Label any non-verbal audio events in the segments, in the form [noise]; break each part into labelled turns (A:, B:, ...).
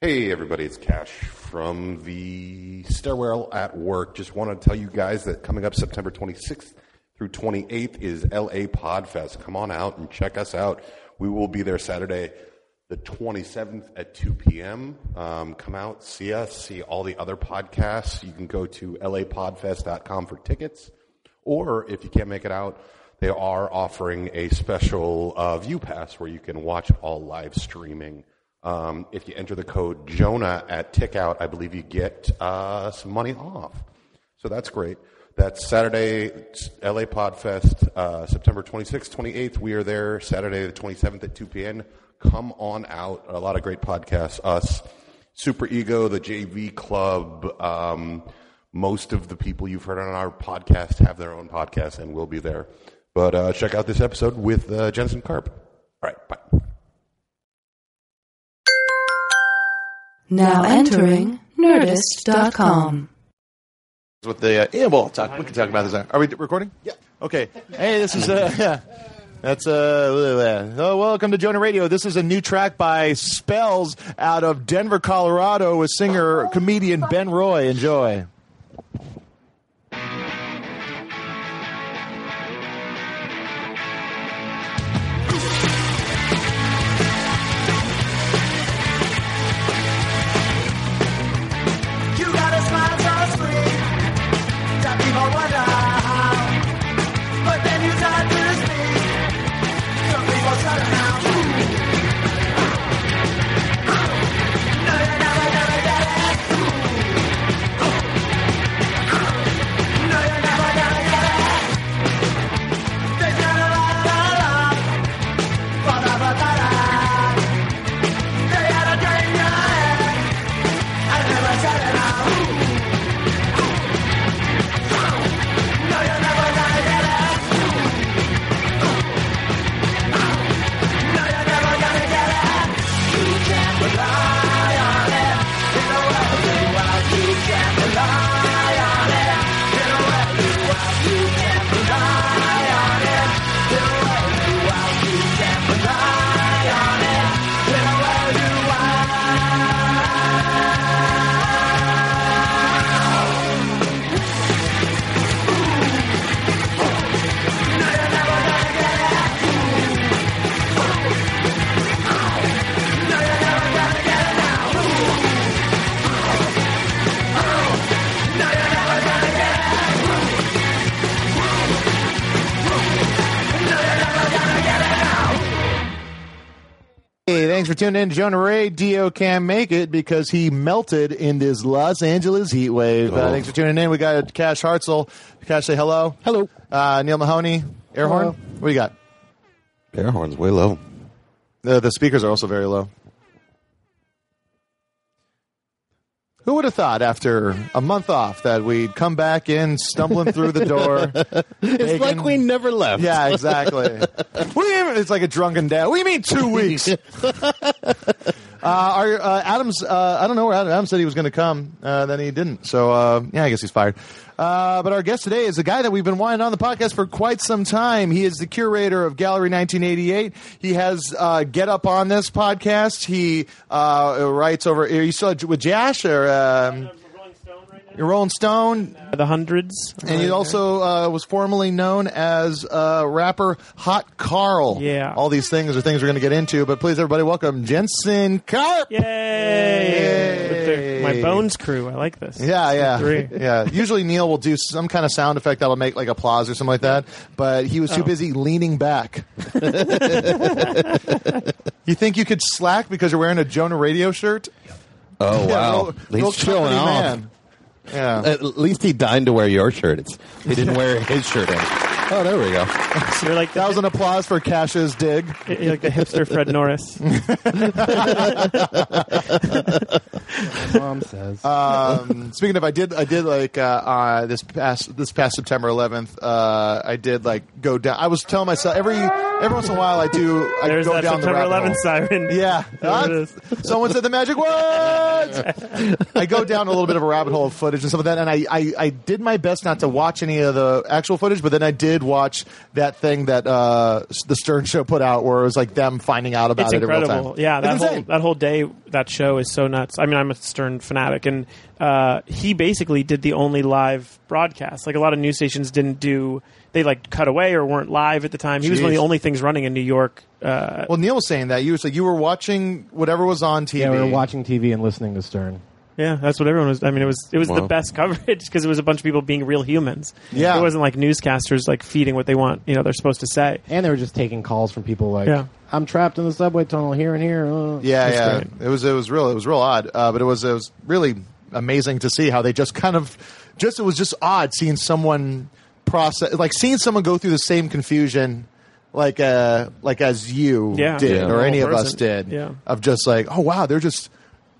A: Hey, everybody, it's Cash from the Stairwell at Work. Just want to tell you guys that coming up September 26th through 28th is LA Podfest. Come on out and check us out. We will be there Saturday, the 27th at 2 p.m. Um, come out, see us, see all the other podcasts. You can go to lapodfest.com for tickets. Or if you can't make it out, they are offering a special uh, view pass where you can watch all live streaming. Um, if you enter the code Jonah at tickout, I believe you get uh, some money off. So that's great. That's Saturday, it's LA Podfest, uh, September 26th, 28th. We are there Saturday the 27th at 2 p.m. Come on out. A lot of great podcasts. Us, Super Ego, the JV Club. Um, most of the people you've heard on our podcast have their own podcast and will be there. But uh, check out this episode with uh, Jensen Karp. All right, bye.
B: Now entering Nerdist.com.
C: with the uh, yeah. We'll talk. We can talk about this. Are we recording? Yeah. Okay. Hey, this is uh, [laughs] yeah. That's uh, oh, welcome to Jonah Radio. This is a new track by Spells out of Denver, Colorado, with singer comedian Ben Roy. Enjoy.
D: You got a smile so sweet that people wonder how. But then you start to speak. Some people shut down. No, they never, never get it. No, they never, never get it. They got a lot, lot, lot. Bada, bada, da. They had a day in your head. I never said it out. No, you're never gonna get it. No, you're never gonna get it. You can't rely on it. In a world you want, you can't rely on it. In a world you want, you can't rely on it. In a world you want, you can't rely on it. In a world you want.
C: Hey, thanks for tuning in. Jonah Ray Dio can't make it because he melted in this Los Angeles heat wave. Uh,
A: Oh.
C: thanks for tuning in. We got Cash Hartzell. Cash, say hello.
E: Hello.
C: Uh, Neil Mahoney. Airhorn.
E: Hello.
C: What do you got?
A: Air horn's way low.
C: The, Uh, the speakers are also very low. Who would have thought after a month off that we'd come back in stumbling through the door?
E: [laughs] It's like we never left.
C: Yeah, exactly. we it's like a drunken dad. We mean two weeks. uh, our uh, Adams, uh, I don't know where Adam, Adam said he was going to come, uh, then he didn't. So uh, yeah, I guess he's fired. Uh, but our guest today is a guy that we've been wanting on the podcast for quite some time. He is the curator of Gallery 1988. He has uh, Get Up on this podcast. He uh, writes over. Are you still with Jash or um, Rolling Stone?
F: the hundreds.
C: And he also uh, was formerly known as uh, rapper Hot Carl.
F: Yeah.
C: All these things are things we're going to get into, but please, everybody, welcome Jensen Karp.
F: Yay! With the- my bones crew. I like this.
C: Yeah, yeah,
F: Three.
C: [laughs] yeah. Usually Neil will do some kind of sound effect that'll make like applause or something like that, but he was too
F: Oh.
C: busy leaning
F: [laughs]
C: back. you think you could slack because you're wearing a Jonah Radio shirt?
E: Oh
C: Yeah,
E: wow.
C: real-
E: At
C: real
E: least showing
C: company
E: off.
C: man. Yeah.
E: At least he dined to wear your shirt. It's, he didn't wear his shirt. In. Oh, there we go.
F: [laughs] You're like
C: That was
F: the,
C: an applause for Cash's dig.
F: you're like the hipster Fred
C: [laughs]
F: Norris.
G: Mom says.
C: um, speaking of, I did I did like uh, uh, this past this past September 11th. Uh, I did like go down. I was telling myself every every once in a while I do I
F: There's
C: go
F: that
C: down
F: September
C: the rabbit
F: 11th
C: hole.
F: siren.
C: Yeah,
F: There it
C: Ah,
F: is.
C: someone said the magic words. I go down a little bit of a rabbit hole of footage and some of that, and I, I, I did my best not to watch any of the actual footage, but then I did watch that thing that uh, the Stern Show put out, where it was like them finding out about
F: It's
C: it in real time.
F: incredible. Yeah,
C: It's
F: that whole
C: insane.
F: that whole day that show is so nuts. I mean, I'm a Stern fanatic, and uh, he basically did the only live broadcast. Like a lot of news stations didn't do. They like cut away or weren't live at the time. He was one of
C: Jeez.
F: the only things running in New York. Uh,
C: Well, Neil was saying that you was like you were watching whatever was on TV.
G: Yeah, we were watching TV and listening to Stern.
F: yeah, that's what everyone was. I mean, it was it was the
A: Wow.
F: best [laughs] coverage because it was a bunch of people being real humans. [laughs]
C: Yeah.
F: it wasn't like newscasters like feeding what they want. You know, they're supposed to say.
G: And they were just taking calls from people like,
F: Yeah.
G: I'm trapped in the subway tunnel here and here. uh."
C: Yeah,
F: That's
C: yeah.
F: great.
C: It was it was real it was real odd, uh, but it was it was really amazing to see how they just kind of just it was just odd seeing someone process like seeing someone go through the same confusion like uh like as you
F: Yeah.
C: did
F: Yeah.
C: or any of
F: Normal
C: us
F: person.
C: did
F: Yeah.
C: of just like oh wow they're just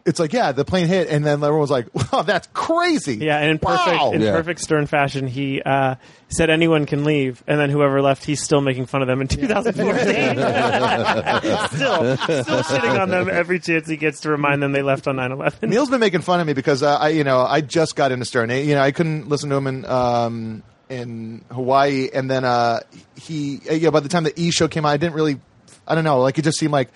C: it's like yeah the plane hit and then everyone's like [laughs] wow Oh, that's crazy
F: Yeah, and in perfect
C: wow.
F: in
E: Yeah.
F: perfect Stern fashion, he uh, said anyone can leave, and then whoever left, he's still making fun of them in
C: [laughs]
F: 2014. [laughs] still, still shitting on them every chance he gets to remind them they left on 9/11.
C: Neil's been making fun of me because uh, I, you know, I just got into Stern. You know, I couldn't listen to him in um, in Hawaii, and then uh, he, uh, yeah. By the time the E show came out, I didn't really, I don't know, like it just seemed like,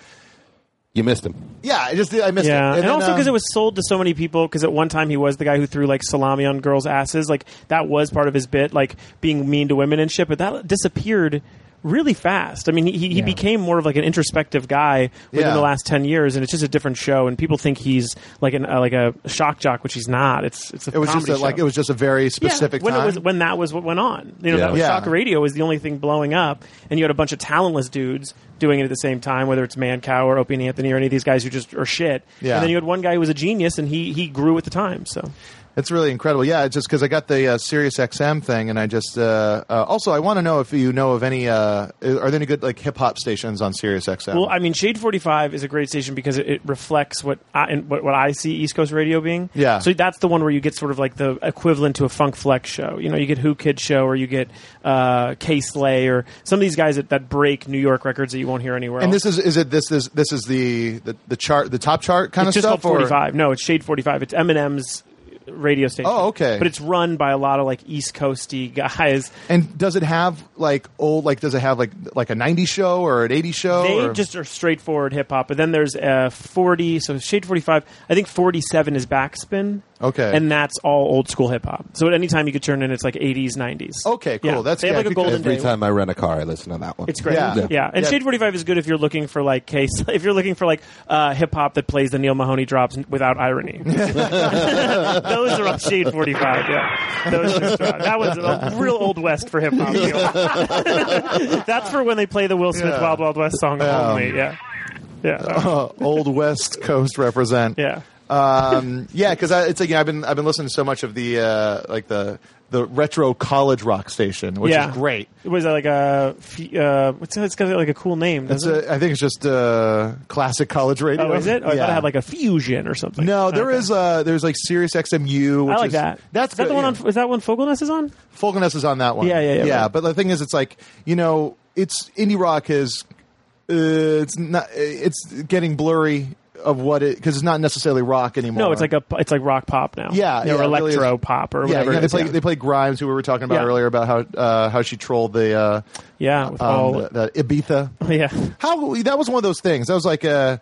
E: You missed him.
C: yeah, I just I missed
F: Yeah,
C: it.
F: and,
C: then,
F: also because
C: um,
F: it was sold to so many people. Because at one time he was the guy who threw like salami on girls' asses. Like that was part of his bit, like being mean to women and shit. But that disappeared really fast. I mean, he, he
G: Yeah.
F: became more of like an introspective guy within
C: Yeah.
F: the last ten years, and it's just a different show. And people think he's like an uh, like a shock jock, which he's not. It's it's a
C: it was just
F: comedy
C: a, like
F: show.
C: it was just a very
F: Yeah,
C: specific
F: when
C: time.
F: it was when that was what went on. You
E: Yeah.
F: know, that was
C: Yeah.
F: shock radio was the only thing blowing up, and you had a bunch of talentless dudes doing it at the same time, whether it's Mancow or Opie and Anthony or any of these guys who just are shit.
C: Yeah.
F: And then you had one guy who was a genius, and he he grew with the time. So
C: It's really incredible. Yeah, it's just because I got the uh, Sirius XM thing, and I just uh, uh, also I want to know if you know of any. Uh, are there any good like hip hop stations on Sirius XM?
F: Well, I mean, Shade Forty Five is a great station because it, it reflects what I and what, what I see East Coast radio being.
C: Yeah.
F: So that's the one where you get sort of like the equivalent to a Funk Flex show. You know, you get Who Kid show, or you get uh, K Slay, or some of these guys that, that break New York records that you won't hear anywhere.
C: and
F: else.
C: this is is it this is this is the the, the chart the top chart kind
F: it's
C: of
F: just
C: stuff
F: called
C: or
F: 45. No, it's Shade 45. It's Eminem's radio station.
C: Oh, okay.
F: But it's run by a lot of like East Coasty [laughs] guys.
C: And does it have like old like does it have like like a 90s show or an 80s show?
F: They
C: or-
F: just are straightforward hip hop. But then there's uh, 40. So Shade 45. I think 47 is Backspin.
C: Okay.
F: And that's all old school hip hop. So at any time you could turn in, it's like 80s, 90s.
C: Okay, cool.
F: Yeah.
C: That's-
F: they have
C: yeah,
F: like a
C: because
F: golden
E: Every
F: day.
E: time I rent a car, I listen to that one.
F: It's great.
C: Yeah.
F: Yeah. And
C: Yeah.
F: Shade 45 is good if you're looking for like case [laughs] if you're looking for like uh, hip hop that plays the Neil Mahoney drops
C: [laughs]
F: without irony. Those are on Shade 45. Yeah. Those are strong. That one's a real old west [laughs] for hip hop. Neil. [laughs] That's for when they play the Will Smith
C: Yeah. Um,
F: Wild Wild West song only. Yeah. Yeah.
C: [laughs] Uh, old West Coast represent.
F: Yeah.
C: Um, yeah, because it's like you know, I've been I've been listening to so much of the uh, like the the retro college rock station, which
F: yeah.
C: is great.
F: It was uh, like a f- uh, what's it's got like a cool name.
C: It's
F: doesn't it?
C: a, I think it's just uh, classic college radio.
F: oh, is it? Oh, I
C: yeah.
F: thought it had like a fusion or something.
C: no, there
F: Okay.
C: is uh, there's like Sirius XMU. Which
F: I like
C: is,
F: that.
C: That's
F: is that
C: good,
F: the one
C: yeah.
F: on? Is that one Fogelness is on?
C: Fulgeness is on that one.
F: Yeah, yeah, yeah,
C: Yeah,
F: right.
C: but the thing is, it's like you know, it's indie rock is uh, it's not it's getting blurry of what it because it's not necessarily rock anymore.
F: No, it's like a it's like rock pop now.
C: Yeah, yeah,
F: or
C: it really
F: electro
C: is.
F: pop or
C: yeah,
F: whatever.
C: yeah,
F: it
C: they
F: is,
C: play
F: yeah.
C: they play Grimes, who we were talking about
F: Yeah.
C: earlier about how uh, how she trolled the uh,
F: yeah, with all-
C: um, the, the Ibiza.
F: [laughs] yeah.
C: How that was one of those things. That was like uh,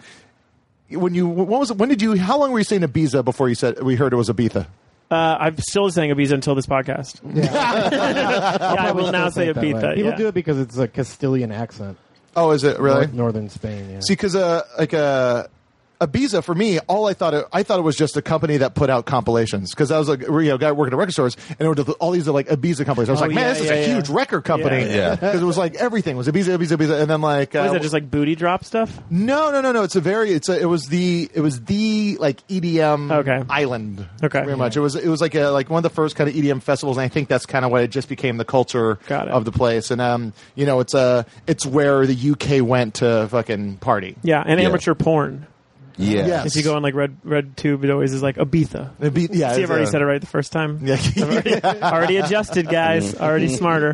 C: when you when was when did you how long were you saying Ibiza before you said we heard it was Ibiza?
F: Uh, I'm still saying Ibiza until this podcast. [laughs] Yeah, I will now say
G: That way.
F: Ibiza.
G: People
F: yeah.
G: do it because it's a Castilian accent.
C: Oh, is it really?
G: North, Northern Spain, yeah.
C: See, because uh, like uh, Ibiza for me, all I thought it, I thought it was just a company that put out compilations. Because I was like, you know, guy working at record stores, and it was all these like Ibiza companies. I was
F: Oh,
C: like, man,
F: yeah,
C: this is
F: yeah,
C: a
F: yeah.
C: huge record company.
F: Yeah.
C: [laughs]
E: Yeah.
C: Because it was like everything was Ibiza, Ibiza, Ibiza, and then like,
F: What
C: uh,
F: is that just like booty drop stuff?
C: no, no, no, no. It's a very, it's a, it was the, it was the like EDM
F: Okay.
C: island.
F: Okay.
C: Very much. It was, it was like a, like one of the first kind of EDM festivals, and I think that's kind of what it just became the culture
F: Got it.
C: of the place. And um, you know, it's uh it's where the UK went to fucking party.
F: Yeah, and
E: Yeah. [laughs]
F: amateur porn.
E: yeah.
C: Yes.
F: If you go on like Red Red Tube, it always is like Ibiza.
C: It'd be- yeah,
F: See,
C: it's,
F: I've already
C: uh,
F: said it right the first time.
C: Yeah. [laughs]
F: I've already, already adjusted, guys. Already smarter.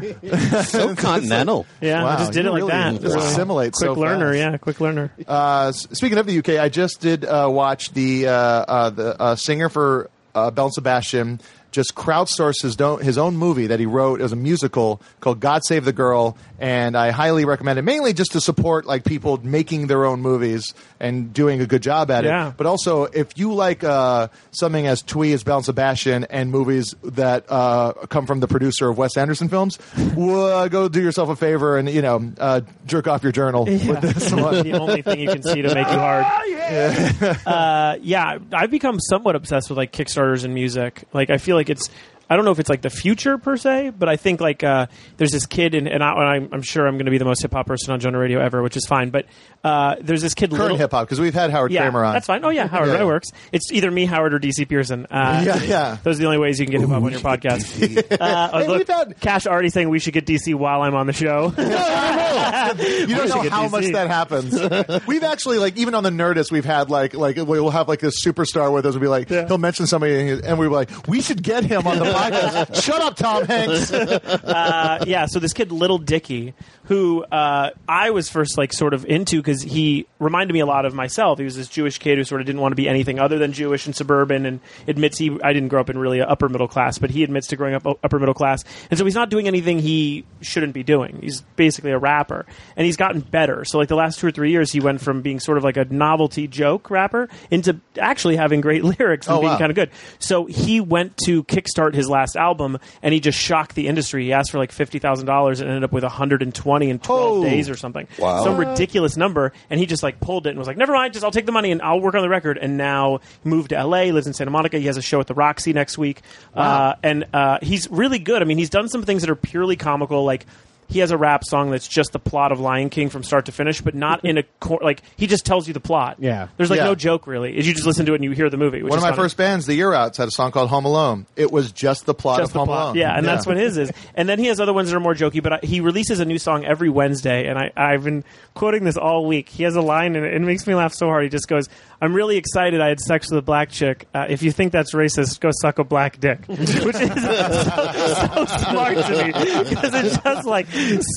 E: So continental.
F: Yeah,
C: Wow,
F: I just did
C: you
F: it like
C: really
F: that.
C: just
F: Wow.
C: assimilate so
F: Quick learner,
C: fast.
F: yeah,
C: [laughs]
F: quick learner.
C: Uh, s- speaking of the UK, I just did uh, watch the uh, uh, the uh, singer for uh, Bell and Sebastian. just crowdsourced his, do- his own movie that he wrote. It was a musical called God Save the Girl, and I highly recommend it, mainly just to support like people making their own movies and doing a good job at
F: Yeah.
C: it. But also, if you like uh, something as twee as Bell and Sebastian and movies that uh, come from the producer of Wes Anderson films, [laughs] well, go do yourself a favor and you know uh, jerk off your journal with this one.
F: [laughs] the only thing you can see to make you hard. [laughs] Uh, yeah, I've become somewhat obsessed with like Kickstarters and music. Like, I feel like it's. I don't know if it's like the future per se, but I think like uh, there's this kid, in, and, I, and I'm, I'm sure I'm going to be the most hip hop person on Jonah Radio ever, which is fine. But uh, there's this kid,
C: Current
F: Lil-
C: hip hop because we've had Howard
F: yeah,
C: Kramer on.
F: That's fine. Oh yeah, Howard,
C: Yeah.
F: that works. It's either me, Howard, or DC Pearson. Uh,
C: [laughs] Yeah, yeah.
F: Those are the only ways you can get him up on
C: [laughs]
F: your podcast. uh, oh,
C: Hey,
F: look,
C: we've had-
F: Cash already saying we should get DC while I'm on the show.
C: [laughs] You don't
F: We should
C: know
F: get
C: how
F: DC.
C: much that
F: [laughs]
C: happens. we've actually like even on the Nerdist, we've had like like we'll have like this superstar with us. We'll be like
F: Yeah.
C: he'll mention somebody, and he- and we were like, we should get him
F: [laughs]
C: on the podcast. Shut up, Tom Hanks.
F: uh, yeah, so this kid, Little Dicky, who uh, I was first like sort of into because he reminded me a lot of myself. He was this Jewish kid who sort of didn't want to be anything other than Jewish and suburban, and admits he I didn't grow up in really a upper middle class, but he admits to growing up u- upper middle class, and so he's not doing anything he shouldn't be doing. He's basically a rapper, and he's gotten better. So like the last two or three years, he went from being sort of like a novelty joke rapper into actually having great [laughs] lyrics and
C: Oh,
F: being
C: wow.
F: kind of good. So he went to kickstart his last album, and he just shocked the industry. He asked for like fifty thousand dollars and ended up with one hundred and twenty in twelve
C: Oh.
F: days or something.
E: Wow.
F: some ridiculous number. And he just like pulled it and was like, "Never mind, just I'll take the money and I'll work on the record." And now moved to L.A., lives in Santa Monica. He has a show at the Roxy next week, uh, and uh, he's really good. I mean, he's done some things that are purely comical, like. He has a rap song that's just the plot of Lion King from start to finish,
C: [laughs]
F: but not in a cor- like he just tells you the plot.
G: Yeah.
F: there's like
C: Yeah.
F: no joke really. You just listen to it and you hear the movie. Which
C: One
F: is
C: of my
F: funny.
C: first bands, The Year Outs, had a song called Home Alone. It was just the plot
F: just
C: of
F: the
C: Home
F: plot.
C: Alone.
F: Yeah, and that's what his is. And then he has other ones that are more jokey, but I, he releases a new song every Wednesday, and I, I've been quoting this all week. He has a line, and it, it makes me laugh so hard. He just goes, I'm really excited I had sex with a black chick. Uh, if you think that's racist, go suck a black dick. [laughs] Which is so, so smart to me, because it's just like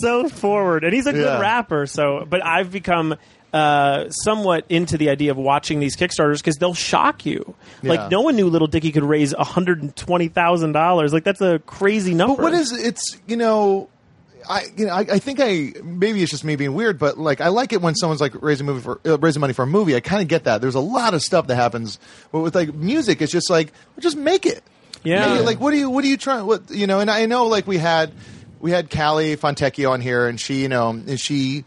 F: so forward. And he's a
C: Yeah.
F: good rapper, so, but I've become. Uh, somewhat into the idea of watching these Kickstarters because they'll shock you.
C: Yeah.
F: Like no one knew Little Dicky could raise hundred and twenty thousand dollars. Like that's a crazy number.
C: But what is it's you know. I you know I, I think I maybe it's just me being weird, but like I like it when someone's like raising movie for uh, raising money for a movie. I kind of get that. There's a lot of stuff that happens, but with like music, it's just like just make it.
F: Yeah.
C: Make it, like what do you what do you trying what you know? And I know like we had we had Callie Fontecchio on here, and she you know and she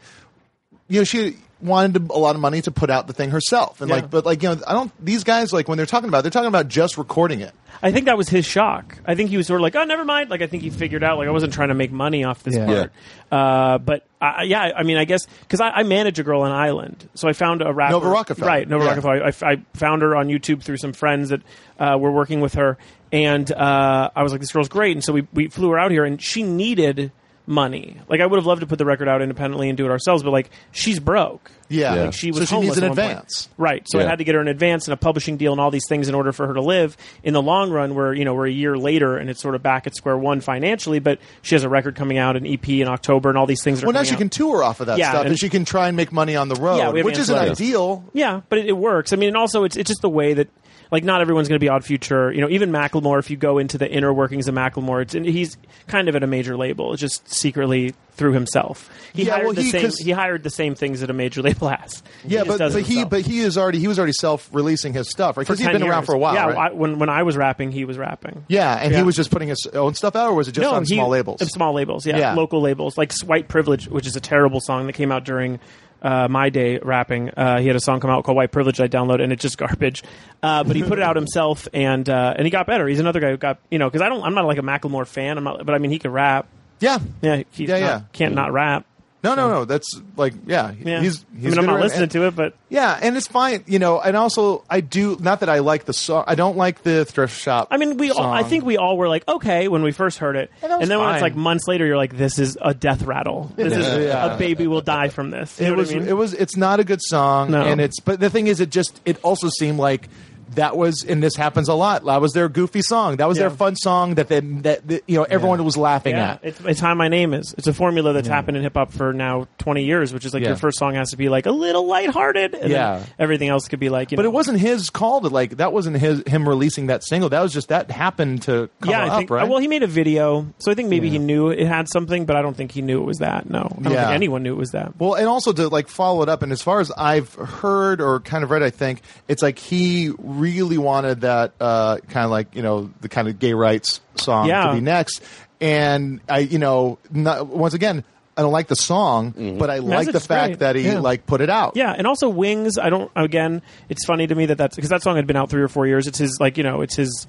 C: you know she wanted a lot of money to put out the thing herself, and
F: Yeah.
C: like but like you know I don't these guys like when they're talking about it, they're talking about just recording it.
F: I think that was his shock. I think he was sort of like, oh, never mind. Like I think he figured out like I wasn't trying to make money off this
G: Yeah.
F: part. Uh, but I, yeah, I mean, I guess because I, I manage a girl on Island, so I found a rapper,
C: Nova Rockefeller.
F: right? Nova
C: Yeah.
F: Rockefeller. I, I found her on YouTube through some friends that uh, were working with her, and uh, I was like, this girl's great, and so we we flew her out here, and she needed money. Like I would have loved to put the record out independently and do it ourselves, but like she's broke.
C: Yeah,
E: Yeah.
F: Like she
C: so
F: was
C: she needs
F: homeless
C: an
F: at one point.
C: advance.
F: Right. So I
E: Yeah.
F: had to get her an advance and a publishing deal and all these things in order for her to live in the long run where, you know, we're a year later and it's sort of back at square one financially, but she has a record coming out, an EP in October and all these things. That
C: Well,
F: are
C: now
F: coming
C: she
F: out.
C: can tour off of that
F: Yeah,
C: stuff, and,
F: and-
C: she can try and make money on the road,
F: Yeah, we have
C: which
F: an
C: isn't
F: ancillary.
C: ideal.
F: Yeah, but it, it works. I mean, and also it's it's just the way that like not everyone's going to be Odd Future. You know, even Macklemore. If you go into the inner workings of Macklemore, it's, and he's kind of at a major label. It's just secretly through himself. He
C: Yeah,
F: hired
C: well,
F: the
C: he-
F: same.
C: 'cause-
F: He hired the same things that a major [laughs] label has. He
C: Yeah,
F: just
C: but,
F: does it
C: but he
F: himself.
C: but he is already he was already self releasing his stuff, right? Because he's
F: 10
C: been around
F: years.
C: for a while,
F: Yeah,
C: right?
F: I, when when I was rapping, he was rapping.
C: yeah, and he
F: Yeah.
C: was just putting his own stuff out, or was it just on
F: he-
C: small labels?
F: of small labels, yeah,
C: Yeah.
F: local labels like White Privilege, which is a terrible song that came out during uh, my day rapping. Uh, he had a song come out called White Privilege I downloaded, and it's just [laughs] garbage. Uh, but he put it out himself, and uh, and he got better. He's another guy who got you know because I don't I'm not like a Macklemore fan, I'm not, but I mean he could rap.
C: yeah,
F: Yeah, he's
C: Yeah,
F: not-
C: yeah.
F: can't not rap.
C: No, no, no. That's like yeah.
F: Yeah,
C: He's, he's
F: I mean I'm
C: good
F: not
C: around-
F: listening
C: and-
F: to it, but
C: Yeah, and it's fine, you know. And also, I do not that I like the song. I don't like the thrift shop.
F: I mean, we. All, I
C: song.
F: think we all were like, okay, when we first heard it,
C: And that was
F: then when
C: fine.
F: it's like months later, you're like, this is a death rattle. This is
C: Yeah.
F: a baby will die from this. You
C: it
F: know what
C: was
F: I mean?
C: it was it's not a good song
F: No.
C: and it's but the thing is it just it also seemed like that was, and this happens a lot. That was their goofy song. That was their
F: Yeah.
C: fun song that they, that, that, you know everyone was laughing
F: Yeah,
C: at.
F: it's, it's how my name is. It's a formula that's happened in hip hop for now twenty years, which is like
C: Yeah.
F: your first song has to be like a little lighthearted, and
C: Yeah.
F: then everything else could be like. You
C: But
F: know,
C: it wasn't his call to like that wasn't his him releasing that single. That was just that happened to come
F: yeah, I
C: up,
F: think.
C: right?
F: Well, he made a video, so I think maybe he knew it had something, but I don't think he knew it was that. No, I don't
C: Yeah.
F: think anyone knew it was that.
C: Well, and also to like follow it up, and as far as I've heard or kind of read, I think it's like he really wanted that uh, kind of like you know the kind of gay rights song
F: Yeah.
C: to be next, and I you know not, once again I don't like the song, but I like the
F: Message,
C: fact
F: right.
C: that he
F: Yeah.
C: like put it out.
F: Yeah, and also Wings. I don't. Again, it's funny to me that that's because that song had been out three or four years. It's his like you know it's his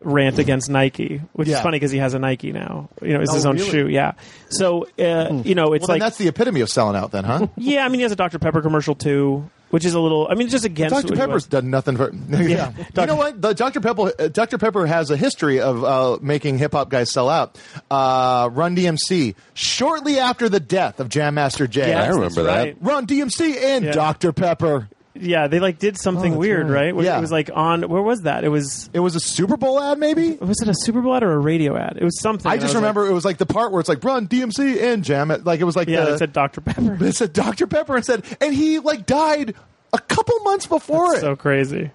F: rant against Nike, which
C: Yeah.
F: is funny because he has a Nike now. You know, it's his
C: Oh,
F: own
C: really?
F: shoe. Yeah. So uh, you know, it's
C: well, then
F: like
C: that's the epitome of selling out, then, huh?
F: [laughs] yeah. I mean, he has a Dr Pepper commercial too, which is a little. I mean, it's just against
C: Dr.
F: what he
C: Pepper's
F: was-
C: done nothing for. [laughs] yeah. You know what? The Dr. Pepper, uh, Dr. Pepper has a history of uh, making hip hop guys sell out. Uh, Run DMC, shortly after the death of Jam Master Jay.
F: Yes,
E: I remember
F: that's
E: that.
F: right.
C: Run DMC and
F: Yeah.
C: Dr. Pepper.
F: Yeah, they like did something weird, right? Where
C: Oh, Yeah.
F: It was like on. Where was that? It was.
C: It was a Super Bowl ad, maybe?
F: Was it a Super Bowl ad or a radio ad? It was something.
C: I
F: and
C: just
F: was like,
C: remember it was like the part where it's like Run DMC and Jam. Like it was like
F: yeah,
C: the,
F: it said
C: [laughs]
F: Dr Pepper.
C: it said Dr. Pepper and said, and he like died a couple months before it.
F: so crazy.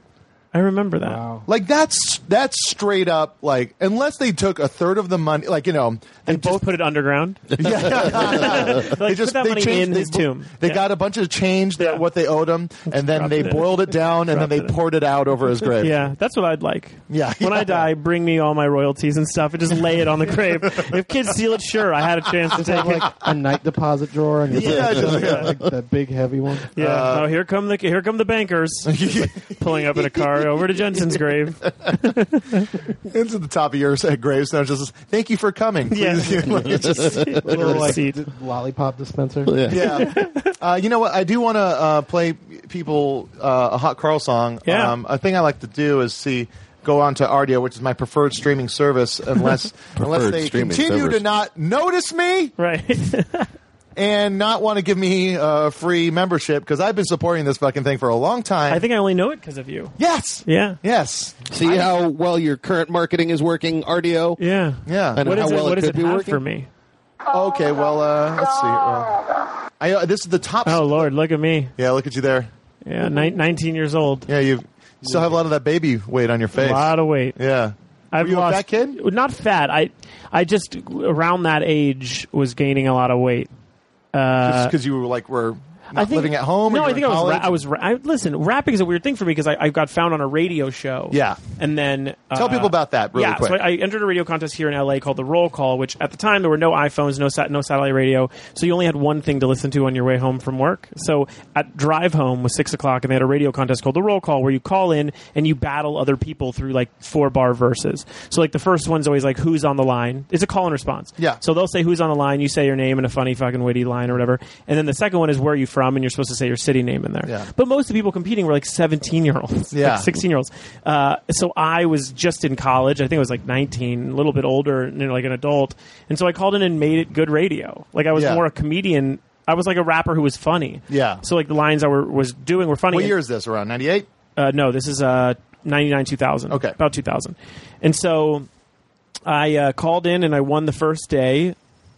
F: I remember that.
G: Wow.
C: Like that's that's straight up like unless they took a third of the money, like you know, they
F: And just put
C: [laughs]
F: it underground. [laughs] Like,
C: they just
F: put that
C: they
F: money
C: changed
F: in
C: they,
F: his
C: bo-
F: tomb.
C: They
F: Yeah.
C: got a bunch of change that
F: Yeah.
C: what they owed him, and then
F: dropped
C: they
F: it in.
C: boiled it down, and then
F: Dropped
C: they
F: it in.
C: poured it out over his grave.
F: [laughs] Yeah, that's what I'd like.
C: Yeah.
F: [laughs] When
C: Yeah.
F: I die, bring me all my royalties and stuff and just lay it on the grave. if kids steal it, sure, I had a chance
C: [laughs]
F: to take it.
G: like a night deposit drawer and
C: Yeah, just-
G: like that big heavy one.
F: Yeah.
C: Uh,
F: oh, here come the here come
C: [laughs]
F: the bankers pulling up in a car over to Jensen's grave.
C: into the top of your [laughs] uh, gravestone. Just thank you for coming. Please, [laughs]
F: Yeah.
C: you
F: [laughs]
C: know, it's just- [laughs]
F: Little like,
G: Seat. [laughs] Lollipop dispenser. [laughs]
C: yeah. Uh, you know what? I do want to uh, play people uh, a Hot Carl song. Um,
F: Yeah.
C: a thing I like to do is see go on to Ardio, which is my preferred streaming
E: [laughs]
C: service, unless unless
E: Preferred
C: they
E: streaming
C: continue to
E: service.
C: not notice me.
F: right. [laughs]
C: and not want to give me uh, free membership because I've been supporting this fucking thing for a long time.
F: I think I only know it because of you.
C: yes,
F: Yeah.
C: yes,
E: See how well your current marketing is working, RDO?
F: Yeah.
C: yeah.
E: And
F: What
E: how
F: is it?
E: well
F: What
E: it
F: does
E: could
F: it
E: be
F: have
E: working.
F: for me?
C: okay, well, uh, let's see. Uh, I uh, this is the top.
F: Oh Lord, look at me.
C: yeah, look at you there.
F: Yeah, ni- nineteen years old.
C: Yeah, you still have a lot of that baby weight on your face.
F: A lot of weight.
C: yeah,
F: I've
C: Were you
F: lost
C: a fat kid?
F: Not fat. I I just around that age was gaining a lot of weight. Uh,
C: Just because you were like were not
F: I think,
C: living at home. or
F: No,
C: you
F: I
C: were
F: think
C: in
F: I was.
C: college?
F: Ra- I was. Ra- I, listen, rapping is a weird thing for me because I, I got found on a radio show.
C: Yeah.
F: and then uh,
C: Tell people about that really
F: yeah,
C: quick.
F: so I, I entered a radio contest here in LA called the Roll Call, which at the time there were no iPhones, no sat, no satellite radio, so you only had one thing to listen to on your way home from work. So at drive home was six o'clock, and they had a radio contest called the Roll Call, where you call in and you battle other people through like four bar verses. So like the first one's always like who's on the line. It's a call and response.
C: Yeah.
F: So they'll say who's on the line, you say your name in a funny fucking witty line or whatever, and then the second one is where are you from, and you're supposed to say your city name in there.
C: Yeah.
F: But most of the people competing were like seventeen year olds,
C: Yeah.
F: like 16 year olds. Uh, so I was just in college. I think I was like 19, a little bit older, you know, like an adult. And so I called in and made it good radio. Like I was
C: Yeah.
F: more a comedian. I was like a rapper who was funny.
C: Yeah.
F: So like the lines I were, was doing were funny.
C: what year is this? Around ninety eight.
F: Uh, no, this is uh, 99 2000.
C: Okay.
F: About 2000. And so I uh, called in and I won the first day,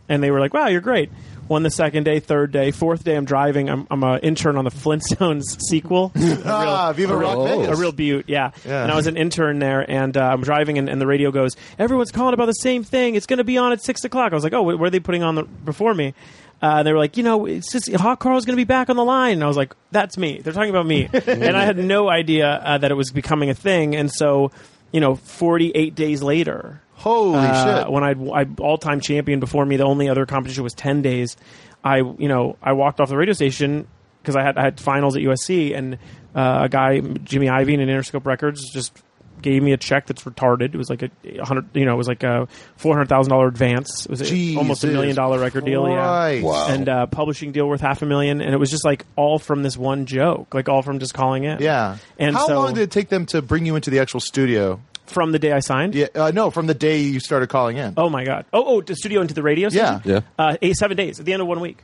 F: and they were like, wow, you're great. Won the second day, third day, fourth day. I'm driving. I'm, I'm an intern on the Flintstones [laughs] sequel. A real-
C: Ah, Viva
F: a
C: Rock
E: real-
C: Vegas.
F: Oh, a real butte, yeah.
C: Yeah.
F: And I was an intern there, and uh, I'm driving, and, and the radio goes, "Everyone's calling about the same thing. It's going to be on at six o'clock." I was like, "Oh, wh- what are they putting on the, before me?" Uh, they were like, "You know, it's just Hot Carl's going to be back on the line," and I was like, "That's me. They're talking about
C: [laughs]
F: me," and I had no idea uh, that it was becoming a thing. And so, you know, 48 days later,
C: Holy
F: uh,
C: shit!
F: When I'd, I all time champion before me, the only other competition was ten days. I you know I walked off the radio station because I had I had finals at USC and uh, a guy Jimmy Iovine in Interscope Records just gave me a check that's retarded. It was like a hundred you know it was like a four hundred thousand dollar advance. It was a, almost a
C: Jesus
F: million dollar record deal. Yeah.
C: Christ.
E: Wow.
F: And uh, publishing deal worth half a million, and it was just like all from this one joke, like all from just calling in.
C: Yeah.
F: And
C: how
F: so
C: long did it take them to bring you into the actual studio?
F: from the day I signed,
C: Yeah, uh, no, from the day you started calling in.
F: Oh my god! Oh, oh, the studio into the radio. Station?
E: Yeah.
F: Uh, eight, seven days at the end of one week,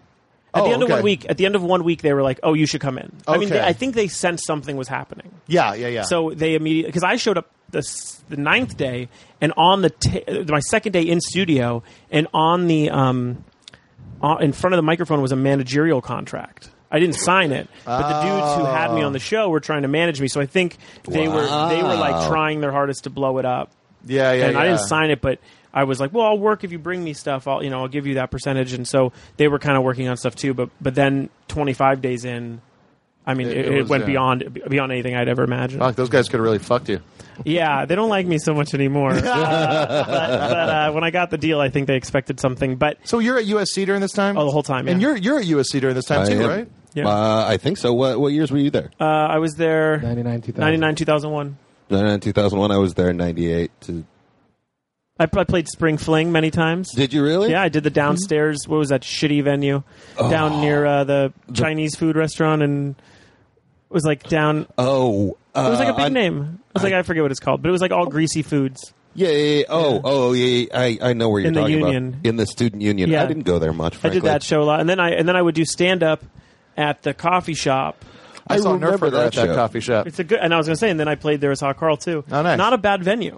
F: At
C: Oh,
F: the end of
C: okay.
F: one week, at the end of one week, they were like, "Oh, you should come in." I mean,
C: Okay.
F: they, I think they sensed something was happening.
C: Yeah, yeah, yeah.
F: So they immediately because I showed up the s- the ninth day, and on the t- uh, my second day in studio, and on the um, on, in front of the microphone was a managerial contract. I didn't sign it, but the dudes who had
C: Oh.
F: me on the show were trying to manage me. So I think they were they were like trying their hardest to blow it up,
C: yeah, yeah.
F: and I
C: yeah.
F: didn't sign it, but. I was like, well, I'll work if you bring me stuff. I'll, you know, I'll give you that percentage. And so they were kind of working on stuff too. But, but then 25 days in, I mean,
C: It-
F: it,
C: it
F: it
C: was,
F: went
C: yeah.
F: beyond beyond anything I'd ever imagined.
C: Fuck, those guys could have really fucked you.
F: Yeah, they don't like me so
E: [laughs]
F: much anymore. Uh, but but uh, when I got the deal, I think they expected something. But
C: So you're at USC during this time?
F: Oh, the whole time,
C: And
F: yeah.
C: you're you're at USC during this time
E: I
C: too,
E: am-
C: right?
F: Yeah.
E: Uh, I think so. What what years were you there?
F: uh, I was there
G: 99, 2000.
F: 99, 2001.
E: 99, 2001. I was there in 98. To,
F: I, pl- I played Spring Fling many times.
E: did you really? Mm-hmm. Oh.
F: yeah, I did the downstairs. What was that shitty venue down near uh, the Chinese food restaurant, and it was like down.
E: Oh. Uh,
F: It was like a big
E: I-
F: name. It was like I forget what it's called, but it was like all greasy foods.
E: Yeah, yeah, yeah. Oh, oh, yeah, yeah. I, I know where you're
F: In the
E: talking
F: union.
E: about. In the student union.
F: Yeah.
E: I didn't go there much. Frankly.
F: I did that show a lot, and then I and then I would do stand up at the coffee shop.
C: I, saw
E: remember
C: Nerfer
E: that
C: at that
E: show.
C: coffee shop.
F: It's a good, and I was going to say, and then I played there as Hot Carl too.
C: Oh, nice.
F: Not a bad venue.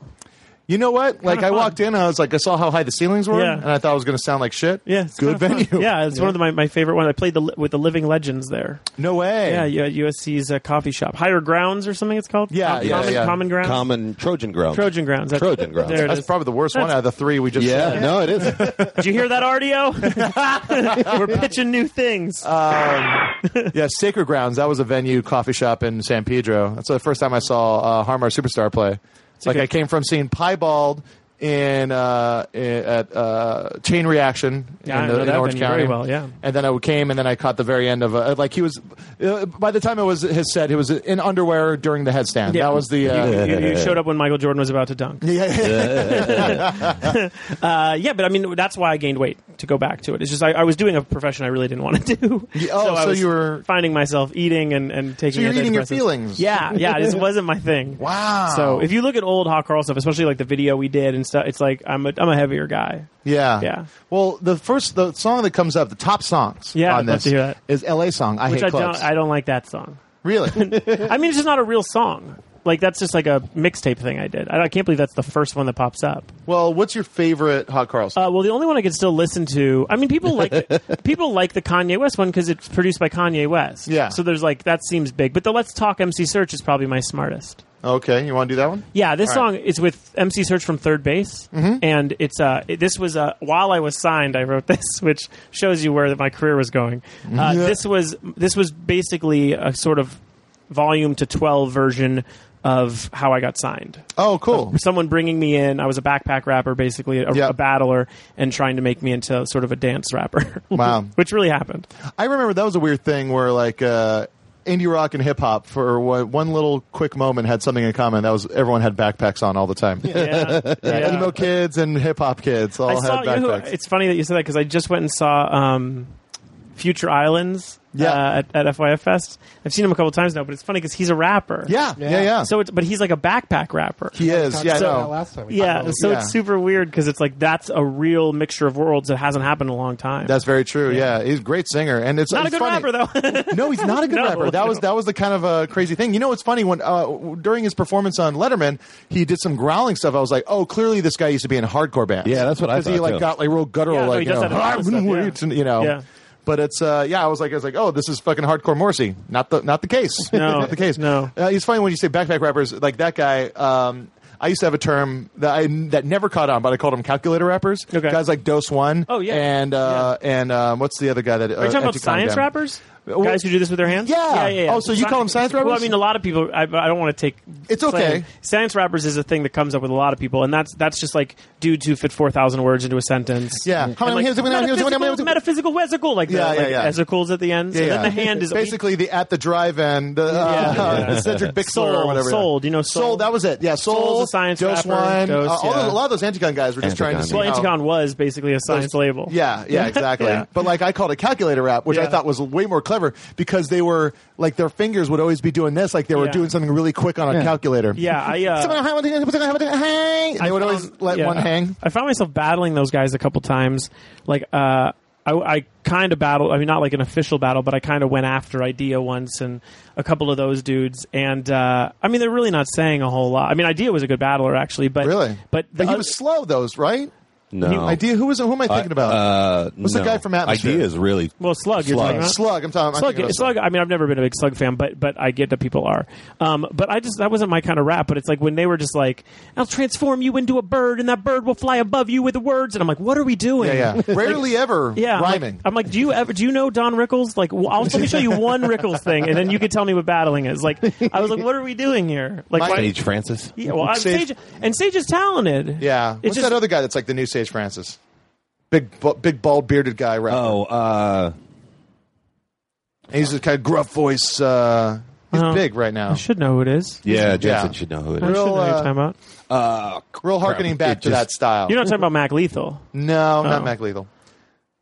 C: You know what? Like I
F: fun.
C: walked in, and I was like, I saw how high the ceilings were,
F: Yeah.
C: and I thought I was going to sound like shit.
F: Yeah, it's
C: good
F: kinda fun.
C: venue.
F: [laughs] Yeah, it's one of the, my my favorite ones. I played the li- with the Living Legends there.
C: No way.
F: Yeah, yeah, USC's uh, coffee shop, Higher Grounds or something. It's called.
C: Yeah,
F: common,
C: yeah, yeah.
F: common grounds.
E: Common Trojan Grounds.
F: Trojan Grounds. That's,
E: Trojan
F: [laughs]
E: Grounds.
F: There it
C: That's
F: is.
C: probably the worst one out of the three we just.
E: Yeah,
C: said.
E: no, it is.
F: Did you hear
C: [laughs]
F: that, RDO? [laughs] We're pitching new things.
C: Um, [laughs] Yeah, Sacred Grounds. That was a venue coffee shop in San Pedro. That's the first time I saw uh, Harmar Superstar play. It's like
F: good-
C: I came from seeing Piebald in uh, i- at uh, Chain Reaction
F: Yeah,
C: in,
F: I
C: the,
F: know
C: in
F: that
C: Orange
F: venue
C: County.
F: very well, yeah.
C: and then I came and then I caught the very end of uh, like he was. Uh, by the time it was his set, he was in underwear during the headstand.
F: Yeah.
C: That was the. Uh,
F: you, you showed up when Michael Jordan was about to dunk. Yeah, [laughs] uh, yeah, but I mean that's why I gained weight to go back to it. It's just I, I was doing a profession I really didn't want to do. [laughs]
C: oh,
F: I
C: so
F: was
C: you were-
F: finding myself eating and and taking.
C: you're eating your
F: antidepressants.
C: feelings.
F: Yeah, yeah, this wasn't
C: [laughs]
F: my thing.
C: Wow.
F: So if you look at old Hot Carl stuff, especially like the video we did and stuff, it's like I'm a I'm a heavier guy.
C: Yeah.
F: Yeah.
C: Well, the first the song that comes up, the top songs
F: Yeah,
C: on
F: I'd love
C: this
F: to hear that.
C: is LA song. I
F: Which
C: hate
F: I
C: clubs.
F: don't I don't like that song. [laughs]
C: really?
F: I mean, it's just not a real song. Like that's just like a mixtape thing I did. I, I can't believe that's the first one that pops up.
C: well, what's your favorite Hot Carl song?
F: Uh, well, the only one I could still listen
C: [laughs]
F: to. [laughs] I mean, people like people like the Kanye West one because it's produced by Kanye West.
C: Yeah.
F: So there's like that seems big, but the Let's Talk MC Search is probably my smartest.
C: Okay, you want to do that one?
F: Yeah, this
C: All right. Mm-hmm.
F: song is with MC Search from Third Base, and it's uh, it- this was uh, while I was signed. I wrote [laughs] this, which shows you where my career was going.
C: Mm-hmm.
F: Uh, This was this was basically a sort of volume to twelve version of how I got signed.
C: Oh, cool.
F: Someone bringing me in. I was a backpack rapper, basically a,
C: Yeah.
F: a battler, and trying to make me into sort of a dance rapper. [laughs]
C: Wow.
F: which
C: [laughs]
F: really happened.
C: I remember that was a weird thing where like uh, indie rock and hip hop for one one little quick moment had something in common. That was everyone had backpacks on all the time.
F: Yeah, [laughs]
E: [laughs]
F: yeah.
C: Emo kids and hip hop kids all
F: I
C: had
F: saw. You know,
C: backpacks.
F: who- it's funny that you said that because I just went and saw um, Future Islands.
C: Yeah.
F: uh, at, at FYF Fest. I've seen him a couple times now, but it's funny because he's a rapper.
C: yeah, yeah, yeah.
F: So, it's, but he's like a backpack rapper.
C: he is. Yeah, I
G: Talked about
C: know.
G: that last time we talked
F: yeah.
G: about it.
F: So
C: Yeah.
F: it's super weird because it's like that's a real mixture of worlds that hasn't happened in a long time.
C: That's very true. Yeah. he's a great singer, and it's
F: not a
C: it's
F: good
C: funny.
F: rapper though. [laughs]
C: No, he's not a good
F: No,
C: rapper. That was
F: no.
C: that was the kind of uh, crazy thing. You know, it's funny when uh, w- during his performance on Letterman, he did some growling stuff. I was like, oh, clearly this guy used to be in hardcore bands.
E: Yeah, that's what I
C: Because he
E: thought,
C: like
E: too.
C: got like real guttural,
F: Yeah, no,
C: like
F: he
C: you
F: does
C: know,
F: that in a lot of
C: "I've been
F: stuff, yeah.
C: waiting," you know.
F: Yeah.
C: But it's uh, yeah, I was like, I was like, oh, this is fucking hardcore Morrissey. Not the not the case.
F: [laughs]
C: [laughs]
F: No,
C: not the case.
F: no.
C: Uh, it's funny when you say backpack rappers like that guy. Um, I used to have a term that I that never caught on, but I called them calculator rappers.
F: Okay.
C: Guys like Dose One.
F: Oh, yeah.
C: And uh, and um, what's the other guy that?
F: Are you talking about science rappers?
C: Well-
F: Guys who do this with their hands?
C: Yeah. Oh, so you call them science
F: Well, I
C: rappers?
F: mean, a lot of people. I, I don't want to take.
C: It's okay.
F: claim. Science rappers is a thing that comes up with a lot of people, and that's that's just like dudes who fit four thousand words into a sentence.
C: Yeah. How many
F: And, like,
C: hands- how many hands- how many hands-
F: metaphysical, metaphysical, wesical, like the
C: Yeah, yeah,
F: like,
C: yeah.
F: vesicles at the end. So
C: Yeah,
F: then
C: yeah.
F: the hand is
C: basically the at the drive-in, the uh,
F: Yeah, yeah.
C: [laughs] Cedric Bixler or
F: Soul,
C: whatever.
F: Soul, do you know Soul?
C: That was it. Yeah, Soul,
F: Soul's a science
C: Dose
F: rapper,
C: One.
F: Dose,
C: uh, all
F: yeah.
C: those- a lot of those Anticon guys were just trying to
E: Anticon,
C: see.
E: yeah.
F: Well,
C: how-
F: Anticon was basically a science label.
C: Yeah,
F: [laughs]
C: yeah, exactly.
F: Yeah.
C: But like I called it calculator rap, which I
F: Yeah.
C: thought was way more clever because they were like their fingers would always be doing this, like they were
F: Yeah.
C: doing something really quick on a calculator.
F: Yeah, I, uh,
C: [laughs] And they would always
F: found-
C: let
F: yeah.
C: one hang.
F: I found myself battling those guys a couple times. Like uh, I, I kind of battled. I mean, not like an official battle, but I kind of went after Idea once and a couple of those dudes. And uh, I mean, they're really not saying a whole lot. I mean, Idea was a good battler actually, but
C: Really?
F: but the
C: But he
F: oth-
C: was slow, though, right?
E: No
C: He- idea. Who was it? Who am I thinking about?
E: Uh,
C: What's the
E: no.
C: guy from Atmosphere?
E: Idea is really
F: well, slug. You're
E: Slug.
F: talking about?
C: slug. I'm talking. I'm
F: Slug,
C: thinking about
F: Slug. I mean, I've never been a big Slug fan, but but I get that people are. Um, but I just that wasn't my kind of rap. But it's like when they were just like, "I'll transform you into a bird, and that bird will fly above you with the words," and I'm like, "What are we doing?" [laughs]
C: Yeah, yeah. Rarely ever
F: Yeah, I'm like-
C: rhyming.
F: I'm like, do you ever do you know Don Rickles? Like, well, I'll, let me show you one Rickles thing, and then you can tell me what battling is. Like, I was like, what are we doing here? Like,
C: My-
F: why-
E: Sage Francis.
F: yeah, well, I'm
C: Sage-
F: Sage, and Sage is talented.
C: yeah. What's
F: it's just
C: that other guy that's like the new Sage Francis? Big, bu- big, bald, bearded guy, right?
E: Oh, uh,
C: And he's a kind of gruff voice. Uh, he's
F: Oh.
C: big right now.
F: I should know who it is.
E: yeah, Jason
C: Yeah.
E: should know who it
F: I should
E: is.
F: know who
C: uh,
F: you're talking about.
C: Real harkening back
E: Uh, It
C: to
E: just-
C: that style.
F: You're not talking about Mac Lethal.
C: no, not
F: Oh.
C: Mac Lethal.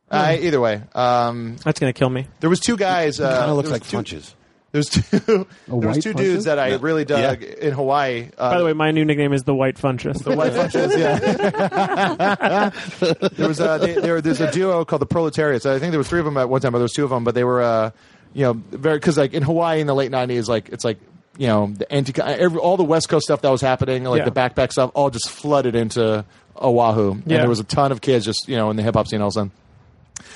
C: Uh, either way, um,
F: That's gonna kill me.
C: there was two guys. Uh,
A: Kind of looks
C: there was
A: like
C: two-
A: punches.
C: [laughs] There's two. there was
G: white
C: two
G: punches?
C: dudes that I really dug
E: Yeah.
C: in Hawaii. Uh,
F: By the way, my new nickname is the White Funchess.
C: The
F: [laughs]
C: white punches, yeah. [laughs] there was a, they, there, there's a duo called the Proletariats. I think there was three of them at one time, but there was two of them. But they were, uh, you know, very because like in Hawaii in the late '90s, like it's like you know the anti every, all the West Coast stuff that was happening, like
F: Yeah.
C: the backpack stuff, all just flooded into Oahu, and
F: Yeah.
C: there was a ton of kids just you know in the hip hop scene all of a sudden.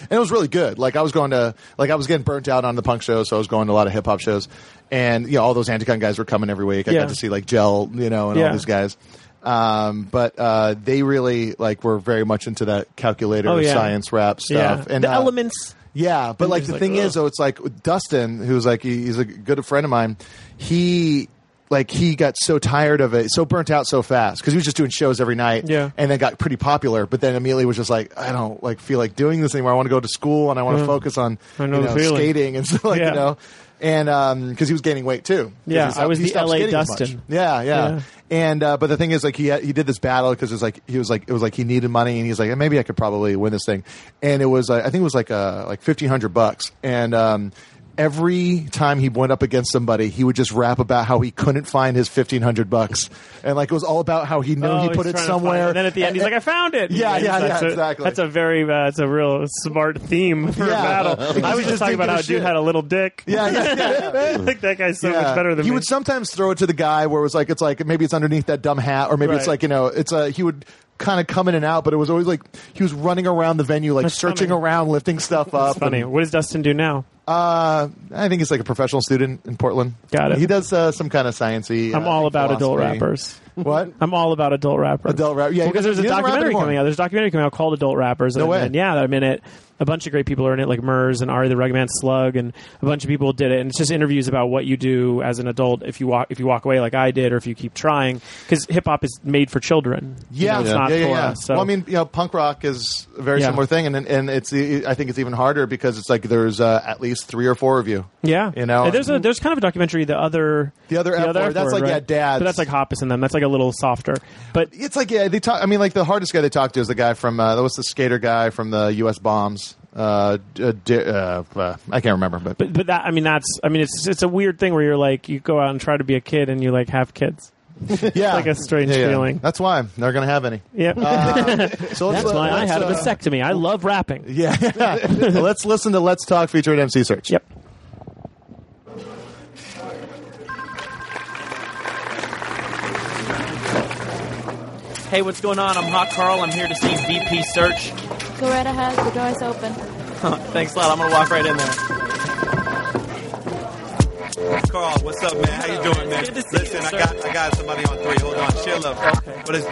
C: And it was really good. Like I was going to, like I was getting burnt out on the punk shows, so I was going to a lot of hip hop shows, and you know all those Anticon guys were coming every week. I
F: Yeah.
C: got to see like Gel, you know, and all
F: Yeah.
C: these guys. Um, but uh, they really like were very much into that calculator
F: Oh, yeah.
C: science rap
F: yeah,
C: stuff. And
F: the
C: uh,
F: elements.
C: yeah, but like
F: just
C: the
F: like,
C: thing
F: ugh.
C: is, though, it's like with Dustin, who's like he, he's a good friend of mine. He like he got so tired of it, so burnt out so fast because he was just doing shows every night.
F: Yeah.
C: and then got pretty popular, but then immediately was just like, I don't like feel like doing this anymore. I want to go to school and I want to focus on
F: I know
C: you
F: the
C: know,
F: feeling.
C: skating and [laughs] so like
F: Yeah.
C: you know. And because he was gaining weight too. 'Cause
F: Yeah,
C: he stopped-
F: I was
C: he
F: the
C: stopped
F: LA
C: skating as much.
F: Dustin.
C: Yeah, yeah,
F: Yeah.
C: And uh, but the thing is, like he had, he did this battle because it's like he was like it was like he needed money, and he's like "Eh, maybe I could probably win this thing, and it was uh, I think it was like uh, like fifteen hundred bucks, and um, every time he went up against somebody, he would just rap about how he couldn't find his fifteen hundred bucks, and like it was all about how he knew
F: Oh,
C: he
F: he's
C: put it
F: trying to find
C: somewhere,
F: it. And then at the end, he's like, "I found it."
C: Yeah,
F: And
C: yeah,
F: that's
C: yeah,
F: a-
C: exactly.
F: That's a very, uh, that's a real smart theme for
C: Yeah.
F: a battle. I
C: Because [laughs] he
F: was just
C: just
F: talking
C: didn't give
F: about
C: a
F: how a dude
C: shit.
F: had a little dick.
C: yeah, yeah, yeah.
F: like [laughs] that guy's so much better than
C: he
F: me.
C: would sometimes throw it to the guy where it was like it's like maybe it's underneath that dumb hat or maybe it's
F: Right.
C: like you know it's a he would kind of come in and out but it was always like he was running around the venue like
F: That's
C: searching
F: funny.
C: around lifting stuff up
F: It's funny.
C: and,
F: What does Dustin do now?
C: uh i think he's like a professional student in portland
F: Got it.
C: he does uh, some kind of sciencey
F: I'm
C: uh,
F: all about adult
C: philosophy.
F: rappers.
C: [laughs] what
F: I'm all about adult rappers.
C: Adult rap- yeah, he doesn't-
F: because there's a
C: he doesn't rap
F: documentary
C: anymore.
F: coming out. There's a documentary coming out called Adult Rappers.
C: No
F: and,
C: way.
F: and yeah, I'm in it. A bunch of great people are in it, like Murs and Ari the Rugman Slug, and a bunch of people did it. And it's just interviews about what you do as an adult if you walk if you walk away like I did, or if you keep trying. Because hip hop is made for children. You
C: Yeah,
F: know, it's not
C: yeah, yeah,
F: for
C: yeah.
F: us. So.
C: Well, I mean, you know, punk rock is a very
F: Yeah.
C: similar thing, and and it's e, I think it's even harder because it's like there's uh, at least three or four of you.
F: yeah,
C: you know,
F: And there's a there's kind of a documentary. The other
C: The other F word, that's like, yeah,
F: right?
C: dads.
F: But that's like Hoppus and them. That's like a little softer. But
C: it's like yeah, they talk. I mean, like the hardest guy they talk to is the guy from uh, what's the skater guy from the U.S. bombs. Uh, uh, di- uh, uh, I can't remember, but,
F: But, but that I mean that's I mean it's it's a weird thing where you're like you go out and try to be a kid and you like have kids.
C: [laughs] yeah,
F: like a strange feeling.
C: That's why I'm never gonna have any.
F: Yeah,
C: Um,
F: [laughs]
C: So let's,
F: that's why I
C: let's,
F: had a
C: uh,
F: vasectomy. I love rapping.
C: [laughs] yeah, let's listen to "Let's Talk" featuring MC Search.
F: Yep.
H: Hey, what's going on? I'm Hot Carl. I'm here to see VP Search. [laughs]
I: Go right ahead. The door's open.
H: Thanks a lot. I'm gonna walk right in there.
J: Carl, what's up, man? How you doing, man?
H: Good to see you,
J: Listen, I
H: sir.
J: got I got somebody on three. Hold on, chill up.
H: Okay.
J: What is?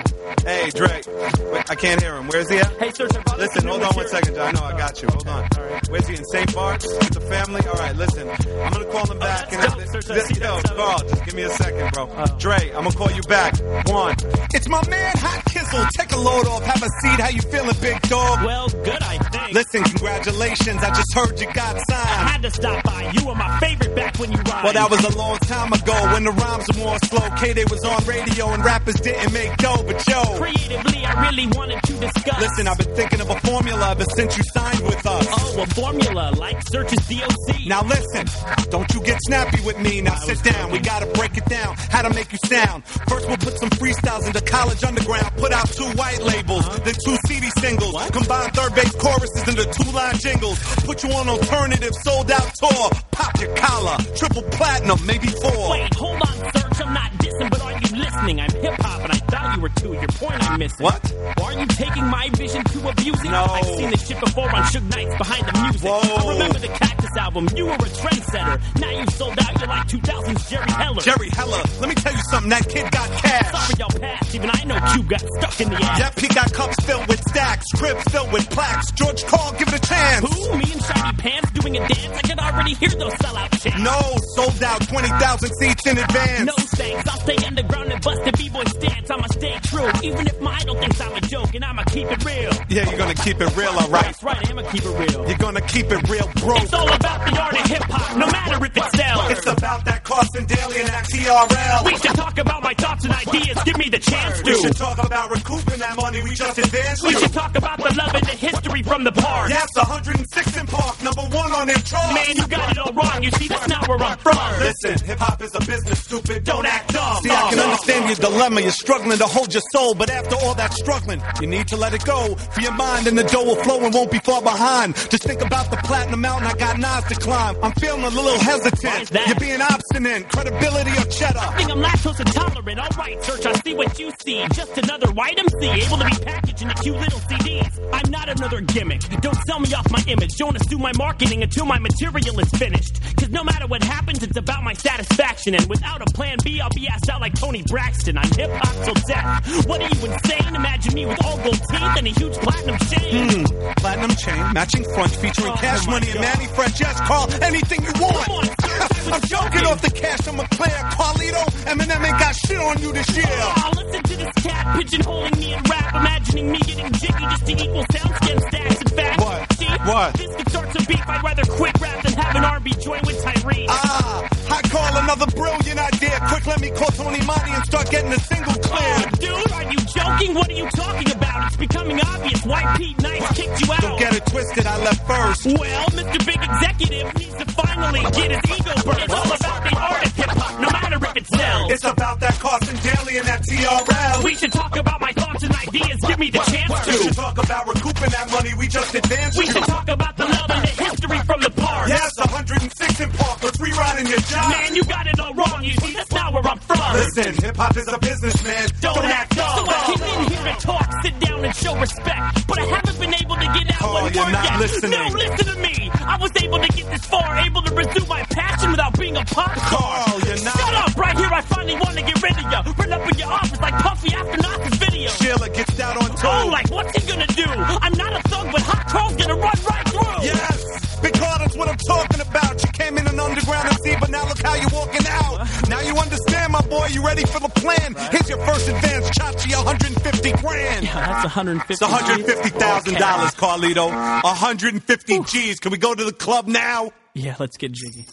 J: Hey, Drake. Wait, I can't hear him. Where's he at?
H: Hey, Search. I brought
J: Listen,
H: some new
J: hold on one
H: material.
J: second. John. I know I got you. Hold on. Where's he in St. Mark's? With the family? All right, listen. I'm gonna call him back.
H: that's dope, sir. That's-
J: Just- yo,
H: that's dope.
J: Carl, just give me a second, bro. Dre, I'm gonna call you back. One. It's my man, Hot Kissel. Take a load off. Have a seat. How you feeling, big dog?
H: Well, good, I think.
J: Listen, congratulations. I just heard you got
H: I
J: signed.
H: had to stop by. You were my favorite back when you rhymed.
J: Well, that was a long time ago when the rhymes were more slow. K they was on radio and rappers didn't make dough, but yo.
H: creatively. I really wanted to discuss.
J: Listen, I've been thinking of a formula ever since you signed with us.
H: Oh, a formula like Search's DOC.
J: Now listen, don't you get snappy with me. Now sit down, we gotta break it down. How to make you sound. First, we'll put some freestyles into college underground. Put out two white labels, then two CD singles. Combine third base choruses into two line jingles. Put you on alternative, sold out tour. Pop your collar, triple platinum, maybe four.
H: Wait, hold on, Serge. I'm not dissing, but are you listening? I'm hip hop, and I thought you were too. Your point I'm missing.
J: What?
H: Are you taking my vision to abuse it?
J: No.
H: I've seen this shit before on Suge Knights behind the music.
J: Whoa.
H: I remember the Cactus album. You were a trendsetter. Now you've sold out. You're like 2000's Jerry Heller.
J: Jerry Heller, let me tell you something, that kid got cash.
H: Sorry, y'all passed. Even I know Cube got stuck in the ass.
J: Yep, he got cups filled with stacks, cribs filled with plaques. George Carl, give it a chance.
H: Who? Me and Shiny Pants doing a dance? I can already hear those sellout chants.
J: No, sold out 20,000 seats in advance.
H: No thanks, I'll stay underground and bust the b-boy stance. I'ma stay true, even if my idol thinks I'm a joke, and I'ma keep it real.
J: Yeah, you're gonna keep it real, alright?
H: That's right, I'ma keep it real.
J: You're gonna keep it real, bro.
H: It's all about the art of hip-hop, no matter if it sells.
J: It's about that cost and daily and that TRL.
H: we should talk about my thoughts and ideas, give me the chance
J: We should
H: to.
J: talk about recouping that money we just advanced
H: We
J: you.
H: should talk about the love and the history from the past.
J: Yes, 106 in Park, number one on their charts.
H: Man, you got it all wrong, you see, that's not where I'm from.
J: Listen, hip hop is a business, stupid. Don't act dumb. See,
H: No.
J: I can understand your dilemma. You're struggling to hold your soul, but after all that struggling, you need to let it go. For your mind and the dough will flow and won't be far behind. Just think about the platinum mountain I got nines to climb. I'm feeling a little
H: Why is
J: hesitant.
H: that?
J: You're being obstinate. Credibility or cheddar.
H: think I'm lactose intolerant. All right, church, I see what you see. Just another white MC able to be packaged into cute little CDs. I'm not another gimmick. Don't sell me off my image. Don't assume my marketing until my material is finished. Cause no matter what happens, it's about my satisfaction. And without a plan B, I'll be asked out like Tony Braxton. I'm hip hop till death. What are you insane? Imagine me with all gold teeth and a huge platinum chain.
J: Hmm. Platinum chain, matching front, featuring
H: Oh
J: Cash
H: my
J: Money and
H: God.
J: Manny Fresh. Yes, Carl, anything you want.
H: Come on, seriously,
J: [laughs] I'm
H: what's
J: joking
H: joking?
J: off the cash. I'm a player. Carlito, Eminem ain't got shit on you this year.
H: Aw, listen to this cat pigeonholing me in rap, imagining me getting jiggy just to equal sound scan stacks. In fact,
J: What?
H: see,
J: What?
H: This could start some beef. I'd rather quit rap than have an R&B join with Tyree.
J: Ah, I call another brilliant idea. Quick, let me call Tony Money and start getting a single
H: Oh,
J: clear.
H: dude, are you joking? What are you talking about? It's becoming obvious why Pete Nice kicked you out.
J: Don't get it twisted, I left first.
H: Well, Mr. Big Executive needs to finally get his ego burned. It's all about the art of hip hop, no matter if it sells.
J: It's about that Carson Daly and that TRL.
H: we should talk about my thoughts and ideas. Give me the chance
J: We should
H: to.
J: talk about recouping that money we just advanced
H: We
J: you.
H: should talk about the love and the history from the past.
J: Yes, 106 in Park, but free riding your job.
H: Man, you got it all wrong. You see, that's not where I'm from.
J: Listen, hip hop is a business, man.
H: Don't act dumb. So I came in here to talk, sit down, and show respect. But I haven't been able to get out
J: Carl,
H: one word
J: Oh, you're not
H: yet.
J: listening.
H: No, listen to me. I was able to get this far, able to pursue my passion without being a pop star.
J: Carl, you're not-
H: Shut up! Right here, I finally want to get rid of you. Run up in your office like Puffy after Knox's video.
J: Sheila gets out on
H: Oh,
J: toe.
H: like what's he gonna do? I'm not a thug, but Hot Carl's gonna run right through.
J: Yes, because that's what I'm talking about. You came in an underground MC, but now look how you're walking out. Now you understand, my boy. You ready for the plan? Here's your first advance, Chachi, 150 grand.
H: That's 150.
J: It's 150 thousand dollars, Carlito. 150 G's. Can we go to the club now?
H: Yeah, let's get jiggy.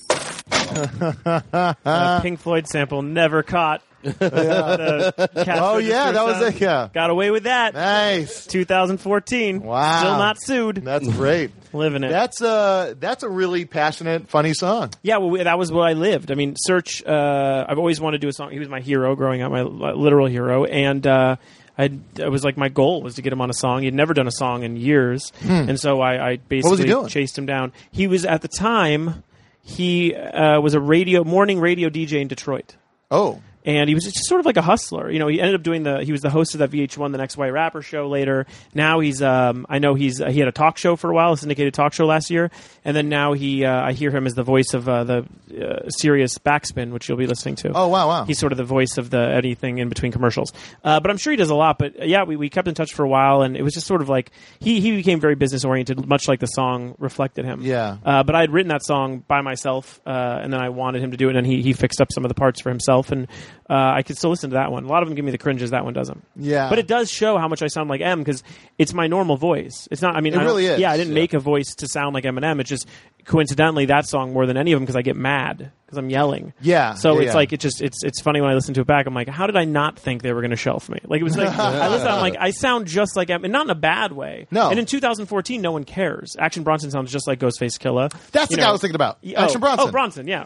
F: [laughs] a Pink Floyd sample
C: [laughs]
F: never caught.
C: Oh, yeah, that was
F: it.
C: it, yeah.
F: Got away with that.
C: Nice.
F: 2014.
C: Wow.
F: Still not sued.
C: That's great.
F: [laughs] Living it.
C: That's a that's a really passionate, funny song.
F: yeah, well, we- that was where I lived. I mean, Search. Uh, I've always wanted to do a song. He was my hero growing up, my li- literal hero, and. Uh, I, it was like my goal was to get him on a song. He'd never done a song in years,
C: Hmm.
F: and so I, I
C: was he
F: basically
C: doing?
F: chased him down. He was at the time he uh, was a radio morning radio DJ in Detroit.
C: Oh,
F: and he was just sort of like a hustler. You know, he ended up doing the he was the host of that VH1 The Next White Rapper show later. Now he's um I know he's uh, he had a talk show for a while, a syndicated talk show last year, and then now he uh, I hear him as the voice of uh, the uh, serious Backspin, which you'll be listening to.
C: oh, wow, wow.
F: He's sort of the voice of the anything in between commercials. Uh, but I'm sure he does a lot. But uh, yeah, we, we kept in touch for a while, and it was just sort of like he, he became very business oriented, much like the song reflected him.
C: Yeah.
F: Uh, but I had written that song by myself, uh, and then I wanted him to do it, and he, he fixed up some of the parts for himself, and uh, I could still listen to that one. A lot of them give me the cringes, that one doesn't.
C: Yeah.
F: But it does show how much I sound like M because it's my normal voice. It's not. I mean,
C: It
F: I don't-
C: really is,
F: Yeah, I didn't
C: yeah.
F: make a voice to sound like Eminem. It's just coincidentally that song more than any of them because I get mad because I'm yelling.
C: Yeah,
F: So
C: yeah,
F: it's
C: yeah.
F: like it just it's it's funny when I listen to it back. I'm like, how did I not think they were going to shelf me? Like it
C: [laughs]
F: was like I listen. I'm like, I sound just like Eminem, and not in a bad way.
C: No.
F: And in 2014, no one cares. Action Bronson sounds just like Ghostface Killah.
C: That's
F: You
C: the guy
F: know.
C: I was thinking about.
F: Yeah,
C: Action
F: oh,
C: Bronson.
F: Oh, Bronson. Yeah.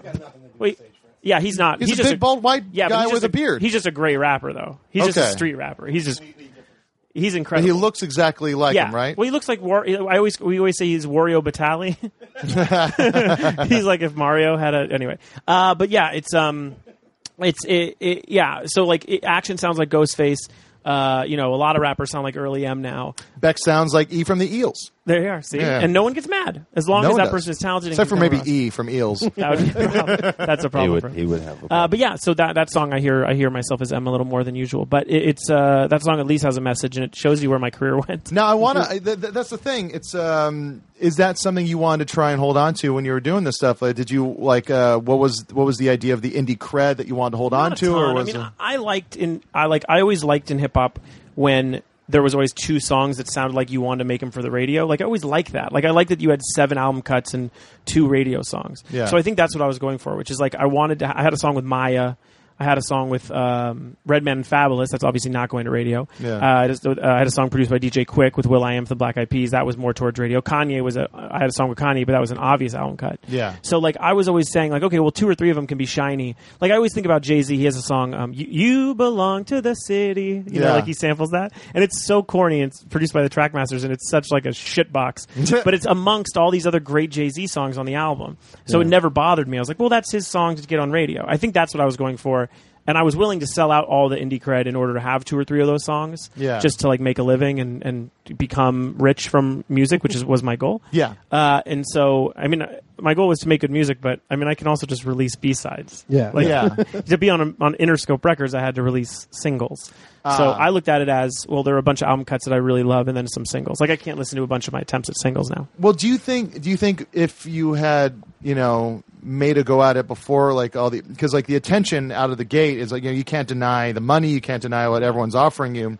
F: Wait. Yeah, he's not.
C: He's a
F: just
C: big, bald, white
F: yeah, but
C: guy
F: he's
C: with
F: just
C: a beard.
F: He's just a great rapper, though. He's just
C: Okay.
F: a street rapper. He's just He's
C: And
F: incredible.
C: he looks exactly like
F: yeah.
C: him, right?
F: Well, he looks like War. I always we always say he's Wario
C: [laughs]
F: Batali. [laughs] he's like if Mario had a anyway. Uh, but yeah, it's um, it's it, it yeah. So like it, action sounds like Ghostface. Uh, you know, a lot of rappers sound like early M now.
C: Beck sounds like E from the Eels.
F: There you are, see,
C: Yeah.
F: and no one gets mad as long
C: No
F: as
C: one
F: that
C: does.
F: person is talented. and
C: Except for
F: can
C: maybe
F: come across.
C: E from Eels.
F: [laughs] That
C: [laughs]
F: would be a problem. [laughs] That's a problem.
E: He would,
F: for him.
E: he would have. A
F: Uh, but yeah, so that, that song I hear I hear myself as M a little more than usual, but it, it's uh, that song at least has a message and it shows you where my career [laughs] went.
C: Now I want to. Th- th- that's the thing. It's um, is that something you wanted to try and hold on to when you were doing this stuff? Like, did you like uh, what was what was the idea of the indie cred that you wanted to hold on
F: Not a
C: to, or
F: ton.
C: was
F: I mean,
C: it-
F: I I liked in I like I always liked in hip hop when there was always two songs that sounded like you wanted to make them for the radio. Like I always liked that. Like I liked that you had seven album cuts and two radio songs.
C: Yeah.
F: So I think that's what I was going for, which is like I wanted to. I had a song with Maya. I had a song with um, Redman and Fabulous. That's obviously not going to radio.
C: Yeah.
F: Uh, I, just, uh, I had a song produced by DJ Quick with Will I Am from the Black Eyed Peas. That was more towards radio. Kanye was a. I had a song with Kanye, but that was an obvious album cut.
C: Yeah.
F: So like I was always saying like okay well two or three of them can be shiny. Like I always think about Jay Z. He has a song um you, you belong to the city. You know
C: Yeah.
F: like he samples that and it's so corny. and It's produced by the Trackmasters and it's such like
C: [laughs]
F: a shitbox. but it's amongst all these other great Jay Z songs on the album. So it never bothered me. I was like well that's his song to get on radio. I think that's what I was going for. And I was willing to sell out all the indie cred in order to have two or three of those songs,
C: Yeah.
F: just to like make a living and and become rich from music, which is was my goal.
C: Yeah.
F: Uh, and so, I mean, uh, my goal was to make good music, but I mean, I can also just release B sides.
G: Yeah.
F: Like,
C: Yeah.
F: [laughs] to be on a, on Interscope Records, I had to release singles. so
C: Ah.
F: I looked at it as well. There are a bunch of album cuts that I really love, and then some singles. Like I can't listen to a bunch of my attempts at singles now.
C: Well, do you think do you think if you had you know made a go at it before like all the because like the attention out of the gate is like you know you can't deny the money you can't deny what everyone's offering you.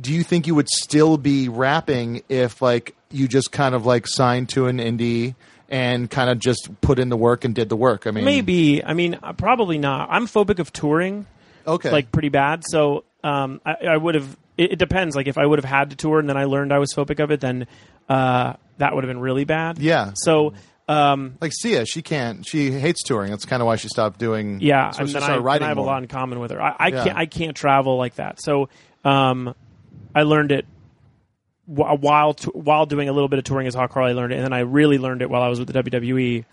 C: Do you think you would still be rapping if like you just kind of like signed to an indie and kind of just put in the work and did the work? I mean,
F: Maybe. I mean, uh, probably not. I'm phobic of touring.
C: okay,
F: like pretty bad. So um, I, I would have. It, it depends. Like if I would have had to tour and then I learned I was phobic of it, then uh, that would have been really bad.
C: Yeah.
F: So um,
C: like Sia, she can't. She hates touring. That's kind of why she stopped doing.
F: yeah,
C: so
F: and
C: she
F: then I,
C: started
F: then
C: writing
F: I have a
C: more.
F: lot in common with her. I, I
C: Yeah.
F: can't I can't travel like that. So um, I learned it wh- while t- while doing a little bit of touring as Hawk Harley. I learned it, and then I really learned it while I was with the WWE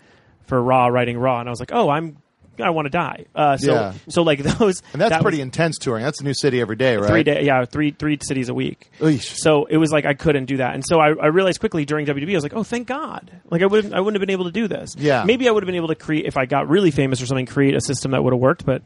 F: for Raw, writing Raw, and I was like, oh, I'm I want to die. Uh, so
C: Yeah.
F: so like [laughs] those
C: And that's
F: that
C: pretty
F: was
C: intense touring. That's a new city every day, right?
F: Three day, yeah, three three cities a week.
C: Eesh.
F: So it was like I couldn't do that, and so I, I realized quickly during WWE, I was like, oh, thank God! Like I wouldn't, I wouldn't have been able to do this.
C: Yeah.
F: maybe I would have been able to create if I got really famous or something, create a system that would have worked, but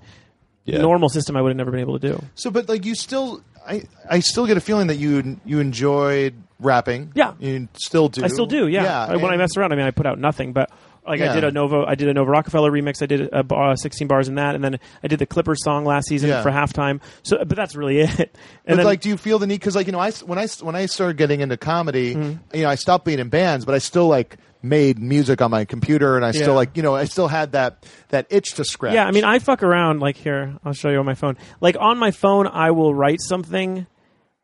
E: Yeah.
F: normal system I would have never been able to do.
C: So, but like you still, I I still get a feeling that you you enjoyed rapping.
F: Yeah.
C: you still do.
F: I still do, yeah. Like, when I
C: and-
F: mess around, I mean, I put out nothing, but like
C: Yeah.
F: I did a Nova, I did a Nova Rockefeller remix. I did a, bar, 16 bars in that, and then I did the Clippers song last season
C: Yeah.
F: for halftime. So, but that's really it. And
C: But
F: then,
C: like, do you feel the need? Because like you know, I s- when I s- when I started getting into comedy,
F: Mm-hmm.
C: you know, I stopped being in bands, but I still like made music on my computer, and I
F: Yeah.
C: still like you know, I still had that that itch to scratch.
F: Yeah, I mean, I fuck around. Like here, I'll show you on my phone. Like on my phone, I will write something,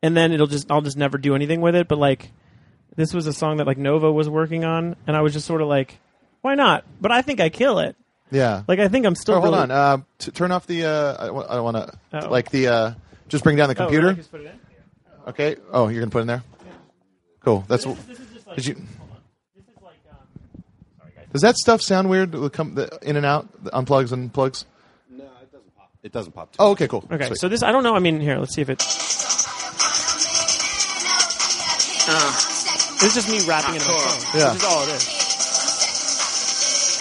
F: and then it'll just I'll just never do anything with it. But like, this was a song that like Nova was working on, and I was just sort of like, why not? But I think I kill it.
C: yeah.
F: Like I think I'm still.
C: oh, hold
F: really-
C: on, uh, t- turn off the. Uh, I w- I want to
F: Oh.
C: like the. Uh, just bring down the
F: Oh, really?
C: computer.
F: Just put it in?
C: okay. Oh, you're gonna put it in there. Cool. That's.
F: This is- this is just like-
C: Did you?
F: hold on. This is like, um, sorry, guys.
C: Does that stuff sound weird? The com- the in and out, the unplugs and plugs.
A: It doesn't pop.
C: Oh, okay, cool.
F: Okay,
C: Sweet.
F: so this I don't know. I mean, here, let's see if it.
H: Uh,
F: This is just me rapping it. on.
C: Yeah.
F: This is all it is.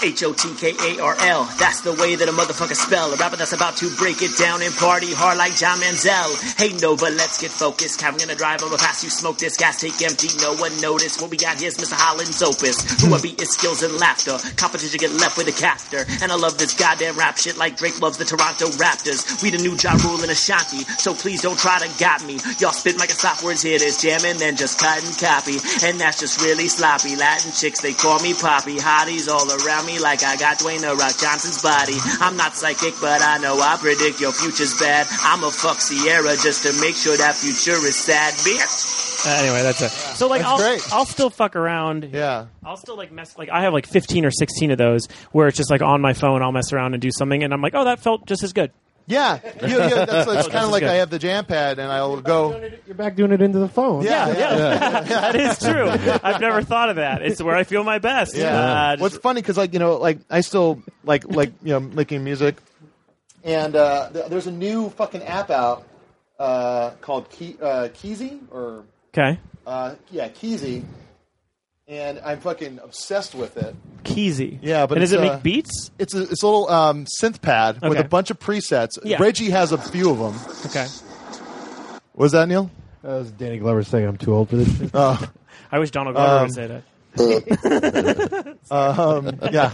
H: H O T K A R L. That's the way that a motherfucker spell. A rapper that's about to break it down and party hard like John Manziel. Hey Nova, let's get focused. I'm gonna drive over past you, smoke this gas, take empty. No one noticed. What we got here is Mr. Holland's opus. Who I beat is skills and laughter. Competition get left with a caster. And I love this goddamn rap shit like Drake loves the Toronto Raptors. We the new Ja Rule and Ashanti, so please don't try to got me. Y'all spit Microsoft words, here it is jamming, then just cut and copy. And that's just really sloppy. Latin chicks, they call me Poppy. Hotties all around me like I got Dwayne The Rock Johnson's body. I'm not psychic, but I know I predict your future's bad. I'm a fuck Sierra just to make sure that future is sad, bitch.
F: Uh, anyway, that's it. So like,
C: That's
F: I'll
C: great.
F: I'll still fuck around.
C: Yeah.
F: I'll still like mess. Like I have like fifteen or sixteen of those where it's just like on my phone. I'll mess around and do something, and I'm like, oh, that felt just as good.
C: Yeah, you, you,
F: [laughs]
C: that's, that's
G: Oh, this
C: kind of
G: is
C: like
G: good.
C: I have the jam pad and I'll go.
G: You're back doing it into the phone.
C: Yeah,
F: [laughs] that is true. I've never thought of that. It's where I feel my best. Uh,
C: What's funny because like you know like I still like like you know making music, and uh, th- there's a new fucking app out uh, called Key, uh, Keezy or
F: okay.
C: uh, yeah Keezy, and I'm fucking obsessed with it.
F: Keezy.
C: Yeah, but
F: and does
C: it's,
F: it
C: uh,
F: make beats?
C: It's a, it's a little um, synth pad with
F: Okay.
C: a bunch of presets.
F: Yeah.
C: Reggie has a few of them.
F: Okay.
C: Was that Neil?
G: That was Danny Glover saying I'm too old for this.
C: Oh.
F: I wish Donald Glover
C: Um,
F: would say that.
E: [laughs]
C: um, yeah.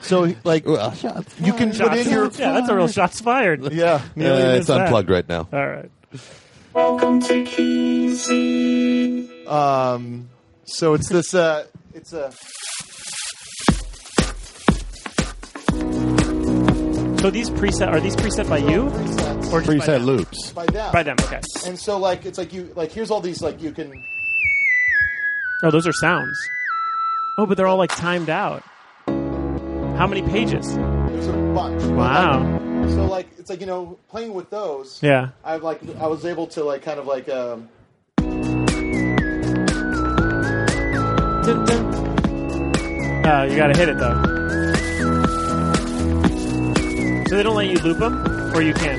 C: So like
E: Well, shots
C: you can put
F: Shots-
C: in your
F: yeah, that's a real shots fired.
C: yeah.
F: Neil, you
E: Uh, it's
F: missed that.
E: unplugged right now.
F: All right.
C: Um, so it's this. Uh, it's a
F: So these preset are these preset by you
C: presets
F: or just by
E: Preset
F: them?
E: loops.
C: by them.
F: By them. Okay.
C: And so like it's like you like here's all these like you can.
F: Oh, those are sounds. Oh, but they're all like timed out. How many pages?
C: There's a bunch. But,
F: Wow.
C: like, so like it's like you know playing with those.
F: Yeah.
C: I like I was able to like kind of like um.
F: Dun, dun. Oh, you gotta hit it though. So they don't let you loop them, or you can.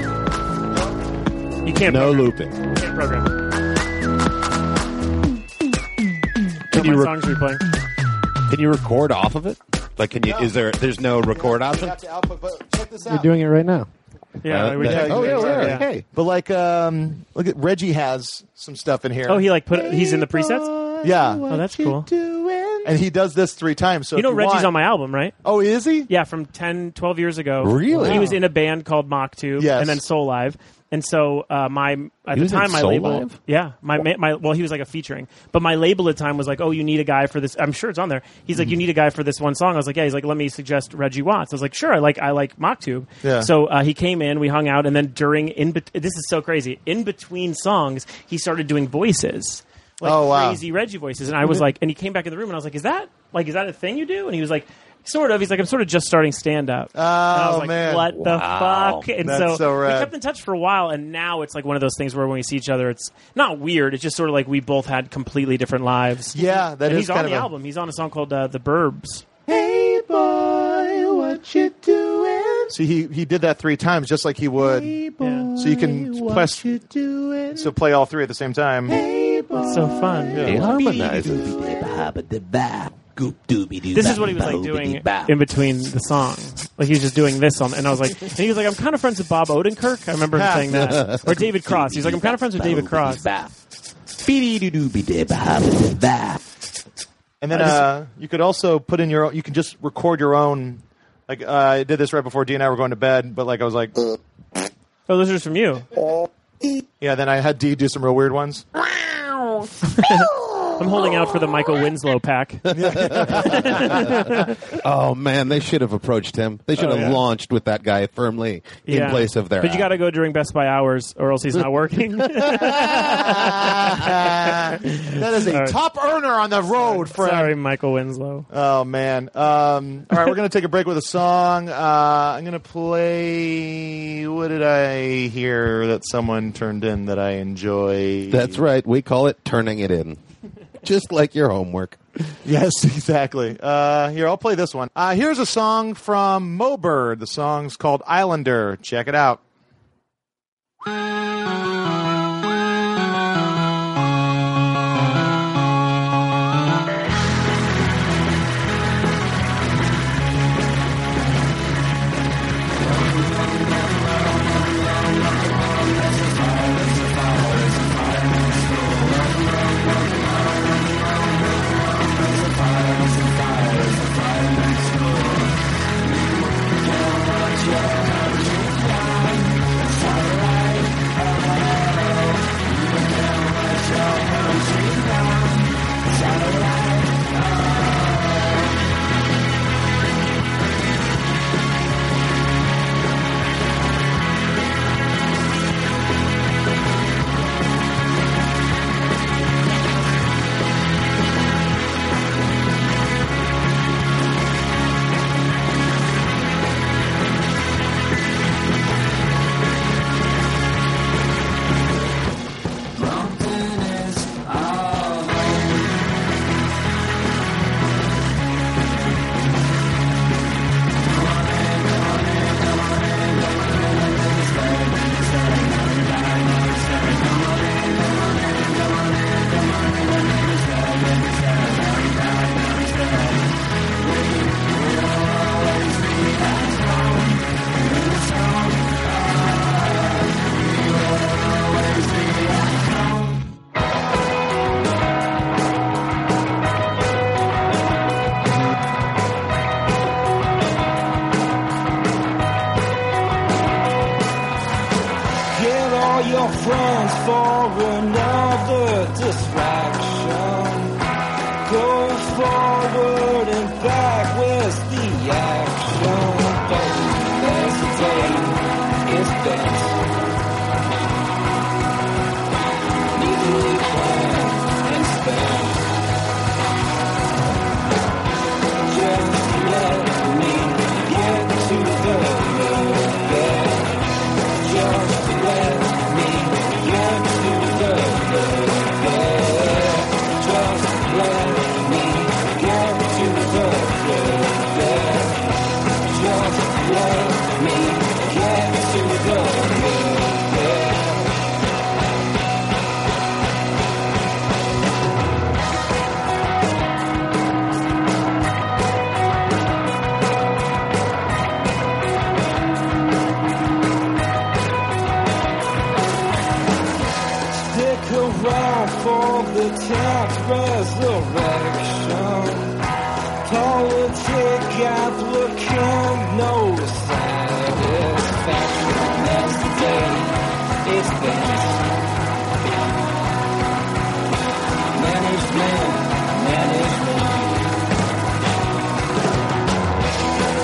F: You can't.
E: No
F: program.
E: looping.
F: You can't program.
E: Can
F: How
E: you,
F: many
E: re-
F: songs are you playing?
E: can you record off of it? Like, can you?
C: No.
E: Is there? There's no record
C: you
E: option.
C: have to output, but check this out.
G: You're doing it right now.
F: Yeah.
E: Uh,
F: we
E: that-
F: did.
E: oh, yeah,
C: yeah.
F: yeah.
E: Hey,
C: But like um, look at Reggie has some stuff in here.
F: Oh, he like put. He's in the presets.
C: yeah.
F: Oh, that's cool.
C: and he does this three times. So
F: You know
C: if
F: Reggie's
C: want-
F: on my album, right?
C: Oh, is he?
F: Yeah, from 10, 12 years ago.
E: Really?
F: He was in a band called Mock Tube
C: Yes.
F: and then Soul Live. And so uh, my at
E: He
F: the
E: was in
F: time my
E: Soul
F: label
E: Live?
F: yeah my ma- my well he was like a featuring but my label at the time was like oh you need a guy for this I'm sure it's on there he's
C: Hmm.
F: like you need a guy for this one song I was like yeah he's like let me suggest Reggie Watts I was like sure I like I like Mock Tube
C: Yeah.
F: so uh, he came in we hung out and then during in bet- this is so crazy in between songs he started doing voices like
C: Oh, wow. Mm-hmm.
F: crazy Reggie voices. And I was like, and he came back in the room and I was like, is that like, is that a thing you do? And he was like, sort of. He's like, I'm sort of just starting stand up. Oh, and I was like,
C: man.
F: what
E: Wow.
F: the fuck? And
C: That's
F: so,
C: so
F: we
C: rad.
F: kept in touch for a while. And now it's like one of those things where when we see each other, it's not weird. It's just sort of like we both had completely different lives.
C: Yeah, that
F: and
C: is
F: he's
C: kind
F: on
C: of
F: the
C: a-
F: album. He's on a song called uh, The Burbs.
C: Hey boy, what you doing? So he he did that three times, just like he would.
F: Yeah.
C: so you can press, so play all three at the same time.
F: It's so fun.
E: he harmonizes.
F: This is what he was like doing in between the songs. Like he was just doing this on, and I was like, and he was like, I'm kind of friends with Bob Odenkirk. I remember him saying that, or David Cross. He's like, I'm kind of friends with David Cross.
C: And then uh, you could also put in your own. You can just record your own. Like uh, I did this right before D and I were going to bed, but like I was like,
F: Oh, those are just from you.
C: yeah. Then I had D do some real weird ones.
F: I'm holding out for the Michael
C: [laughs]
F: Winslow pack. [laughs]
E: Oh man, they should have approached him. They should have
F: Oh, yeah.
E: launched with that guy firmly in
F: Yeah.
E: place of their.
F: But you got to go during Best Buy hours, or else
C: [laughs]
F: he's not working.
C: That is a top earner on the road, friend.
F: Sorry, Michael Winslow.
C: Oh man! Um, all right, we're gonna take a break with a song. Uh, I'm gonna play. What did I hear that someone turned in that I enjoy?
E: That's right. We call it turning it
C: [laughs]
E: in, just like your homework.
C: yes, [laughs] exactly. Uh, here, I'll play this one. Uh, here's a song from Mobird. The song's called Islander. Check it out.
D: Thank you.
K: all your friends for another distraction. Go forward and back, where's the action? Don't hesitate, it's best. Neatly planned and spent. Just let me get to the middle. Just let me get to the good. Just let me get to the good. Just let me get to the good. Stick around for the tax resurrection. Politic applicant, no satisfaction. That's the day it's best. Management, management.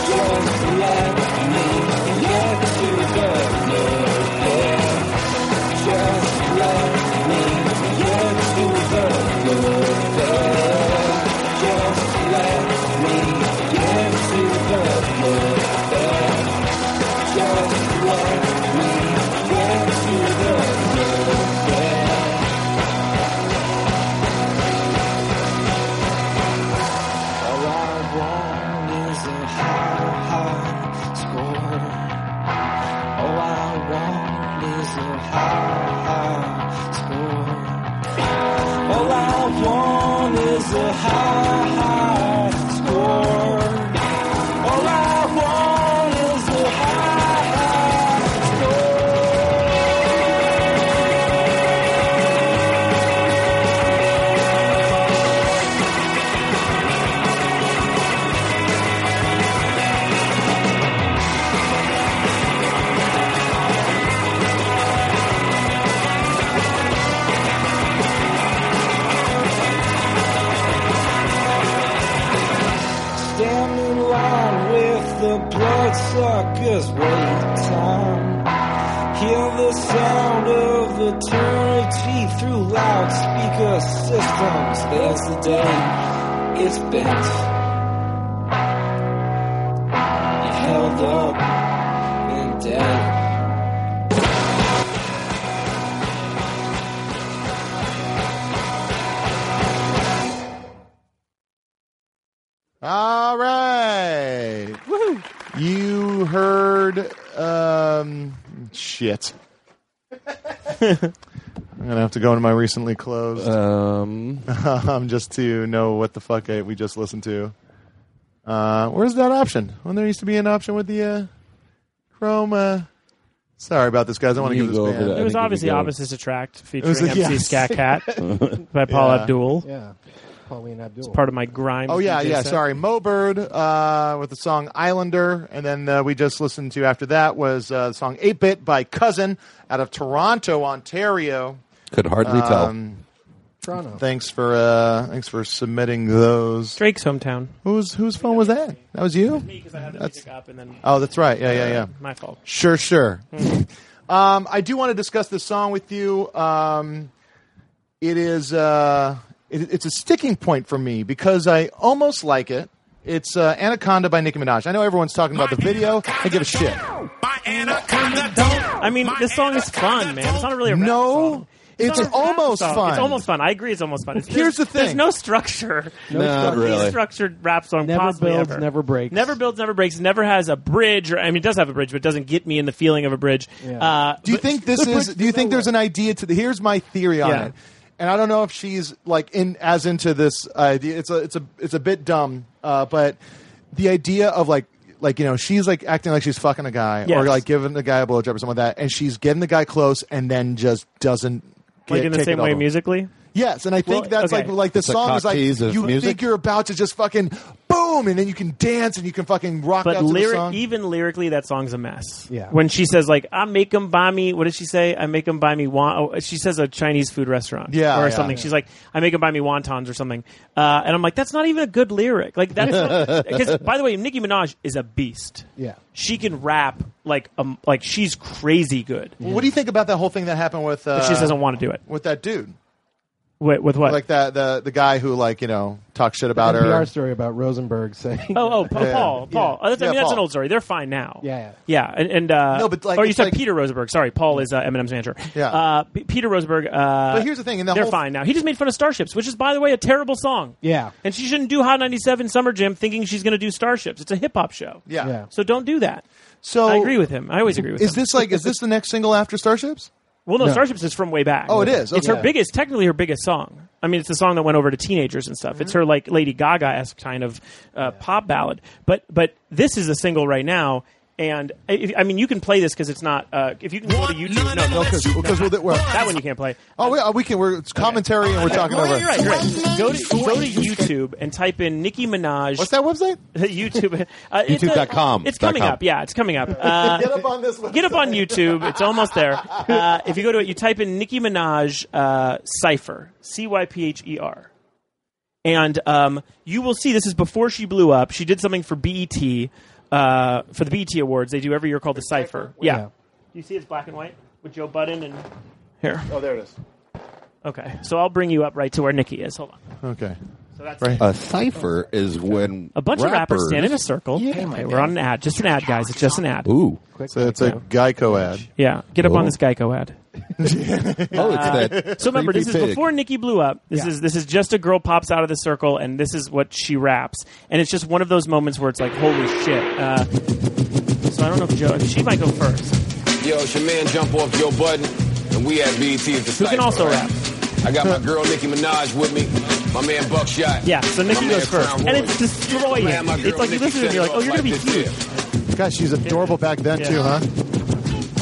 K: Just let me get to the good. Just let me get to the good. Just let me get to the good. Just let me get to the good. All I want is a high, high score. All I want is a high, high score. All I want is a high, high score. All I want is a high, high Stand in line with the bloodsuckers wait time. Hear the sound of eternity through loudspeaker systems. There's the day it's bent. And held up and dead.
C: All right. You heard um shit. [laughs] I'm gonna have to go into my recently closed [laughs] um just to know what the fuck I, we just listened to. Uh where's that option? When there used to be an option with the uh Chrome uh Sorry about this guys, I want to
F: You
C: give this
F: go over
C: band.
F: that. It was obviously Opposites Attract featuring
C: It was-
F: MC
C: yes. [laughs]
G: [laughs]
F: Scat [laughs] Cat by Paul
C: Yeah.
F: Abdul.
G: Yeah. Pauline Abdul.
F: It's part of my grime.
C: Oh yeah,
F: DJ
C: yeah.
F: set.
C: Sorry, Mo Bird uh, with the song Islander, and then uh, we just listened to after that was uh, the song Eight Bit by Cousin out of Toronto, Ontario.
E: Could hardly
C: Um,
G: Toronto.
C: Thanks for uh, thanks for submitting those.
F: Drake's hometown.
C: Who's whose phone was that? That was you.
F: Because I had the music up and then Uh,
C: Oh, that's right. Yeah, yeah, yeah.
F: my fault. Mm-hmm.
C: Sure, sure. um, I do want to discuss this song with you. Um, it is uh, it, it's a sticking point for me because I almost like it. It's uh, Anaconda by Nicki Minaj. I know everyone's talking about the video. I give a shit.
F: I mean, this song is fun, man. It's not really a rap
C: No,
F: song.
C: it's
F: not a rap
C: almost
F: song.
C: fun.
F: It's almost fun. I agree. It's almost fun. It's,
C: Here's
F: there's-
C: the thing.
F: There's no structure.
E: tell. Not
F: least
E: really.
F: structured rap song
G: Never
F: possibly
G: builds,
F: ever.
G: never breaks.
F: Never builds, never breaks. Never has a bridge. Or, I mean, it does have a bridge, but it doesn't get me in the feeling of a bridge.
G: Yeah.
F: Uh,
C: Do you
F: but-
C: think this is? Do you think there's an idea to the? Here's my theory on
F: Yeah.
C: it, and I don't know if she's like in as into this idea. It's a it's a it's a bit dumb, uh, but the idea of like like you know she's like acting like she's fucking a guy or
F: Yes.
C: like giving the guy a blowjob or something like that, and she's getting the guy close and then just doesn't.
F: like
C: get-
F: in the
C: take
F: same
C: it
F: way
C: off.
F: musically?
C: Yes, and I think
F: Well,
C: that's
F: okay.
C: like like the
E: a
C: song is like
E: cocktease of
C: you
E: music?
C: think you're about to just fucking boom, and then you can dance and you can fucking rock out to
F: But
C: the
F: lyric,
C: song.
F: even lyrically, that song's a mess.
C: Yeah.
F: When she says like, "I make them buy me," what does she say? "I make them buy me." Wa-, oh, she says a Chinese food restaurant.
C: Yeah,
F: Or
C: yeah.
F: something. She's like, "I make them buy me wontons" or something. Uh, and I'm like, that's not even a good lyric.
C: [laughs]
F: Like that's because by the way, Nicki Minaj is a beast.
C: Yeah.
F: She can rap like um like she's crazy good.
C: Well, What do you think about that whole thing that happened with? Uh,
F: But she just doesn't want to do it.
C: with that dude.
F: With, with what?
C: Like that the the guy who like you know talks shit about
G: NPR
C: her.
G: story about Rosenberg saying.
F: [laughs] Oh, oh, Paul,
G: Yeah.
F: Paul, Paul. Oh, that's, I
G: Yeah,
F: mean, that's
G: Paul.
F: an old story. They're fine now.
G: Yeah, yeah.
F: yeah, and, and uh,
C: No, but, like,
F: or you
C: it's
F: said
C: like-
F: Peter Rosenberg. Sorry, Paul is uh, Eminem's manager.
C: Yeah.
F: uh, P- Peter Rosenberg. Uh,
C: But here's the thing, and the
F: they're
C: whole-
F: fine now. He just made fun of Starships, which is, by the way, a terrible song.
G: Yeah.
F: and she shouldn't do Hot 97 Summer Jam thinking she's going to do Starships. It's a hip hop show.
C: Yeah. Yeah.
F: so don't do that.
C: So
F: I agree with him. I always agree with
C: Is
F: him.
C: this like is this the next single after Starships?
F: Well, no,
C: No.
F: Starships is from way back.
C: Oh, it is?
F: It's her
C: Okay.
F: biggest, technically her biggest song. I mean, it's the song that went over to teenagers and stuff. It's her like Lady Gaga esque kind of uh, pop ballad. But but this is a single right now, and if, I mean, you can play this because it's not. Uh, if you can go to YouTube, no, no,
C: because because we'll, we're,
F: that one you can't play.
C: oh we, uh, we can we're it's commentary and we're talking
F: Well,
C: over.
F: you're right, you're right. Go to go to YouTube and type in Nicki Minaj.
C: What's that website?
F: [laughs] YouTube. Uh, it's a-
E: YouTube.com.
F: It's coming
E: Dot com.
F: up. Yeah, it's coming
C: [laughs]
F: up. Uh,
C: [laughs] Get up on [laughs] this
F: Get up on YouTube. It's almost there. Uh, if you go to it, you type in Nicki Minaj uh, cipher, C Y P H E R, and um, you will see this is before she blew up. She did something for BET uh, for the BET Awards. They do every year called the cipher. Yeah.
G: Yeah.
F: Do you see it's black and white with Joe Budden and here?
C: Oh, there it is.
F: Okay, so I'll bring you up right to where Nicki is. Hold on.
C: Okay.
F: So that's
C: Right.
E: A cipher is when
F: A bunch of rappers stand in a circle.
E: Yeah.
F: Okay, we're on an ad. Just an ad, guys. It's just an ad.
E: Ooh.
C: So it's a Geico ad. [laughs]
F: Yeah, get up
E: Oh.
F: on this Geico ad.
E: [laughs] Oh, it's that.
F: [laughs] So remember, this
E: creepy
F: is
E: pig.
F: before Nikki blew up. This
G: Yeah.
F: is this is just a girl pops out of the circle, and this is what she raps, and it's just one of those moments where it's like, holy shit. Uh, so I don't know if Joe, she might go first. [laughs]
L: Yo, it's your man Jump Off Joe Budden, and we at BET is the
F: Who can
L: Cypher,
F: also
L: right?
F: rap?
L: I got my girl Nicki Minaj with me, my man Buckshot.
F: Yeah, so
L: my
F: Nikki
L: man
F: goes first,
L: Crown
F: and
L: Royal.
F: it's destroying.
L: Man, my
F: It's
L: girl
F: like you
L: Nicki
F: listen to it, and you're like,
L: set it
F: oh, you're
L: off
F: gonna be
L: like this
F: huge.
L: here.
C: Gosh, she's adorable back then too, huh?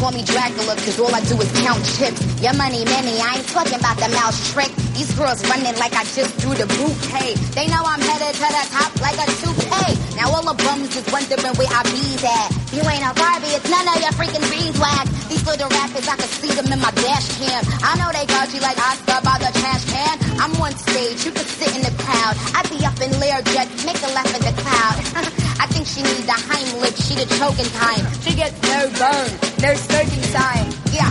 M: Call me Dracula, cause all I do is count chips. Your money, many, I ain't talking about the mouse trick. These girls running like I just threw the bouquet. They know I'm headed to the top like a 2K. Now all the bums just wondering where I be at. You ain't a Barbie, it's none of your freaking beeswax. These little rappers, I can see them in my dash cam. I know they got you like Oscar by the trash can. I'm on stage, you can sit in the crowd. I be up in Learjet, make a laugh at the crowd. [laughs] I think she needs a Heimlich, she the choking time. She gets no burn, no surging sign. Yeah,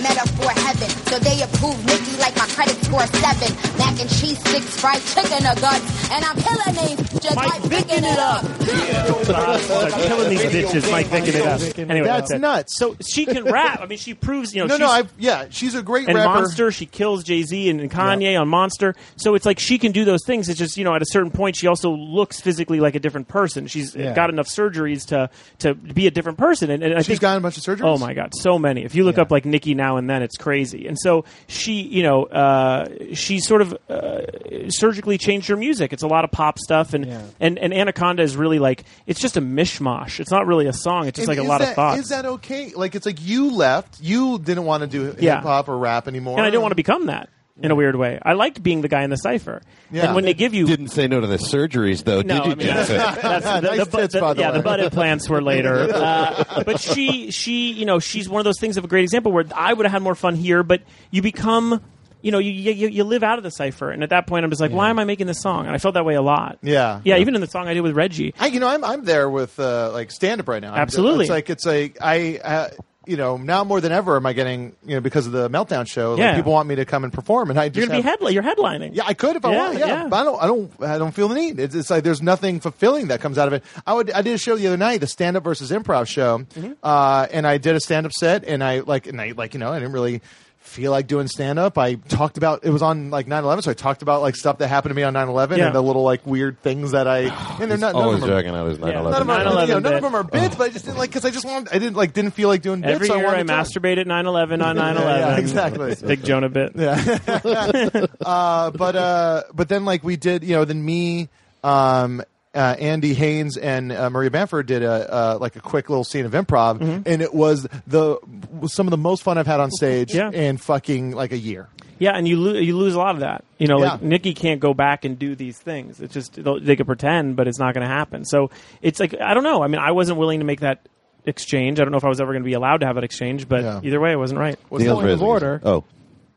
M: metaphor heaven. So they approve Nikki like my credit score seven. Mac and cheese, six fried chicken nuggets, and I'm killing these just
F: Mike
M: like picking it up.
F: Those are the hottest ones. I'm killing these bitches, Mike, thinking it up. Anyway,
C: That's
F: it.
C: nuts.
F: So she can rap. I mean, she proves you know.
C: No, no,
F: she's-
C: I yeah, she's a great
F: and
C: rapper.
F: Monster. She kills Jay Z and, and Kanye on Monster. So it's like she can do those things. It's just you know at a certain point she also looks physically like a different person. She's
G: Yeah.
F: got enough surgeries to to be a different person. And, and I
C: She's
F: think,
C: gotten a bunch of surgeries?
F: Oh my god, so many. If you look up like Nikki now and then, it's crazy. And so she you know uh, she sort of uh, surgically changed her music. It's a lot of pop stuff and
G: Yeah.
F: and and Anaconda is really like it's just a mishmash. It's not really a song. It's just
C: And
F: like a
C: is
F: lot
C: that,
F: of thoughts.
C: Is that okay? Like it's like you left, you didn't want to do
F: Yeah.
C: hip hop or rap anymore,
F: and I didn't want to become that in a weird way. I liked being the guy in the cipher.
C: Yeah.
F: And
C: [laughs]
F: when they give you
E: Didn't say no to the surgeries, though,
F: no,
E: did you,
F: I mean, that's,
E: Jason?
F: [laughs] that's the,
C: Nice
F: the bu-
C: tits, by the
F: yeah,
C: way.
F: the butt implants
C: [laughs]
F: were later. Uh, but she, she, you know, she's one of those things of a great example where I would have had more fun here, but you become, you know, you you, you live out of the cipher, and at that point, I'm just like, why am I making this song? And I felt that way a lot.
C: Yeah.
F: yeah, even in the song I did with Reggie.
C: I, you know, I'm I'm there with uh, like stand up right now. I'm-
F: Absolutely.
C: it's like it's like I, uh, you know, now more than ever, am I getting you know because of the meltdown show? Like,
F: Yeah.
C: people want me to come and perform, and I just
F: You're gonna be
C: have-
F: headli- you're headlining.
C: Yeah, I could if I
F: Yeah,
C: want. Yeah,
F: yeah.
C: but I don't. I don't. I don't feel the need. It's, it's like there's nothing fulfilling that comes out of it. I would. I did a show the other night, the stand up versus improv show,
F: Mm-hmm.
C: uh, and I did a stand up set, and I like, and I like, you know, I didn't really feel like doing stand up. I talked about it was on like 9/11, so I talked about like stuff that happened to me on 9/11
F: Yeah.
C: and the little like weird things that
F: [sighs]
C: I and they're not none of
E: Always
C: them are-
E: dragging out his 9
F: Yeah.
E: 11.
C: None of, them are,
F: 9/11
C: you know, none of
F: bit.
C: them are bits, but I just didn't like because I just wanted, I didn't like didn't feel like doing bits.
F: Every
C: so
F: year I,
C: wanted to-
F: masturbate at 9/11 on 9/11.
C: [laughs] yeah, exactly.
F: [laughs] Big Jonah bit.
C: [laughs] uh, but uh, but then like we did, you know, then me, um, uh, Andy Haynes and uh, Maria Bamford did a uh, like a quick little scene of improv,
F: Mm-hmm.
C: and it was the was some of the most fun I've had on stage
F: Yeah.
C: in fucking like a year.
F: Yeah, and you lo- you lose a lot of that. You know, like
N: Yeah.
F: Nikki can't go back and do these things. It's just they'll- they could pretend, but it's not going to happen. So it's like I don't know. I mean, I wasn't willing to make that exchange. I don't know if I was ever going to be allowed to have that exchange, but either way, it wasn't right.
G: What's the point of order?
E: Oh,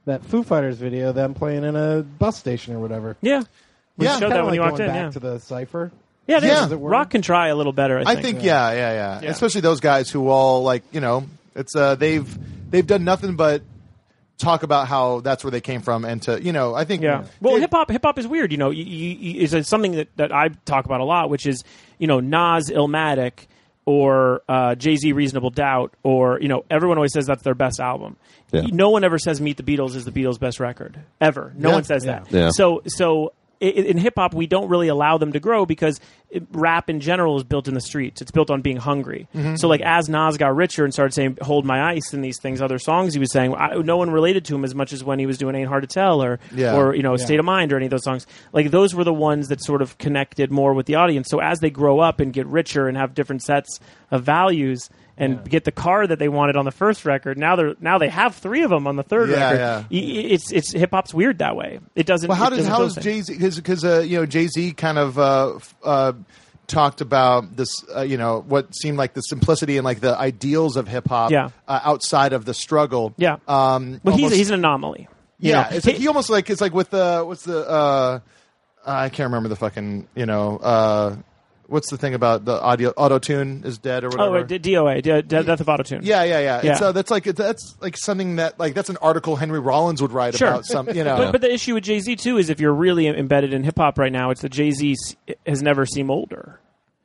G: that Foo Fighters video, them playing in a bus station or whatever.
F: Yeah, we
G: yeah.
F: showed that
G: Kinda
F: when
G: like
F: you walked
G: going
F: in.
G: back
F: Yeah,
G: to the cipher.
F: yeah, it is.
G: Yeah.
F: Rock can try a little better. I
C: I
F: think.
C: think yeah. yeah, yeah, Especially those guys who all like you know, it's uh, they've they've done nothing but talk about how that's where they came from, and to you know, I think
F: Yeah. Well, hip hop hip hop is weird. You know, you, you, you, is something that, that I talk about a lot, which is you know Nas, Illmatic, or uh, Jay Z, Reasonable Doubt, or you know everyone always says that's their best album.
E: Yeah.
F: No one ever says Meet the Beatles is the Beatles' best record ever. No
E: Yeah.
F: one says
E: Yeah.
F: that.
E: Yeah.
F: So so. i- i- In hip hop, we don't really allow them to grow because it- rap in general is built in the streets. It's built on being hungry.
N: Mhm.
F: So, like, as Nas got richer and started saying "Hold My Ice" and these things, other songs he was saying, I, no one related to him as much as when he was doing "Ain't Hard to Tell" or
N: Yeah.
F: or you know
N: Yeah.
F: state of mind or any of those songs like those were the ones that sort of connected more with the audience so as they grow up and get richer and have different sets of values and get the car that they wanted on the first record now they're now they have three of them on the third
C: Yeah,
F: record
C: yeah.
F: Y- y- it's it's hip-hop's weird that way it doesn't
C: Well, how
F: it
C: does
F: doesn't
C: how
F: feel
C: is
F: the same.
C: Jay Z because uh, you know Jay Z kind of uh, f- uh, talked about this uh, you know what seemed like the simplicity and like the ideals of hip hop
F: Yeah.
C: uh, outside of the struggle. Yeah. Um,
F: well he's,
C: almost-
F: he's an anomaly You
C: yeah,
F: know,
C: it's like he almost like it's like with the what's the uh, I can't remember the fucking you know uh, what's the thing about the audio auto tune is dead or
F: oh
C: whatever.
F: right, D- doa D- D- death of autotune
C: yeah, yeah, yeah.
F: Yeah.
C: And so that's like that's like something that like that's an article Henry Rollins would write about some
F: [laughs]
C: you know.
F: but, but the issue with Jay Z too is if you're really embedded in hip hop right now, it's that Jay Z has never seemed older.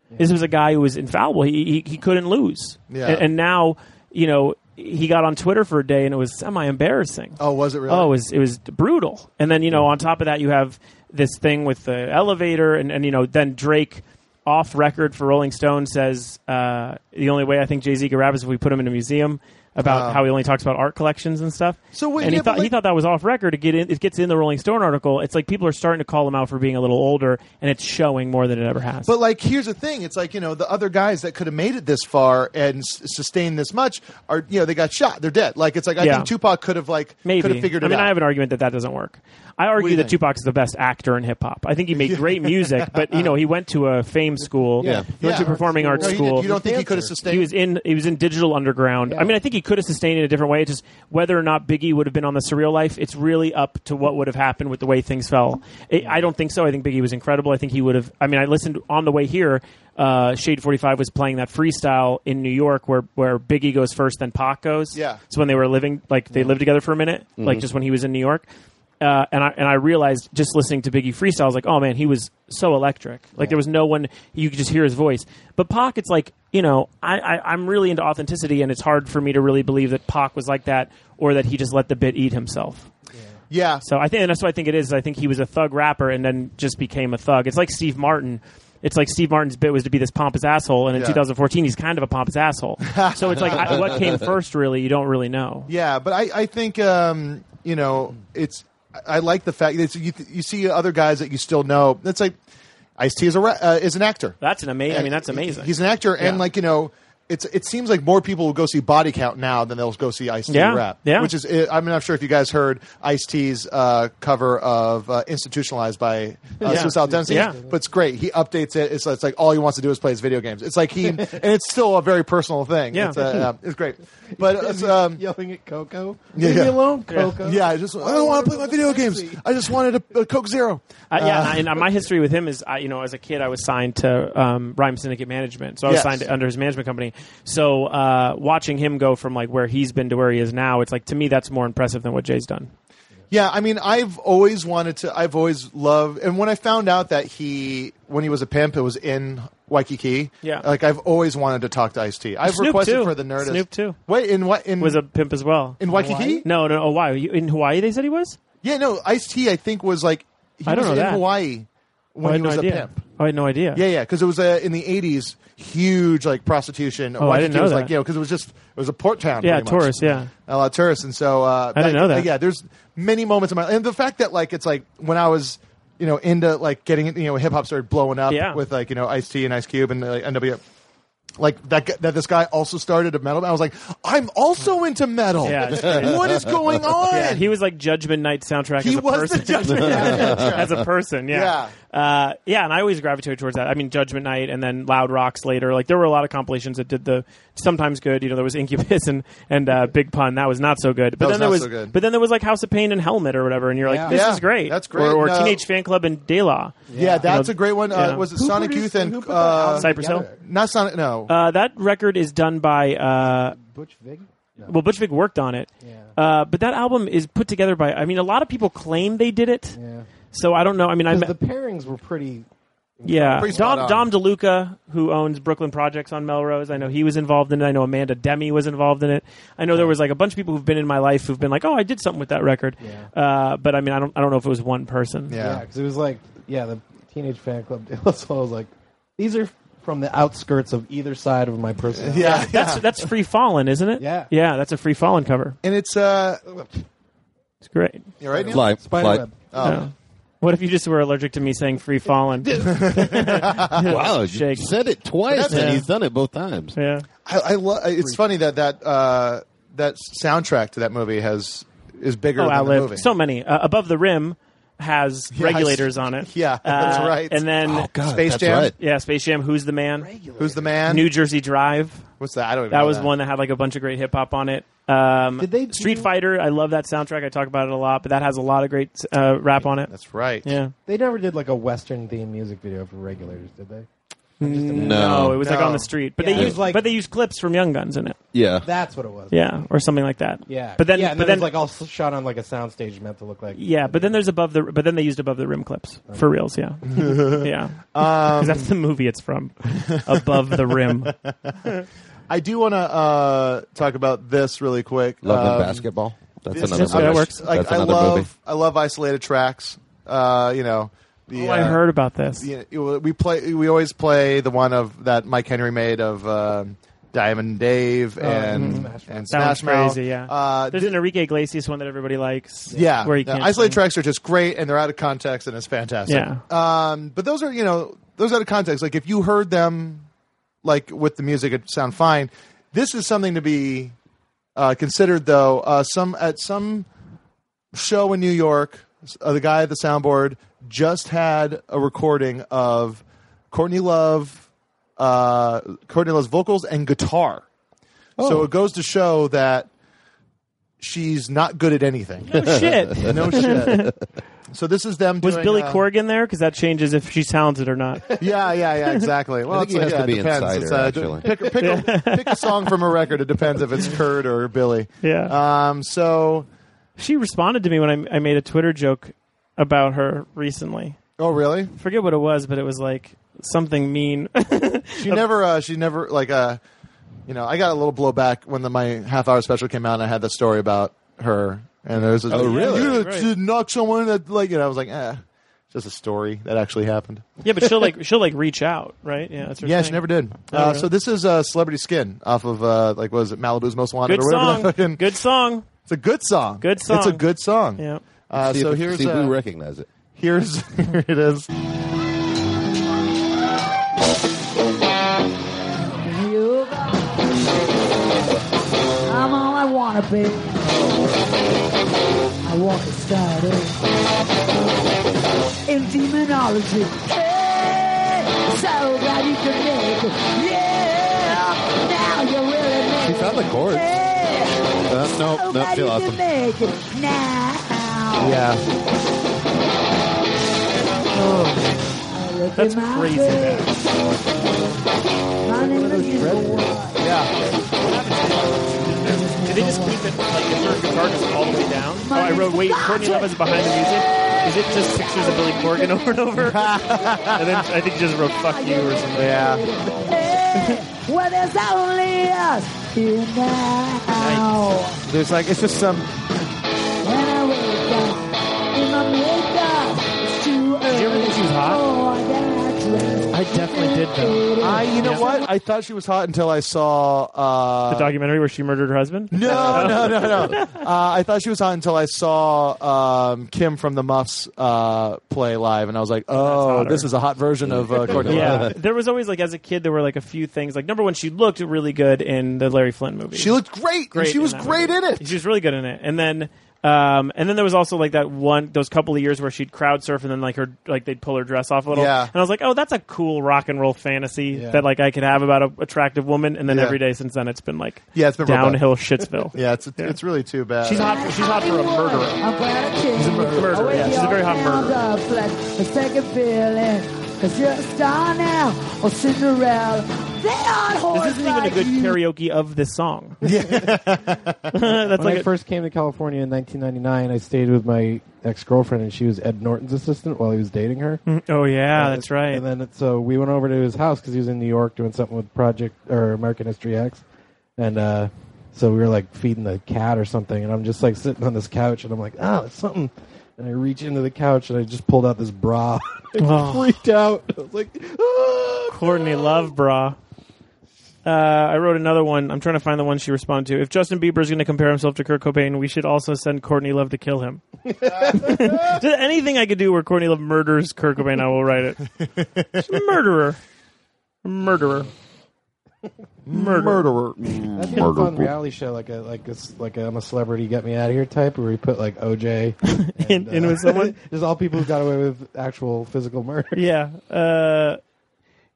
F: This was a guy who was infallible. He he, he couldn't lose.
C: Yeah.
F: And, and now you know he got on Twitter for a day and it was semi embarrassing.
C: Oh, was it really?
F: Oh, it was it was brutal. And then you know on top of that you have this thing with the elevator and and you know then Drake. Off record for Rolling Stone says uh, the only way I think Jay Z could rap is if we put him in a museum about
C: Oh.
N: Wow.
F: how he only talks about art collections and stuff.
C: So wait,
F: and he
C: yeah, but
F: thought he
C: like-
F: thought that was off record. It get in, it gets in the Rolling Stone article. It's like people are starting to call him out for being a little older, and it's showing more than it ever has.
C: But like, here's the thing: it's like you know, the other guys that could have made it this far and s- sustained this much are you know they got shot, they're dead. Like it's like I
F: Yeah.
C: think Tupac could have like
F: Maybe
C: could have figured
F: I
C: it
F: mean,
C: out.
F: I have an argument that that doesn't work. I argue
C: you
F: that
C: think?
F: Tupac is the best actor in hip hop. I think
C: [laughs]
F: he made great music, but you know, he went to a fame school.
C: Yeah.
F: he went
C: Yeah.
F: to a performing arts
C: No, he did-
F: school.
C: you don't think he could have sustained-
F: He was in. He was in digital underground. I mean, I think he could have sustained it a different way. It's just whether or not Biggie would have been on the Surreal Life, it's really up to what would have happened with the way things fell. I I don't think so. I think Biggie was incredible. I think he would have. I mean, I listened on the way here. Uh, Shade Forty Five was playing that freestyle in New York where where Biggie goes first, then Pac goes.
N: Yeah.
F: So when they were living, like they lived together for a minute, like
C: Mm-hmm.
N: Mhm.
F: just when he was in New York. Uh, and I and I realized just listening to Biggie freestyle, I was like, oh man, he was so electric. Like there was no one you could just hear his voice. But Pac, it's like you know, I, I I'm really into authenticity, and it's hard for me to really believe that Pac was like that, or that he just let the bit eat himself.
C: Yeah.
F: So I think and that's what I think it is. I think he was a thug rapper and then just became a thug. It's like Steve Martin. It's like Steve Martin's bit was to be this pompous asshole, and in
C: Yeah.
F: 2014 he's kind of a
C: [laughs]
F: pompous asshole. so it's like I, what came first, really? You don't really know.
C: Yeah, but I, I think um, you know it's. I I like the fact that you you see other guys that you still know. That's like Ice T is a ra- uh, is an actor.
F: That's an amazing. I mean, that's amazing.
C: He's an actor, and
F: Yeah.
C: like you know, it's it seems like more people will go see Body Count now than they'll go see Ice T
F: Yeah,
C: rap.
F: yeah.
C: which is uh, I'm not sure if you guys heard Ice T's uh, cover of uh, Institutionalized by uh,
F: Yeah.
C: Suicidal Tendencies,
F: Yeah.
C: but it's great. He updates it. It's, it's like all he wants to do is play his video games. It's like he [laughs] and it's still a very personal thing.
G: Yeah.
C: it's, uh, um, it's great. But it's, um,
G: yelling at Coco.
C: yeah,
G: Leave
C: yeah.
G: me alone,
C: Yeah.
G: Coco. Oh,
C: Yeah, I just I don't want to play my video games. I just wanted a, a Coke Zero.
F: Uh, yeah,
C: Uh,
F: and, and my history with him is, I, you know, as a kid, I was signed to um, Rhyme Syndicate Management, so I was
N: Yes.
F: signed under his management company. So uh, watching him go from like where he's been to where he is now, it's like to me that's more impressive than what Jay's done.
C: Yeah, I mean, I've always wanted to. I've always loved, and when I found out that he, when he was a pimp, it was in Waikiki.
F: Yeah.
C: like I've always wanted to talk to Ice T. I've
F: Snoop,
C: requested
F: too.
C: for the Nerdist.
F: Snoop too.
C: Wait, in what? In
F: was a pimp as well
C: In Waikiki? Hawaii?
F: No, no. Oh, why? You- In Hawaii, they said he was.
C: Yeah, no. Ice T, I think was like he
F: I don't
C: was
F: know
C: in
F: that.
C: Hawaii when
F: I had
C: he
F: no
C: was
F: idea.
C: a pimp.
F: I had no idea.
C: Yeah, yeah, because it was uh, in the '80s, huge like prostitution.
F: Oh, I didn't
C: Waikiki
F: know
C: was
F: that.
C: Like, you know, because it was just it was a port town.
F: Yeah,
C: pretty much.
F: tourist, yeah.
C: a lot of tourists, and so uh,
F: I didn't know that.
C: Yeah, there's many moments in my and the fact that like it's like when I was you know into like getting you know hip hop started blowing up
F: Yeah.
C: with like you know Ice T and Ice Cube and like NWA. like that gu- that this guy also started a metal band. I was like, I'm also into metal.
F: Yeah,
C: [laughs]
F: it's great.
C: what is going on?
F: [laughs] Yeah, he was like Judgment Night soundtrack.
C: He
F: as a
C: was the
F: person.
C: Judgment
F: [laughs]
C: Night soundtrack.
F: as a person. Yeah, yeah. Uh, yeah, and I always gravitate towards that. I mean, Judgment Night, and then Loud Rocks later. Like there were a lot of compilations that did the sometimes good. You know, there was Incubus and and uh, Big Pun. That was not so good. But
C: That was
F: then there
C: not
F: was,
C: so good.
F: but then there was like House of Pain and Helmet or whatever. And you're like,
C: Yeah.
F: this
C: Yeah,
F: is great.
C: that's great.
F: Or, or
C: No.
F: Teenage Fan Club and De La.
C: Yeah, that's a great one. Uh,
F: yeah.
C: Was it
F: Who
C: Sonic
F: produced-
C: Youth and
F: who put that
C: uh,
F: album Cypress Hill? together?
C: Not Sonic. No,
F: Uh, that record is done by uh, Butch Vig. Well, Butch Vig worked on it, uh, but that album is put together by. I mean, a lot of people claim they did it. So I don't know. I mean, I
G: Because
F: met,
G: the pairings were pretty.
F: yeah,
G: pretty spot
F: Dom,
G: on.
F: Dom DeLuca, who owns Brooklyn Projects on Melrose, I know he was involved in it. I know Amanda Demi was involved in it. I know there was like a bunch of people who've been in my life who've been like, "Oh, I did something with that record," uh, but I mean, I don't, I don't know if it was one person.
G: Yeah, because it was like yeah, the teenage fan club. [laughs] So I was like, these are from the outskirts of either side of my
F: [laughs]
G: personality.
F: that's that's Free Fallen, isn't it? Yeah, yeah, that's a Free Fallen cover.
C: and it's uh,
F: It's great.
C: you right now?
E: Fly- Spiderweb.
C: Oh.
F: Yeah. What if you just were allergic to me saying
C: [laughs]
F: free fallen?
E: wow, you
F: Shake.
E: said it twice,
C: That's
E: and
C: it.
E: he's done it both times.
F: Yeah.
C: I, I lo- it's funny that that uh, that soundtrack to that movie has is bigger
F: Oh,
C: than the
F: outlived
C: movie.
F: so many. Uh, Above the Rim has
C: Yeah, I
F: regulators
C: s-
F: on it.
C: yeah, that's
F: Uh,
C: right.
F: And then
C: Oh, God, Space that's Jam. right.
F: Yeah, Space Jam. Who's the man?
C: Who's the man?
F: New Jersey Drive.
C: What's that? I don't even
F: That
C: know
F: was
C: that.
F: one that had like a bunch of great hip hop on it. Um,
G: Did they do-
F: Street Fighter? I love that soundtrack. I talk about it a lot, but that has a lot of great uh, rap on it.
C: That's right.
F: Yeah.
G: They never did like a Western themed music video for regulators, did they?
F: Mm, No, it was like
G: No.
F: on the street, but
G: Yeah,
F: they
G: it
F: used
G: was like-
F: but they used clips from Young Guns in it.
E: Yeah.
G: That's what it was.
F: Yeah, or something like that.
G: Yeah.
F: but then
G: yeah, and
F: but
G: it
F: then
G: was, like all s- shot on like a soundstage meant to look like
F: Yeah, but then there's above the but then they used above the rim clips for
C: [laughs]
F: reals. Yeah,
C: Um,
F: yeah, because that's the movie it's from. above the rim.
C: [laughs] I do want to uh, talk about this really quick.
E: Love
C: Um,
E: and Basketball. That's
C: this-
E: another.
C: this-
E: movie.
C: Like,
E: That's
C: I
E: another
C: love,
E: movie.
C: I love isolated tracks. Uh, you know, the,
F: Oh, I
C: uh,
F: heard about this.
C: Yeah, it- we play. We always play the one of that Mike Henry made of uh, Diamond Dave and and
F: Oh, mm-hmm. That
C: [laughs] Smash
F: one's
C: Mouth.
F: crazy. Yeah,
C: Uh,
F: there's an Enrique Iglesias one that everybody likes.
C: Yeah,
F: where he
C: no,
F: can't
C: isolated
F: sing.
C: tracks are just great, and they're out of context, and it's fantastic.
F: Yeah.
C: Um, but those are you know those out of context. Like if you heard them, like with the music, it would sound fine. This is something to be uh, considered, though. Uh, some at some show in New York, s- uh, the guy at the soundboard just had a recording of Courtney Love, uh, Courtney Love's vocals and guitar. So it goes to show that she's not good at anything. [laughs]
F: Oh shit!
C: No
F: [laughs]
C: shit. so this is them.
F: Was
C: doing,
F: Billy
C: uh,
F: Corgan there? Because that changes if she sounds it or not.
C: Yeah, yeah, yeah. Exactly. Well,
E: think
C: it's
E: he
C: like,
E: has to
C: yeah, it
E: be
C: depends.
E: Insider,
C: It's, uh, d-
E: actually.
C: Pick, pick, a, pick a song from a record. It depends if it's Kurt or Billy.
F: Yeah.
C: Um. So.
F: She responded to me when I, I made a Twitter joke about her recently.
C: Oh, really?
F: Forget what it was, but it was like something mean. [laughs]
C: She never. Uh, she never like. Uh, you know, I got a little blowback when the, my half hour special came out, and I had the story about her. And there was this,
E: Oh, really?
C: You
F: Right.
C: to knock someone that like you know. I was like, eh, it's just a story that actually happened.
F: yeah, but she'll like she'll like reach out, right? Yeah, that's her
C: Yeah, she
F: thing.
C: never did.
F: Oh,
C: Uh,
F: really?
C: So this is uh, Celebrity Skin off of uh, like what is it Malibu's Most Wanted
F: Good
C: or whatever. the
F: song.
C: fucking-
F: Good song.
C: It's a good song.
F: Good
C: [laughs]
F: song.
C: It's a good song.
F: Yeah.
C: Uh,
E: See
C: so
E: if,
C: here's
E: see if we
C: uh,
E: recognize it.
C: here's [laughs] here it is.
K: You got- I'm all I wanna be. I walk the sky in demonology. Hey, so glad you can make it. Yeah, now you really make
E: She
K: it.
E: found the chords.
K: Hey,
E: Uh,
K: so
E: nope, nope,
K: glad
E: she
K: you
E: lost
K: can
E: them.
K: make it now.
C: Yeah.
K: That's crazy. My name is
C: Yeah.
F: Did they just keep it like is her guitar just all the way down? Oh, I wrote wait, Courtney Love is behind the music. Is it just pictures of Billy Corgan over
C: [laughs]
F: and over? and then I think she just wrote fuck you or something.
C: Yeah.
K: Well, there's only us here now.
C: There's like it's just some.
K: When I wake up in my makeup, it's too early.
F: you ever think she was hot?
K: for that dress.
F: I definitely did
G: did know.
C: I, you know what? I thought she was hot until I saw uh,
F: the documentary where she murdered her husband. [laughs]
C: No, no, no, no. Uh, I thought she was hot until I saw um, Kim from the Muffs uh, play live, and I was like, "Oh,
F: hotter.
C: this is a hot version of uh, Courtney."
F: [laughs] yeah,
C: Love.
F: there was always like as a kid there were like a few things. Like number one, she looked really good in the Larry Flint movie.
C: She looked great.
F: great.
C: she was
F: that
C: great
F: movie.
C: in it.
F: She was really good in it. And then, um, and then there was also like that one, those couple of years where she'd crowd surf and then like her, like they'd pull her dress off a little.
C: Yeah.
F: And I was like, oh, that's a cool rock and roll fantasy
C: Yeah.
F: that like I could have about a attractive woman. And then
C: Yeah.
F: every day since then, it's been like
C: Yeah, it's been real bad.
F: downhill shitsville.
C: [laughs] Yeah, it's it's really too bad.
F: She's hot. She's hot for a murderer.
K: I'm glad I came.
F: Murderer. Yeah, she's a very hot
K: Found
F: murderer.
K: a fleck, a second feeling. Cause you're a star now, or Cinderella. They aren't whores
F: This isn't [laughs] even a
K: like
F: good
K: you.
F: karaoke of this song. [laughs] That's
G: when
F: like
G: I
F: a-
G: first came to California in 1999, I stayed with my ex girlfriend, and she was Ed Norton's assistant while he was dating her.
F: oh yeah,
G: Uh,
F: that's right.
G: And then it, so we went over to his house because he was in New York doing something with Project or American History X, and uh, so we were like feeding the cat or something, and I'm just like sitting on this couch, and I'm like, oh, it's something. And I reach into the couch and I just pulled out this bra. [laughs] I
F: [laughs] Oh.
G: freaked out. I was like, "Ah,
F: Courtney Love bra. Uh, I wrote another one. I'm trying to find the one she responded to. If Justin Bieber's going to compare himself to Kurt Cobain, we should also send Courtney Love to
G: [laughs]
F: kill him. Just anything I could do where Courtney Love murders Kurt Cobain, I will write it. Murderer, murderer, murderer.
C: murderer.
G: That'd be a fun reality show, like a like this like a, I'm a celebrity, get me out of here type, where we put like OJ and,
F: [laughs]
G: uh,
F: In- in with someone?
G: [laughs] Just all people who got away with actual physical murder.
F: Yeah. Uh,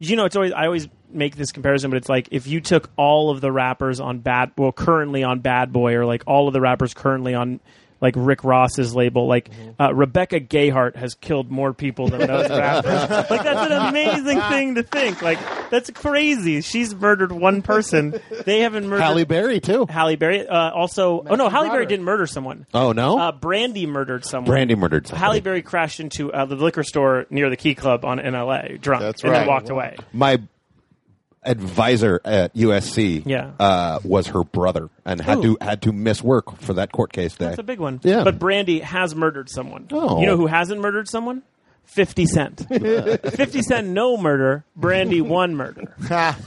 F: you know, it's always I always make this comparison, but it's like if you took all of the rappers on Bad, well, currently on Bad Boy, or like all of the rappers currently on like Rick Ross's label, like uh, Rebecca Gayhart has killed more people than those rappers. like that's an amazing thing to think. Like that's crazy. She's murdered one person. They haven't murdered
E: Halle Berry too.
F: Halle Berry. Uh, also, oh no, Halle Berry
G: Broderick.
F: didn't murder someone.
E: Oh no.
F: Uh, Brandy murdered someone.
E: Brandy murdered somebody.
F: Halle Berry crashed into uh, the liquor store near the Key Club on in L.A. drunk,
E: That's
F: and then
E: right.
F: walked away.
E: my advisor at USC
F: Yeah.
E: uh, was her brother and had
F: Ooh.
E: to had to miss work for that court case day.
F: That's a big one.
E: Yeah.
F: But Brandy has murdered someone.
E: Oh.
F: You know who hasn't murdered someone?
E: [laughs]
F: Fifty Cent. Fifty Cent, no murder. Brandy, one murder.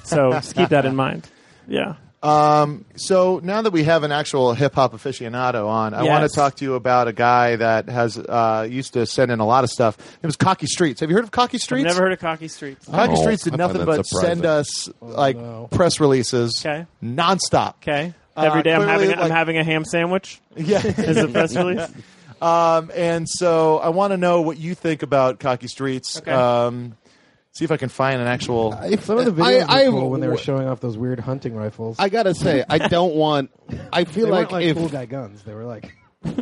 F: so just keep that in mind. Yeah.
C: Um, so now that we have an actual hip hop aficionado on, I
F: Yes.
C: want to talk to you about a guy that has uh, used to send in a lot of stuff. It was Cocky Streets. Have you heard of Cocky Streets?
F: Never heard of Cocky Streets.
C: Cocky
E: Oh,
C: Streets did
E: I find
C: nothing
E: that
C: but
E: surprising.
C: send us [laughs]
F: Oh,
C: like
G: no.
C: press releases,
F: 'Kay.
C: nonstop.
F: Okay.
C: Uh,
F: Every day I'm
C: clearly,
F: having I'm
C: like-
F: having a ham sandwich.
C: Yeah.
F: Is the
C: [laughs]
F: press release?
C: um, and so I want to know what you think about Cocky Streets.
F: Okay.
C: Um, see if I can find an actual.
G: Some of the videos
E: I-
G: were cool
E: I-
G: when they were showing off those weird hunting rifles.
E: I gotta say,
G: [laughs]
F: [laughs]
E: I don't want. I feel
G: they
E: like,
G: weren't like
E: if
G: cool guy guns. They were like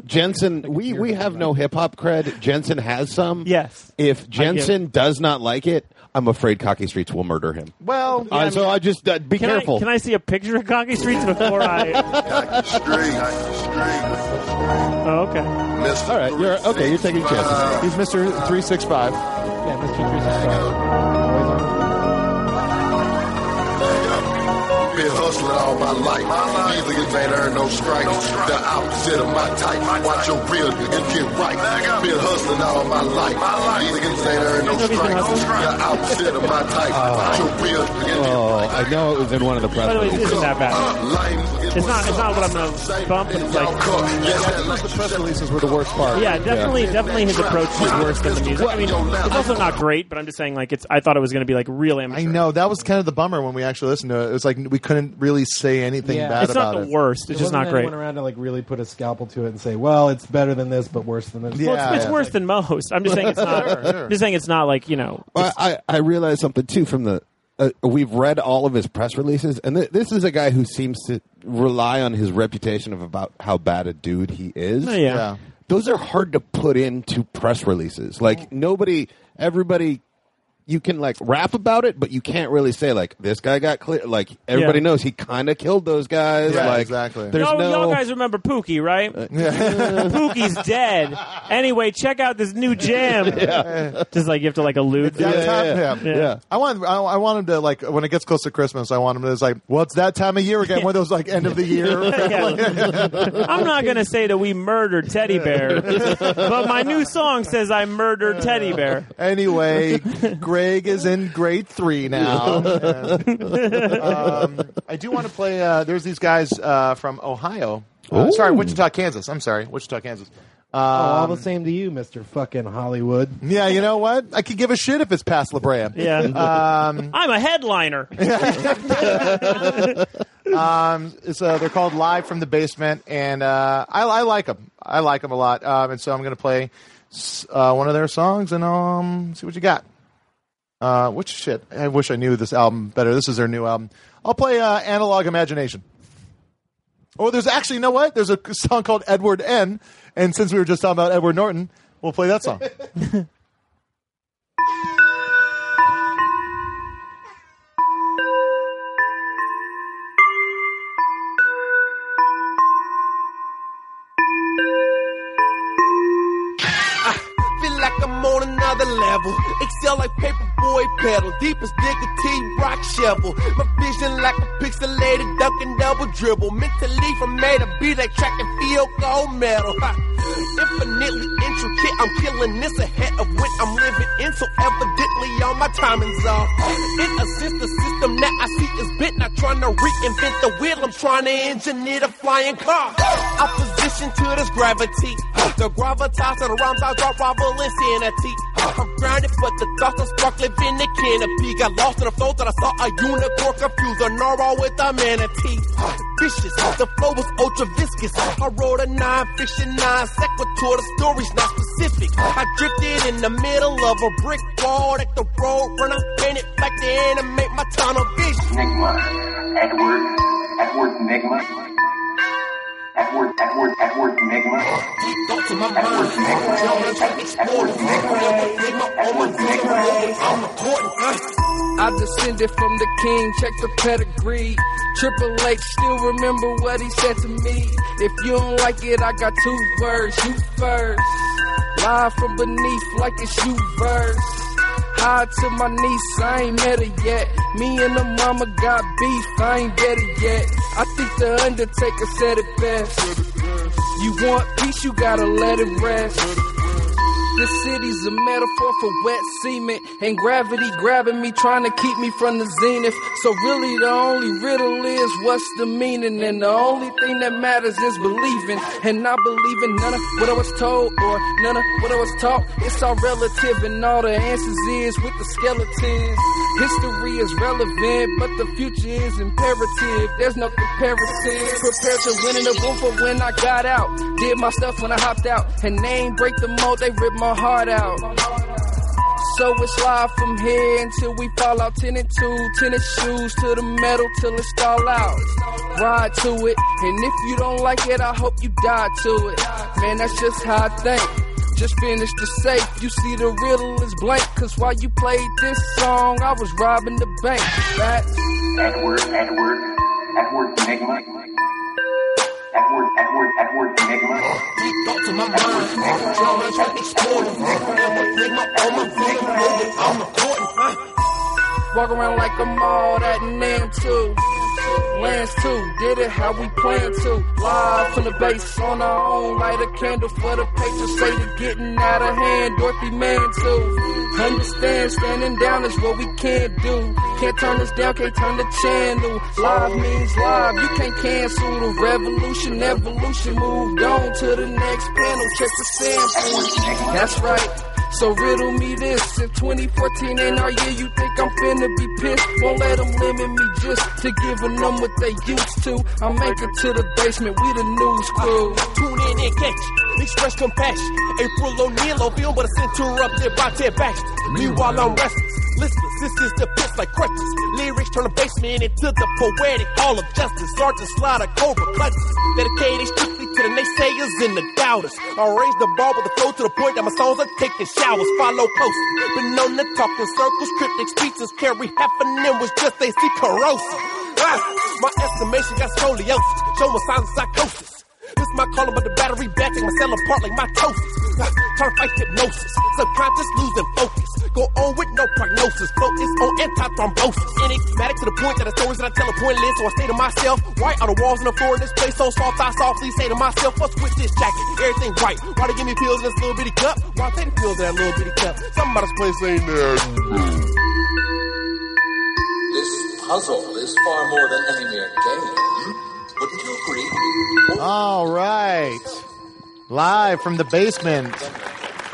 E: Jensen, we we have no hip hop cred. Jensen has some.
F: Yes.
E: If
F: give-
E: Jensen does not like it, I'm afraid Cocky Streets will murder him.
C: well,
E: Uh, so I just uh, be
F: Can
E: careful.
F: I, can I see a picture of Cocky Streets before I? Oh, okay.
E: All right, you're okay. You're taking chances.
C: he's Mister Three Six Five.
G: yeah, Mr. 365.
N: Been hustling all my life. These niggas ain't earned no stripes. The opposite of my type. Watch your real niggas get right. Been hustling all my life. These niggas ain't earned no
F: You know he's been
N: stripes.
F: hustling?
N: The opposite of my type. Watch your real niggas get
E: Oh, I know it was in one of the press
F: By the way, this
E: releases.
F: isn't that bad.
N: right.
F: It's not. It's not what I'm gonna bump. but It's like.
C: The press releases were the worst part.
F: Yeah, definitely, definitely his approach was worse than the music. I mean, it's also not great, but I'm just saying, like, it's. I thought it was going to be like real amateur.
C: I know that was kind of the bummer when we actually listened to it. It was like we couldn't really say anything
G: Yeah.
C: bad
F: It's
C: about
F: not the
C: it.
F: worst. It's just
G: There wasn't
F: not great.
G: Anyone around to like really put a scalpel to it and say, "Well, it's better than this, but worse than this."
C: Yeah.
F: Well, it's, it's
C: yeah.
F: worse than most. I'm just saying it's
C: [laughs]
F: not.
C: Sure, sure.
F: I'm just saying it's not like you know.
E: I, I I realized something too from the. Uh, we've read all of his press releases, and th- this is a guy who seems to rely on his reputation of about how bad a dude he is.
F: Oh, Yeah.
C: Yeah.
E: Those are hard to put into press releases. Like nobody, everybody, you can like rap about it, but you can't really say like this guy got clear. Like everybody
F: Yeah.
E: knows he kind of killed those guys.
C: Yeah,
E: like
C: exactly.
E: There's
F: Y'all,
E: no
F: y'all guys remember Pookie,
E: [laughs]
F: right? Pookie's dead. Anyway, check out this
E: [laughs]
F: new jam. Just like you have to like allude. to
C: Yeah,
F: it.
C: yeah, yeah.
F: Yeah. Yeah.
C: I want, I, I want him to like when it gets close to Christmas. I want him to it's like, well, it's that time of year again. One of those like end of the year.
F: [laughs] Yeah. I'm not gonna say that we murdered Teddy Bear, but my new song says I murdered Teddy Bear.
C: anyway, Craig is in grade three now. And, um, I do want to play. Uh, there's these guys uh, from Ohio. Uh,
G: Ooh.
C: sorry, Wichita, Kansas. I'm sorry, Wichita, Kansas. Um,
G: oh, all the same to you, Mister Fucking Hollywood.
C: Yeah, you know what? I could give a shit if it's past La Brea.
F: Yeah.
C: Um,
F: I'm
C: [laughs]
F: a headliner.
C: um, so they're called Live from the Basement, and uh, I, I like them. I like them a lot. Um, and so I'm going to play s- uh, one of their songs and um, see what you got. Uh, which shit? I wish I knew this album better. This is their new album. I'll play uh, Analog Imagination. Oh, there's actually, you know what? There's a song called Edward N. And since we were just talking about Edward Norton, we'll play that song.
O: Feel like I'm on another level. Excel like paperboy pedal. Deep as nicotine rock shovel. My vision like a pixelated duck and double dribble. Mentally from A to B like track and field gold medal. Ha. Infinitely intricate. I'm killing this ahead of what I'm living in. So evidently all my timing's off. In a sister system that I see is bent. Not trying to reinvent the wheel. I'm trying to engineer the flying car. Opposition to this gravity. The gravitas of the rhymes I drop rival insanity. I'm grounded, but the thoughts are sparkling in the canopy. Got lost in the flow that I saw a unicorn confused a narwhal with a manatee. Vicious, the flow was ultra viscous. I wrote a non-fiction, non-sequitur. The story's not specific. I drifted in the middle of a brick wall that the road runner painted back to animate my tunnel vision.
P: Edward, Edward Nigma. Edward, Edward, Edward Nigma.
O: Thoughts in my mind. Y'all wanna try to explore the Nigma. I'm a Nigma. I'm recording us.
Q: I descended from the king, check the pedigree. Triple H still remember what he said to me. If you don't like it, I got two words, you first. Live from beneath like it's you verse. High to my niece, I ain't met her yet. Me and the mama got beef, I ain't get it yet. I think the Undertaker said it best. You want peace, you gotta let it rest. The city's a metaphor for wet cement and gravity grabbing me, trying to keep me from the zenith. So, really, the only riddle is what's the meaning? And the only thing that matters is believing. And not believing none of what I was told or none of what I was taught. It's all relative, and all the answers is with the skeletons. History is relevant, but the future is imperative. There's no comparison. Prepare to win in the room for when I got out. Did my stuff when I hopped out. And they ain't break the mold, they ripped my heart out. So it's live from here until we fall out 10 and 2. Tennis shoes to the metal till it's all out. Ride to it, and if you don't like it, I hope you die to it. Man, that's just how I think. Just finished the safe, you see the riddle is blank. Cause while you played this song, I was robbing the bank. Facts.
P: Edward, Edward, Edward Nigma. Edward, Edward, Edward Nigma.
O: Thoughts in my mind. Y'all wanna try to explore the Nigma. I'm a Nigma. I'm a Nigma. I'm recording us.
Q: Walk around like I'm all that and am too. Lance too, did it how we planned to. Live from the base on our own, light a candle for the patrons. Say they're getting out of hand, Dorothy Mantle. Understand, standing down is what we can't do. Can't turn this down, can't turn the channel. Live means live, you can't cancel the revolution. Evolution moved on to the next panel. Check the sample. That's right. So riddle me this, in 2014 ain't our year, you think I'm finna be pissed? Won't let them limit me just to giving them what they used to. I'm anchored to the basement, we the news crew.
O: Tune in and catch, express compassion. April O'Neil on film, but a interrupted by Ted Baxter. Meanwhile, I'm restless, listless. This is the piss like crutches. Lyrics turn the basement into the poetic all of justice. Art to slide a cobra clutches. Dedicated strictly to the naysayers and the doubters. I raise the bar with the flow to the point that my songs are taking showers. Follow close. Been on the talking circles, cryptic speeches carry happening was just they see corrosive. Ah, my estimation got scoliosis, showing signs of psychosis. This my calling, but the battery back take my cell apart like mitosis. Trying to fight hypnosis. Subconscious losing focus. Go on with no prognosis. Focus on antithrombosis. Enigmatic to the point that the stories that I tell are pointless. So I say to myself, right on the walls and the floor in this place so soft, I softly say to myself, what's with this jacket? Everything right. Why they give me pills in this little bitty cup? Why they the pills in that little bitty cup? Something about this place ain't there.
R: This puzzle is far more than any mere game. Wouldn't you agree?
C: All right. Live from the basement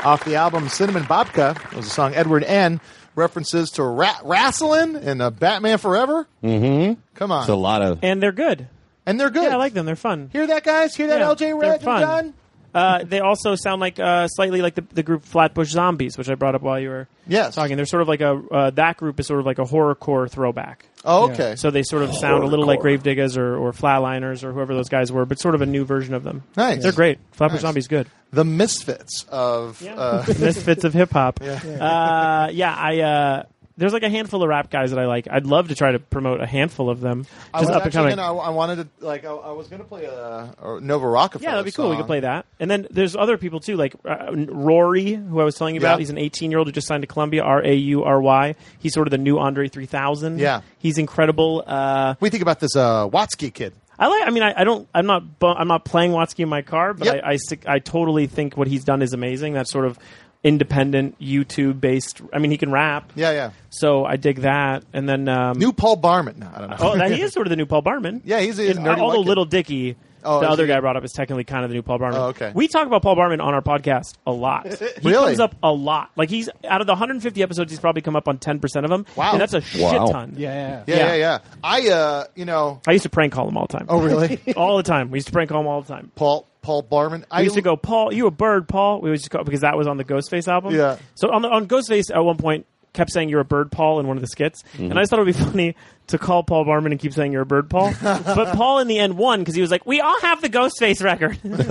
C: off the album Cinnamon Babka was the song Edward N. References to rat wrestling and uh, Batman Forever.
E: Mm-hmm.
C: Come on.
E: It's a lot of.
F: and they're good.
C: And they're good.
F: Yeah, I like them. They're fun.
C: Hear that, guys? Hear that, LJ Redd
F: They're
C: and
F: fun.
C: John?
F: Uh, they also sound like uh, slightly like the, the group Flatbush Zombies, which I brought up while you were
C: Yes.
F: talking. They're sort of like a uh, that group is sort of like a horrorcore throwback.
C: Oh, okay.
F: So they sort of sound a little like Gravediggers or, or Flatliners or whoever those guys were, but sort of a new version of them.
C: Nice.
F: They're great. Flatbush
C: Nice.
F: Zombies good.
C: The Misfits of. Uh,
F: [laughs] Misfits of hip hop.
C: Yeah.
F: Uh, yeah, I. Uh, there's like a handful of rap guys that I like. I'd love to try to promote a handful of them.
C: I was
F: Just up and
C: actually
F: coming.
C: gonna- I, I wanted to like I, I was gonna play a, a Nova Rockefeller.
F: Yeah, that'd be cool. We
C: song.
F: could play that. And then there's other people too, like uh, Rory, who I was telling you about.
C: Yeah.
F: He's an 18 year old who just signed to Columbia, R A U R Y. He's sort of the new Andre 3000.
C: Yeah.
F: he's incredible. Uh,
C: we think about this uh, Watsky kid.
F: I like. I mean, I, I don't. I'm not. bu- I'm not playing Watsky in my car, but
C: Yep.
F: I I, stick, I totally think what he's done is amazing. That sort of independent YouTube based. I mean, he can rap.
C: Yeah, yeah.
F: So I dig that. And then um,
C: New Paul Barman. No, I don't know.
F: Oh,
C: [laughs]
F: that he is sort of the new Paul Barman.
C: Yeah, he's- he's
F: And,
C: nerdy
F: uh, although
C: white kid.
F: Little Dicky,
C: Oh,
F: the
C: is
F: other
C: he-
F: guy I brought up, is technically kind of the new Paul Barman.
C: Oh, okay.
F: We talk about Paul Barman on our podcast
C: [laughs]
F: a lot. He
C: Really?
F: comes up a lot. Like he's out of the 150 episodes, he's probably come up on 10 percent of them.
C: Wow.
F: and that's a
C: Wow.
F: shit ton.
G: Yeah,
C: Yeah, yeah, yeah. I uh, you know,
F: I used to prank call him [laughs] all the time.
C: [laughs] Oh, really?
F: [laughs] all the time. We used to prank call him all the time.
C: Paul Paul Barman.
F: I
C: I
F: used to go, Paul, you a bird, Paul. We would just call because that was on the Ghostface album.
C: Yeah.
F: So on the, on Ghostface, at one point, kept saying you're a bird, Paul, in one of the skits,
E: Mm-hmm.
C: Mhm.
F: and I just thought it would be funny to call Paul Barman and keep saying you're a
C: [laughs]
F: bird, Paul. [laughs] but Paul, in the end, won because he was like, we all have the Ghostface record. Which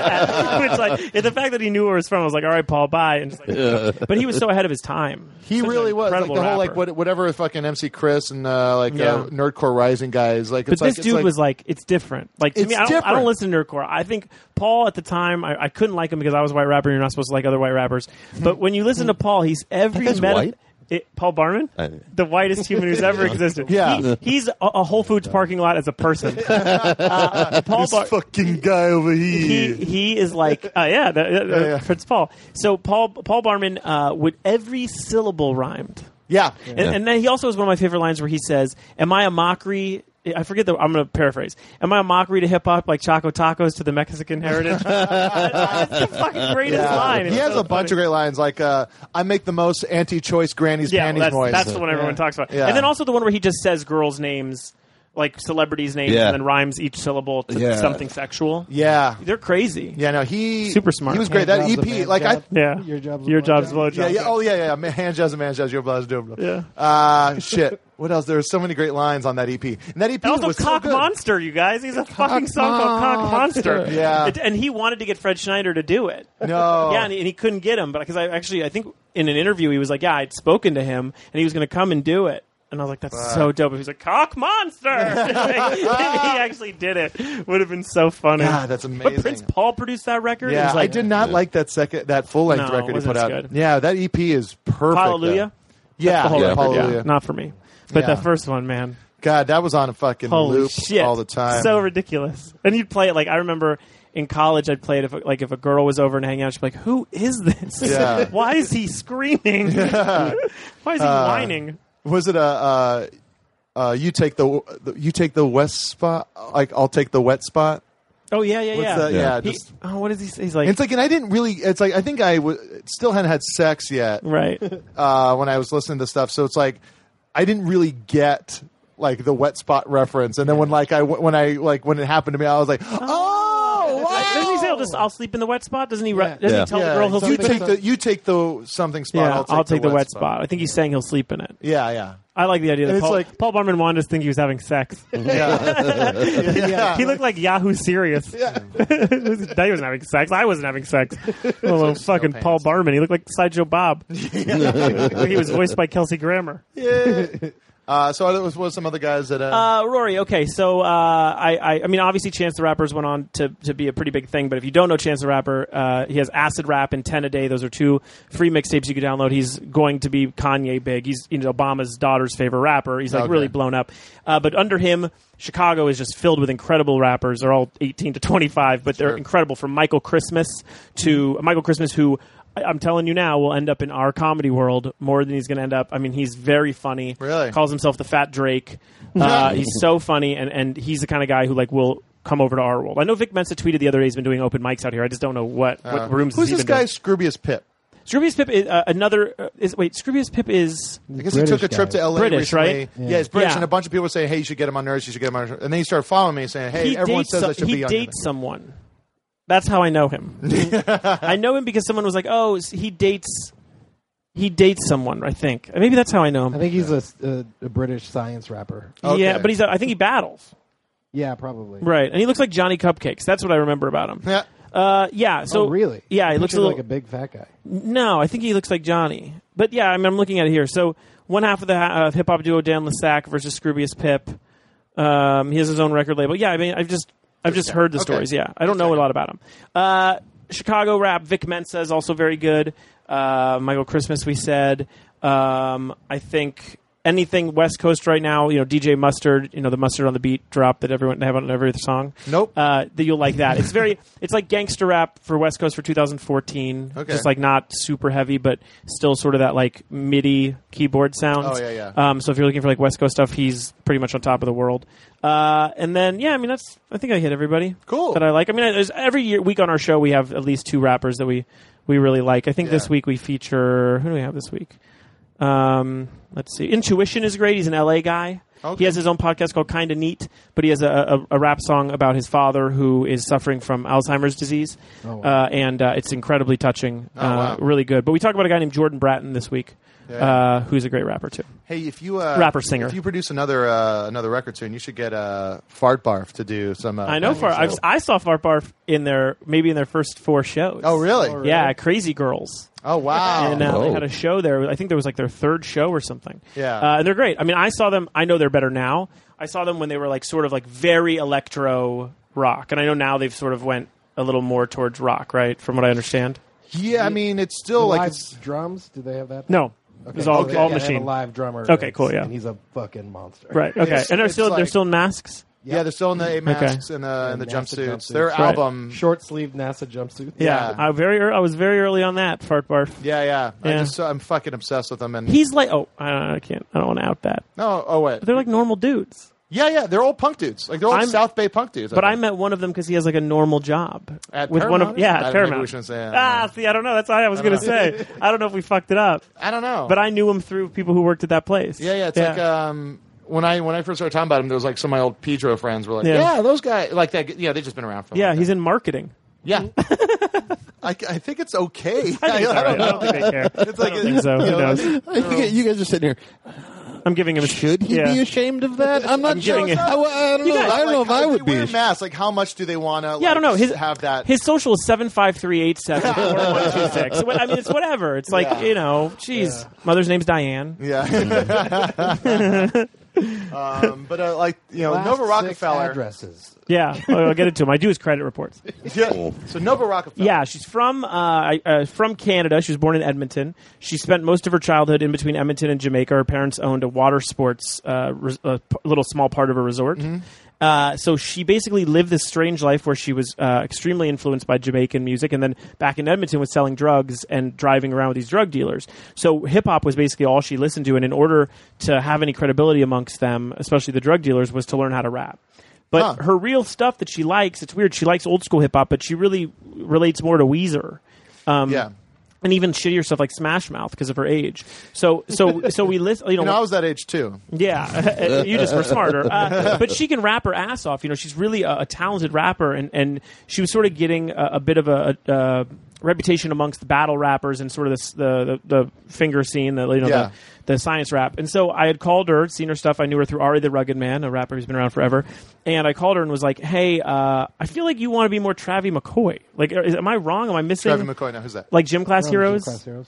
F: like the fact that he knew where it was from, I was like, all right, Paul, bye. And just like, [laughs] but he was so ahead of his time.
C: He
F: Such an
C: really was like the
F: incredible
C: whole like
F: rapper.
C: what, whatever fucking MC Chris and uh, like
F: Yeah.
C: uh, Nerdcore Rising guys like.
F: But
C: It's like,
F: this
C: it's
F: dude
C: like,
F: was like, it's different. Like to
C: It's
F: me, I don't, I
C: different.
F: don't listen to nerdcore. I think Paul at the time, I, I couldn't like him because I was a white rapper. and You're not supposed to like other white rappers.
C: Hmm.
F: But when you listen to Paul, he's every
E: That guy's
F: meta-
E: white?
F: It, Paul Barman, the whitest human who's ever existed.
E: Yeah.
F: He- he's a, a Whole Foods parking lot as a person. Uh, [laughs] Paul
C: this
F: Bar-
C: fucking guy over
F: he
C: here.
F: he is like uh, yeah, the, uh,
C: Yeah, yeah.
F: Prince Paul. So Paul Paul Barman uh, would every syllable rhymed.
C: yeah,
F: And, and then he also has one of my favorite lines where he says, "Am I a mockery?" I forget the. I'm going to paraphrase. Am I a mockery to hip hop like Choco Tacos to the Mexican [laughs] heritage? That's the fucking greatest
C: Yeah.
F: line.
C: He has a bunch of great lines like uh, "I make the most anti-choice granny's
F: yeah,
C: panties
F: that's,
C: noise."
F: that's the one everyone
C: Yeah.
F: talks about.
C: Yeah.
F: And then also the one where he just says girls' names, like celebrities' names,
C: Yeah.
F: and then rhymes each syllable to
C: Yeah.
F: something sexual.
C: yeah,
F: They're crazy.
C: yeah. No, he
F: Super smart.
C: He was great. That
F: Hand jobs,
C: EP, like I,
F: Yeah. Your job's your job's blowjob.
C: Yeah, yeah. Oh, yeah, yeah. Man, hand jobs and man jobs. Your blood's doing.
F: Yeah.
C: Uh, shit. What else? There were so many great lines on that EP. And that EP
F: And also
C: was so
F: Cock
C: good.
F: Monster, you guys. He's a fucking song called Cock Monster.
C: Yeah.
F: It- and he wanted to get Fred Schneider to do it.
C: No.
F: [laughs] Yeah, and he, and he couldn't get him, but because I actually I think in an interview he was like, yeah, I'd spoken to him and he was going to come and do it. And I was like, that's so dope. He was like, Cock [laughs] Monster. If he actually did it. Would have been so funny.
C: God, that's amazing.
F: But Prince Paul produced that record. it
C: Yeah,
F: was like,
C: I did not like that second that full length
F: No,
C: record he
F: wasn't
C: put
F: as
C: out.
F: good.
C: Yeah, that EP is perfect. though.
F: Hallelujah.
C: Yeah,
F: the whole
C: yeah,
F: record,
C: Hallelujah.
F: yeah, not for me. But
C: Yeah.
F: that first one, man.
C: God, that was on a fucking
F: Holy
C: loop
F: shit.
C: all the time.
F: So ridiculous. And you'd play it like I remember in college. I'd play it if like if a girl was over and hanging out, she'd be like, "Who is this?
C: Yeah.
F: [laughs] Why is he screaming? [laughs] Why is he
C: Uh,
F: whining?"
C: was it a uh, uh, you take the, the you take the west spot? Like I'll take the wet spot.
F: Oh yeah, yeah,
C: what's
F: yeah.
C: that? Yeah,
F: He-
C: just-
F: oh, what does he say? He's like,
C: it's like, and I didn't really. It's like I think I w- still hadn't had sex yet,
F: Right.
C: [laughs] Uh, when I was listening to stuff, so it's like I didn't really get like the wet spot reference. And then when like I when I like when it happened to me, I was like, [gasps] oh, wow.
F: Doesn't he say I'll just I'll sleep in the wet spot? Doesn't he? re- Doesn't
C: Yeah.
F: he tell the girl he'll
C: you
F: sleep in
C: take the you take the something spot.
F: Yeah,
C: I'll take,
F: the, wet spot. I think he's saying he'll sleep in it.
C: Yeah, yeah.
F: I like the idea
C: And
F: that
C: it's
F: Paul,
C: like-
F: Paul Barman wanted us to think he was having sex.
C: Yeah.
F: [laughs] He looked like Yahoo Serious. [laughs] he wasn't having sex. I wasn't having
C: [laughs]
F: sex. Little fucking Paul Barman. He looked like Sideshow Bob. he was voiced by Kelsey Grammer.
C: Yeah. Uh, so there was, was some other guys that. Uh,
F: Uh, Rory, okay, so uh, I, I, I mean, obviously, Chance the Rapper's went on to, to be a pretty big thing. But if you don't know Chance the Rapper, uh, he has Acid Rap and Ten a Day. Those are two free mixtapes you can download. He's going to be Kanye big. He's you know, Obama's daughter's favorite rapper. He's like
S: Okay.
F: really blown up. Uh, but under him, Chicago is just filled with incredible rappers. They're all eighteen to twenty five, but they're incredible. From Michael Christmas to Michael Christmas, who. I- I'm telling you now, will end up in our comedy world more than he's going to end up. I mean, he's very funny. Really, calls himself the Fat Drake. Uh, he's so funny, and, and he's the kind of guy who like will come over to our world. I know Vic Mensa tweeted the other day he's been doing open mics out here. I just don't know what
C: uh,
F: what rooms.
C: Who's
F: he's
C: this
F: been
C: guy,
F: doing.
C: Scroobius Pip?
F: Scroobius Pip is uh, another. Uh, is wait, Scroobius Pip is.
C: I guess he took a trip to LA
F: British,
C: recently.
F: right?
C: Yeah. it's British, and a bunch of people were saying, "Hey, you should get him on Nerds. You should get him on." Nerds. And then he started following me, saying, "Hey,
F: He
C: everyone
F: dates
C: says I
F: some-
C: should
F: he
C: be on." your
F: dates someone. That's how I know him.
C: [laughs]
F: I know him because someone was like, "Oh, s- he dates." He dates someone, I think. Maybe that's how I know him.
G: I think he's a, a, a British science rapper.
F: Yeah, but he's. A, I think he battles.
G: yeah, probably.
F: Right, and he looks like Johnny Cupcakes. That's what I remember about him.
C: Yeah.
F: Uh, yeah. So
G: oh, really?
F: Yeah, he
G: I
F: looks
G: pictured
F: a little.
G: like a big fat guy.
F: No, I think he looks like Johnny. But yeah, I mean, I'm looking at it here. So one half of the ha- uh, hip hop duo Dan Lissac versus Scroobius Pip. Um, he has his own record label. Yeah, I mean, I've just I've just heard the
H: Okay.
F: stories. Yeah, I don't know a lot about him. Uh, Chicago rap. Vic Mensa is also very good. Uh, Michael Christmas, we said. Um, I think anything West Coast right now. You know, DJ Mustard. You know, the Mustard on the Beat drop that everyone they have on every song.
C: Nope.
F: Uh, that you'll like that. It's very. it's like gangster rap for West Coast for 2014.
C: Okay.
F: Just like not super heavy, but still sort of that like MIDI keyboard sounds.
C: Oh, yeah,
F: yeah. Um, so if you're looking for like West Coast stuff, he's pretty much on top of the world. Uh, and then yeah, I mean that's I think I hit everybody. Cool. That I like. I mean, I- there's every year, week on our show we have at least two rappers that we we really like. I think this week we feature who do we have this week? Um, let's see. Intuition is great. He's an LA guy. He has his own podcast called Kinda Neat, but he has a, a, a rap song about his father who is suffering from Alzheimer's disease,
H: Oh, wow.
F: uh, and uh, it's incredibly touching.
C: Oh,
F: uh,
C: wow.
F: Really good. But we talked about a guy named Jordan Bratton this week,
C: Yeah.
F: uh, who's a great rapper too.
C: Hey, if you uh,
F: Rapper, singer.
C: if you produce another uh, another record soon, you should get uh, Fart Barf to do some. Uh,
F: I know Far. I've, I saw Far Barf in their maybe in their first four shows.
C: Oh, really? Oh, really?
F: Yeah, Crazy Girls.
C: Oh wow!
F: And uh, they had a show there. I think there was like their third show or something.
C: Yeah.
F: Uh, and they're great. I mean, I saw them. I know they're better now. I saw them when they were like sort of like very electro rock, and I know now they've sort of went a little more towards rock, right? From what I understand.
C: yeah, I mean, it's still
G: The
C: like
G: live
C: it's
G: drums. Do they have that?
F: No.
G: Okay.
F: It's all,
G: so they-
F: all
G: yeah, they have
F: machine.
G: a live drummer.
F: Okay, cool.
G: and-
F: Yeah.
G: and he's a fucking monster.
F: Right. Okay.
G: It's-
F: and they're
G: it's
F: still they're
G: like-
F: still in masks.
C: yeah, they're still in uh, the A masks and the and the
G: NASA
C: jumpsuits. Their
G: jumpsuits.
C: album,
G: short sleeved NASA jumpsuit.
F: Yeah. I very ear I was very early on that fart barf.
C: yeah, yeah. I
F: Yeah.
C: just I'm fucking obsessed with them. And
F: He's like oh I, I can't I don't want to out that.
C: no, oh wait,
F: They're like normal dudes.
C: yeah, yeah. They're all punk dudes. Like they're all
F: I'm-
C: South Bay punk dudes.
F: But
C: I
F: I met one of them because he has like a normal job
C: At
F: with one of
C: Paramount?
F: yeah
C: I-
F: at
C: maybe
F: Paramount.
C: we shouldn't say that.
F: ah, see, I don't know. That's what I was
C: I
F: going
C: don't
F: to
C: know. [laughs]
F: say. I don't know if we fucked it up.
C: I don't know.
F: But I knew him through people who worked at that place.
C: Yeah, yeah. It's like um, when I when I first started talking about him, there was like some of my old Pedro friends were like,
F: Yeah.
C: yeah, those guys like that. Yeah, they've just been around for. a
F: yeah, he's in marketing.
C: Yeah. I, I think it's okay. I,
F: it's all right. I don't think they care.
C: [laughs] It's like
F: I don't think so. Who knows?
C: oh.
E: you guys are sitting here.
F: I'm giving him. Should
E: he be ashamed of that? I'm not sure.
F: giving it-
E: I, I don't
F: You
E: know.
F: guys,
E: I don't know if I would
C: they
E: be.
C: wear masks. Like, how much do they want to?
F: Yeah, I don't know. His-
C: have
F: [laughs]
C: that.
F: His social is seven five three eight seven four one two
C: [laughs]
F: six. I mean, it's whatever. It's like
C: Yeah.
F: you know, jeez. Mother's name's Diane. [laughs]
C: Yeah. [laughs] um, but uh, like you know,
G: Last
C: Nova
G: six
C: Rockefeller
G: addresses.
F: Yeah, Oh, I'll I'll get it to him. I do his credit reports.
C: [laughs] Yeah. So Nova Rockefeller.
F: Yeah, she's from uh, I- uh, from Canada. She was born in Edmonton. She spent most of her childhood in between Edmonton and Jamaica. Her parents owned a water sports uh, res- a p- little small part of a resort.
C: Mm-hmm.
F: Uh, so she basically lived this strange life where she was uh, extremely influenced by Jamaican music, and then back in Edmonton was selling drugs and driving around with these drug dealers. So hip hop was basically all she listened to, and in order to have any credibility amongst them, especially the drug dealers, was to learn how to rap. But her real stuff that she likes, it's weird. She likes old school hip hop, but she really relates more to Weezer. Um, yeah. And even shittier stuff like Smash Mouth because of her age. So, so, so we listen. You know,
C: You know, I was that age too.
F: yeah, [laughs] you just were smarter. Uh, but she can rap her ass off. You know, she's really a, a talented rapper, and, and she was sort of getting a, a bit of a, a, uh reputation amongst the battle rappers and sort of this, the, the the finger scene, the you know
H: Yeah.
F: the, the science rap. And so I had called her, seen her stuff. I knew her through Ari the Rugged Man, a rapper who's been around forever. And I called her and was like, "Hey, uh, I feel like you want to be more Travie McCoy. Like, er, is, am I wrong? Am I missing
C: Travis McCoy. Now who's that?
F: Like gym class
C: Gym
F: heroes?
C: Class Heroes.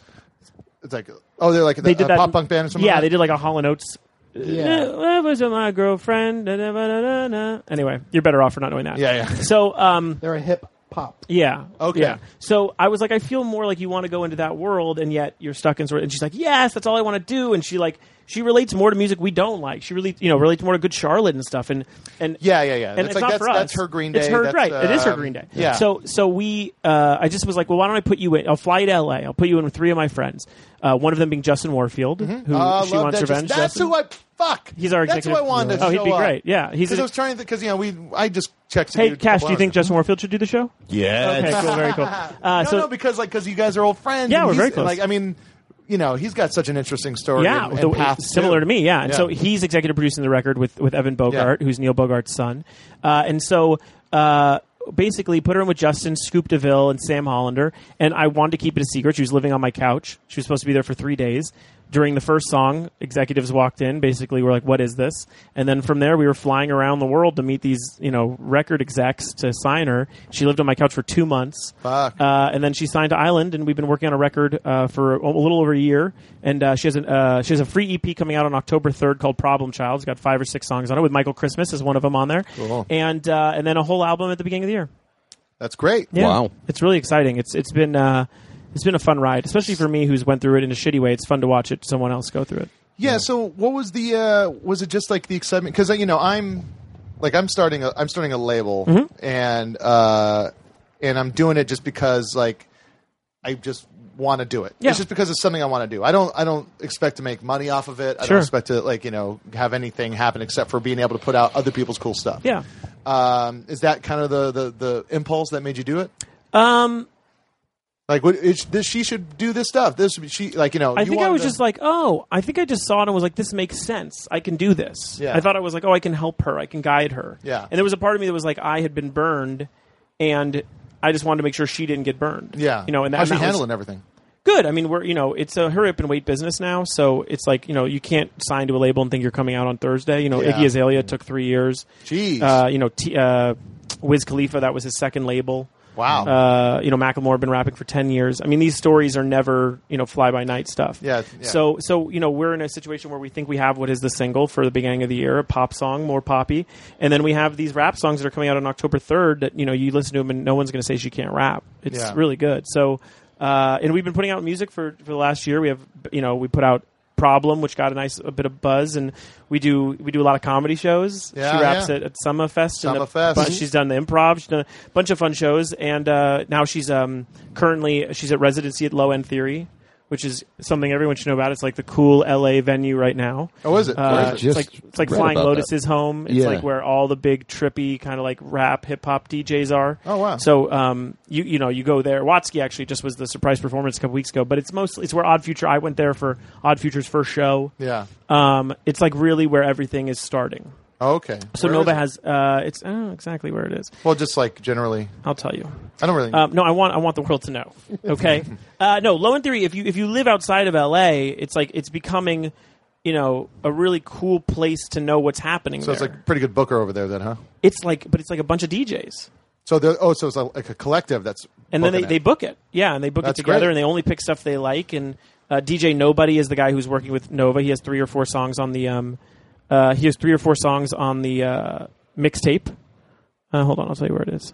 C: It's like oh, they're like
F: they
C: the-
F: did
C: a
F: that
C: pop punk band or something.
F: Yeah,
C: like
F: they did like a Hall and Oates No, that was my girlfriend. da, da, ba, da, da, da. Anyway, you're better off for not knowing that.
C: Yeah, yeah.
F: So, um,
G: they're a hip hop.
F: [laughs] Yeah.
C: Okay.
F: Yeah. So I was like, I feel more like you want to go into that world, and yet you're stuck in sort of. And she's like, Yes, that's all I want to do. And she like she relates more to music we don't like. She really you know relates more to Good Charlotte and stuff. And and
C: Yeah, yeah, yeah.
F: And
C: That's
F: it's
C: like-
F: not
C: that's-
F: for us.
C: that's her Green
F: It's
C: Day,
F: her
C: that's,
F: right. it is her
C: um,
F: Green Day.
C: yeah.
F: So so we uh, I just was like, well, why don't I put you in? I'll fly to L.A. I'll put you in with three of my friends. Uh, one of them being Justin Warfield, who
C: Mm-hmm. Uh, I
F: she
C: love
F: wants
C: that. Just-
F: revenge.
C: that's
F: Justin.
C: who I [laughs] fuck.
F: He's our
C: That's who I
F: executive-
C: wanted. To
F: Oh, he'd
C: show
F: be
C: up.
F: great. Yeah, he's
C: Because
F: a-
C: I was trying because you know we I just checked.
F: Hey, Cash, do you think Justin Warfield should do the show?
C: Yes.
F: Okay,
C: [laughs]
F: cool, very cool. Uh,
C: no,
F: so
C: no, because like because you guys are old friends.
F: Yeah,
C: and
F: we're
C: he's-
F: very close.
C: Like I mean, you know, he's got such an interesting story.
F: Yeah,
C: and, and
F: the-
C: path
F: similar to me. Yeah, and so he's executive producing the record with with Evan Bogart, who's Neil Bogart's son, uh, and so. Uh, Basically, put her in with Justin, Scoop DeVille, and Sam Hollander. And I wanted to keep it a secret. She was living on my couch. She was supposed to be there for three days. During the first song, executives walked in. Basically, were like, "What is this?" And then from there, we were flying around the world to meet these, you know, record execs to sign her. She lived on my couch for two months.
C: Fuck.
F: Uh, and then she signed to Island, and we've been working on a record uh, for a, a little over a year. And uh, she has an, uh, she has a free EP coming out on October third called Problem Child. It's got five or six songs on it with Michael Christmas is one of them on there,
C: Cool.
F: and uh, and then a whole album at the beginning of the year.
C: That's great.
F: Yeah. it's really exciting. It's it's been. Uh, it's been a fun ride, especially for me who's went through it in a shitty way. It's fun to watch it someone else go through it.
C: Yeah. So what was the uh, was it just like the excitement? Because you know I'm like I'm starting a I'm starting a label
F: Mm-hmm.
C: and uh, and I'm doing it just because like I just want to do it.
F: Yeah.
C: It's just because it's something I want to do. I don't I don't expect to make money off of it. I
F: Sure.
C: don't expect to like you know have anything happen except for being able to put out other people's cool stuff.
F: Yeah.
C: Um, is that kind of the, the the impulse that made you do it?
F: Um,
C: Like what? It's, this, she should do this stuff. This she like you know.
F: I
C: you
F: think I
C: wanted
F: was
C: to-
F: just like, oh, I think I just saw it and was like, this makes sense. I can do this.
C: Yeah.
F: I thought I was like, oh, I can help her. I can guide her.
C: Yeah.
F: And there was a part of me that was like, I had been burned, and I just wanted to make sure she didn't get burned.
C: yeah.
F: You know, and that,
C: how's she
F: and that was
C: handling everything?
F: good. I mean, we're you know, it's a hurry up and wait business now. So it's like you know, you can't sign to a label and think you're coming out on Thursday. You know,
C: Yeah.
F: Iggy Azalea took three years.
C: Jeez.
F: Uh, you know, T, uh, Wiz Khalifa that was his second label.
C: Wow.
F: Uh, you know, Macklemore had been rapping for ten years. I mean, these stories are never you know fly by night stuff.
C: Yeah, yeah.
F: So so you know we're in a situation where we think we have what is the single for the beginning of the year, a pop song, more poppy, and then we have these rap songs that are coming out on October third. That you know you listen to them and no one's going to say she can't rap. It's
C: Yeah.
F: really good. So uh, and we've been putting out music for for the last year. We have you know we put out. Problem, which got a nice a bit of buzz, and we do we do a lot of comedy shows.
C: Yeah,
F: she raps
C: yeah.
F: at, at Summer Fest. and
C: Summer
F: a
C: Fest.
F: bunch- she's done the improv. She's done a bunch of fun shows, and uh, now she's um, currently she's at residency at Low End Theory, which is something everyone should know about. It's like the cool LA venue right now.
C: Oh, is it? Where is
F: Uh,
C: it?
F: it's
E: Just
F: like it's like
E: read
F: Flying
E: about
F: Lotus's home. It's
E: Yeah.
F: like where all the big trippy kind of like rap hip hop DJs are.
C: Oh, wow.
F: So um, you you know you go there. Watsky actually just was the surprise performance a couple weeks ago, but it's mostly it's where Odd Future. I went there for Odd Future's first show.
C: Yeah.
F: Um, it's like really where everything is starting.
C: Oh, Okay.
F: So
C: Where
F: Nova
C: is it?
F: has uh, it's I don't know exactly where it is.
C: Well, just like generally,
F: I'll tell you.
C: I don't really.
F: Um, no, I want I want the world to know. Okay, uh, no. Low in theory, if you if you live outside of L.A., it's like it's becoming, you know, a really cool place to know what's happening.
C: so it's
F: there.
C: like pretty good booker over there, then, huh?
F: it's like, but it's like a bunch of DJs,
C: So there, oh, so it's like, like a collective that's
F: and then they,
C: booking
F: they
C: it.
F: book it. Yeah, and they book
C: That's
F: it together,
C: great.
F: and they only pick stuff they like. And uh, DJ Nobody is the guy who's working with Nova. He has three or four songs on the um, uh, he has three or four songs on the uh, mixtape. Uh, hold on, I'll tell you where it is.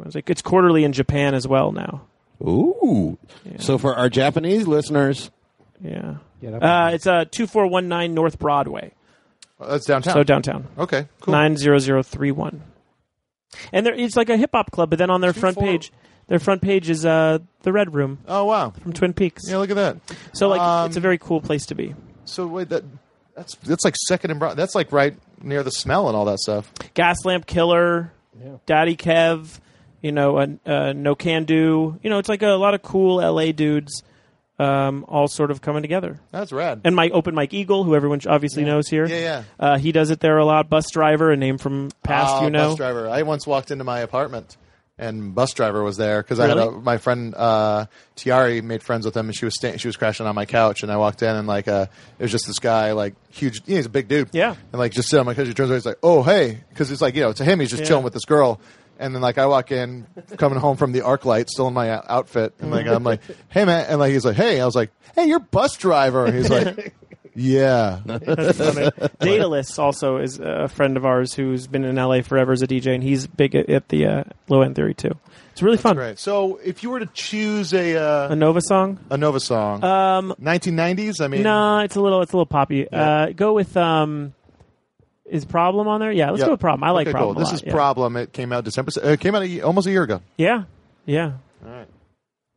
F: I was like, It's quarterly in Japan as well now.
E: Ooh. So for our Japanese listeners,
F: Yeah.
G: Get up.
F: Uh, it's uh, 2419 North Broadway.
C: Oh, that's downtown.
F: So downtown.
C: Okay, cool.
F: 90031. And there, it's like a hip hop club, but then on their front
C: 24.
F: page, their front page is uh, the Red Room
C: Oh wow.
F: from Twin Peaks.
C: Yeah, look at that.
F: so like,
C: um,
F: it's a very cool place to be.
C: So wait, that that's that's like second and broad. That's like right near the smell and all that stuff.
F: Gas Lamp Killer,
G: Yeah.
F: Daddy Kev, you know, uh, uh, No Can Do. You know, it's like a, lot of cool LA dudes, um, all sort of coming together.
C: That's rad.
F: and my open Mike Eagle, who everyone obviously knows here.
C: Yeah, yeah.
F: Uh, he does it there a lot. Bus driver, a name from past,
C: Oh,
F: you know.
C: bus driver. I once walked into my apartment. And bus driver was there because I had a,
F: Really?
C: my friend uh, Tiari made friends with him, and she was sta- she was crashing on my couch, and I walked in and like uh, it was just this guy like huge, you know, he's a big dude,
F: Yeah.
C: and like just sit on my couch. He turns around, he's like, "Oh hey," because it's like you know to him he's just
F: Yeah.
C: chilling with this girl, and then like I walk in coming home from the arc light, still in my o-
F: [laughs] [laughs]
C: outfit, and like I'm like, "Hey man," and like he's like, "Hey," I was like, "Hey, you're bus driver," and he's like. Yeah. [laughs]
F: That's funny. Dataless also is a friend of ours who's been in LA forever as a DJ, and he's big at, at the uh, Low End Theory too. It's really fun.
C: Right. So if you were to choose a uh,
F: a Nova song,
C: a Nova song,
F: um,
C: 1990s. I mean,
F: nah, it's a little it's a little poppy. Uh, go with um, is Problem on there? Yeah, let's
C: yeah.
F: go with Problem. I like
C: Okay, cool.
F: Problem. a
C: This
F: lot,
C: is
F: yeah.
C: Problem. It came out December. Uh, it came out a, ye- almost a year ago.
F: Yeah, yeah.
C: All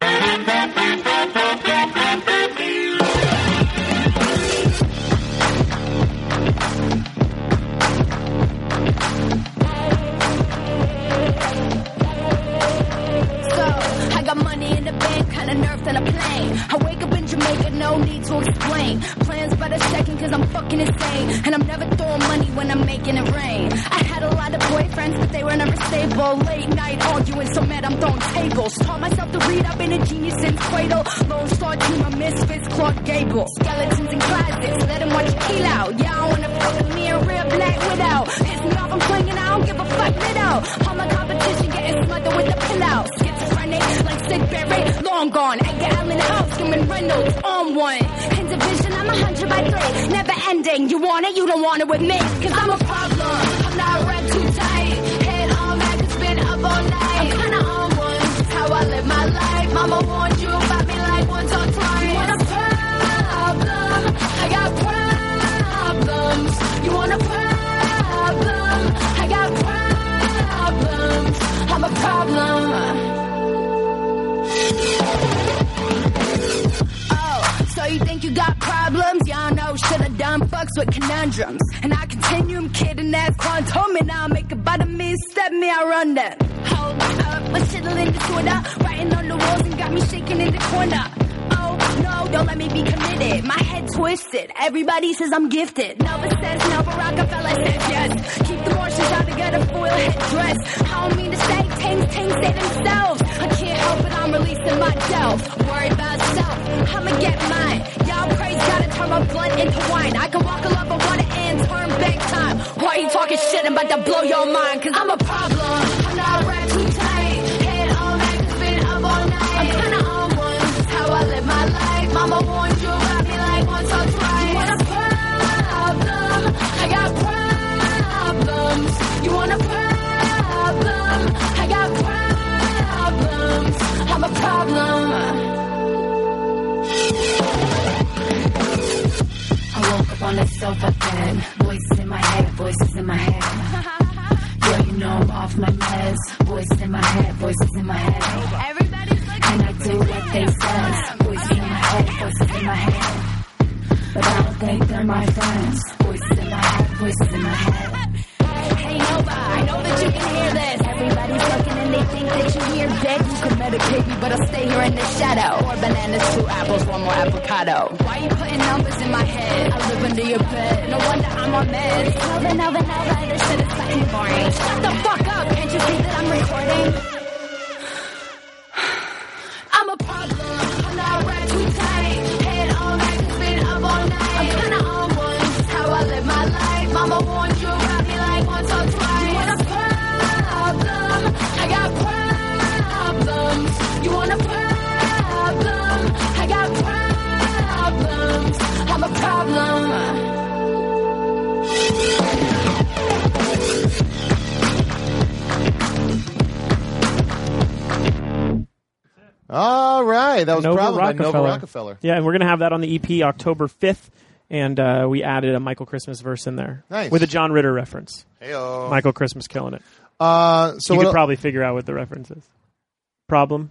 C: right.
S: So, I got money in the bank, kinda nerfed on a plane. I wake up in Jamaica, no need to explain. Plans by the second, cause I'm fucking insane. And I'm never throwing money when I'm making it rain. I had a lot of boyfriends, but they were never stable. Late night arguing, so mad I'm throwing tables. Taught myself to read, I've been a genius since cradle. Lone Star team of misfits, Clark Gable. Skeletons in closets, let him watch Peel out. Yeah, I wanna fuck with me a real black widow. Piss me off, I'm clinging, I don't give a fuck, widow. All my competition getting smothered with the pillow. Schizophrenic, like sick Barry, long gone. Edgar Allan Poe, Schumann Reynolds, on one. In division, I'm a hundred by three, never ending. You want it, you don't want it with me, cause I'm a problem. I'm not wrapped too tight, head on back, it's been up all night. I'm kinda on one, it's how I live my life. Mama warned you about me like once or twice. You want a problem? I got problems. You want a problem? I got problems. I'm a problem. Oh, so you think you got problems? Y'all know shit I done fucks with conundrums. And I continue, I'm kidding that quantum. And I'll make it bother me, step me, I run them. Hold me up, but chitlin' in disorder. Writing on the walls and got me shaking in the corner. Oh, no, don't let me be committed. My head twisted. Everybody says I'm gifted. Nova says no, but Rockefeller says yes. Keep the Marshalls out together, foil head dress. I don't mean to say things, things say themselves. I can't help it, I'm releasing myself. Worry about self, I'ma get mine. Y'all praise gotta turn my blood into wine. I can walk a love, I want and turn back time. Why you talking shit? I'm about to blow your mind, cause I'm a problem. I'm not wrapped too tight. Head on back, it's been up all night. I'm kinda on one, it's how I live my life. Mama warned you about me like once or twice. You want a problem? I got problems. You want a problem? I got problems. I'm a problem. I woke up on the sofa again. Voices in my head, voices in my head. Yeah, you know I'm off my meds. Voices in my head, voices in my head. Everybody's like, and I do what they said. Voices in my head, voices in my head. But I don't think they're my friends. Voices in my head, voices in my head. Hey Nova, I know that you can hear this. Everybody's looking and they think that you hear dead. You can medicate me, but I'll stay here in the shadow. Four bananas, two apples, one more avocado. Why you putting numbers in my head? I live under your bed. No wonder I'm on meds. Nova, Nova, Nova, this shit is fucking boring. Shut the fuck up, can't you see that I'm recording? [sighs] I'm a problem. I'm not wrapped too tight. Head on back, it's been up all night. I'm kinda on one. It's how I live my life. Mama warned you about me like once or twice. You want a problem? I got problems. You want a problem? I got problems. I'm a problem.
C: All right, that was
F: Nova
C: Problem by
F: Rockefeller.
C: Nova Rockefeller.
F: Yeah, and we're gonna have that on the EP October fifth, and uh, we added a Michael Christmas verse in there
C: Nice.
F: with a John Ritter reference.
C: Heyo.
F: Michael Christmas killing it.
C: Uh, so
F: you
C: what
F: could
C: el-
F: probably figure out what the reference is. Problem.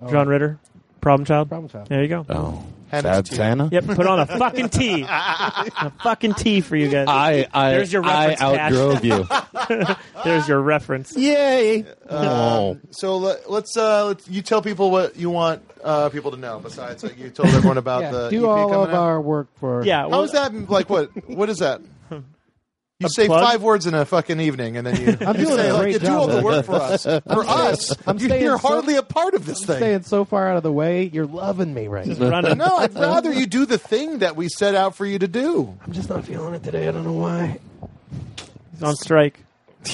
C: Oh.
F: John Ritter. Problem child. Problem
G: child.
F: There you go.
E: Oh,
F: Hand
E: sad
F: it to you.
E: Santa.
F: Yep.
E: [laughs]
F: Put on a fucking tee.
C: [laughs]
F: a fucking tee for you guys.
E: I I
F: There's your
E: I
F: reference. Cash.
E: outdrove you.
F: There's your reference.
E: Yay!
C: Um, so let, let's uh, let's you tell people what you want uh, people to know. Besides, like, you
F: [laughs]
C: told everyone about
G: Yeah,
C: the
G: do
C: EP
G: all
C: coming
G: of
C: out.
G: our work for
F: Yeah.
C: How
F: Well,
C: is that? Like what? What is
F: [laughs]
C: that? You
F: A
C: say
F: plug?
C: five words in a fucking evening, and then you,
G: I'm
C: you
G: doing
C: say,
G: a
C: like,
G: great
C: you do
G: job
C: all the
G: of
C: work
G: it.
C: for
G: [laughs]
C: us. For us,
G: I'm
C: you,
G: staying
C: you're
G: so-
C: hardly a part of this thing.
G: staying so far out of the way. You're loving me right
C: [laughs]
G: now.
F: running.
C: No, I'd rather
G: [laughs]
C: you do the thing that we set out for you to do.
G: I'm just not feeling it today. I don't know why.
F: He's on strike.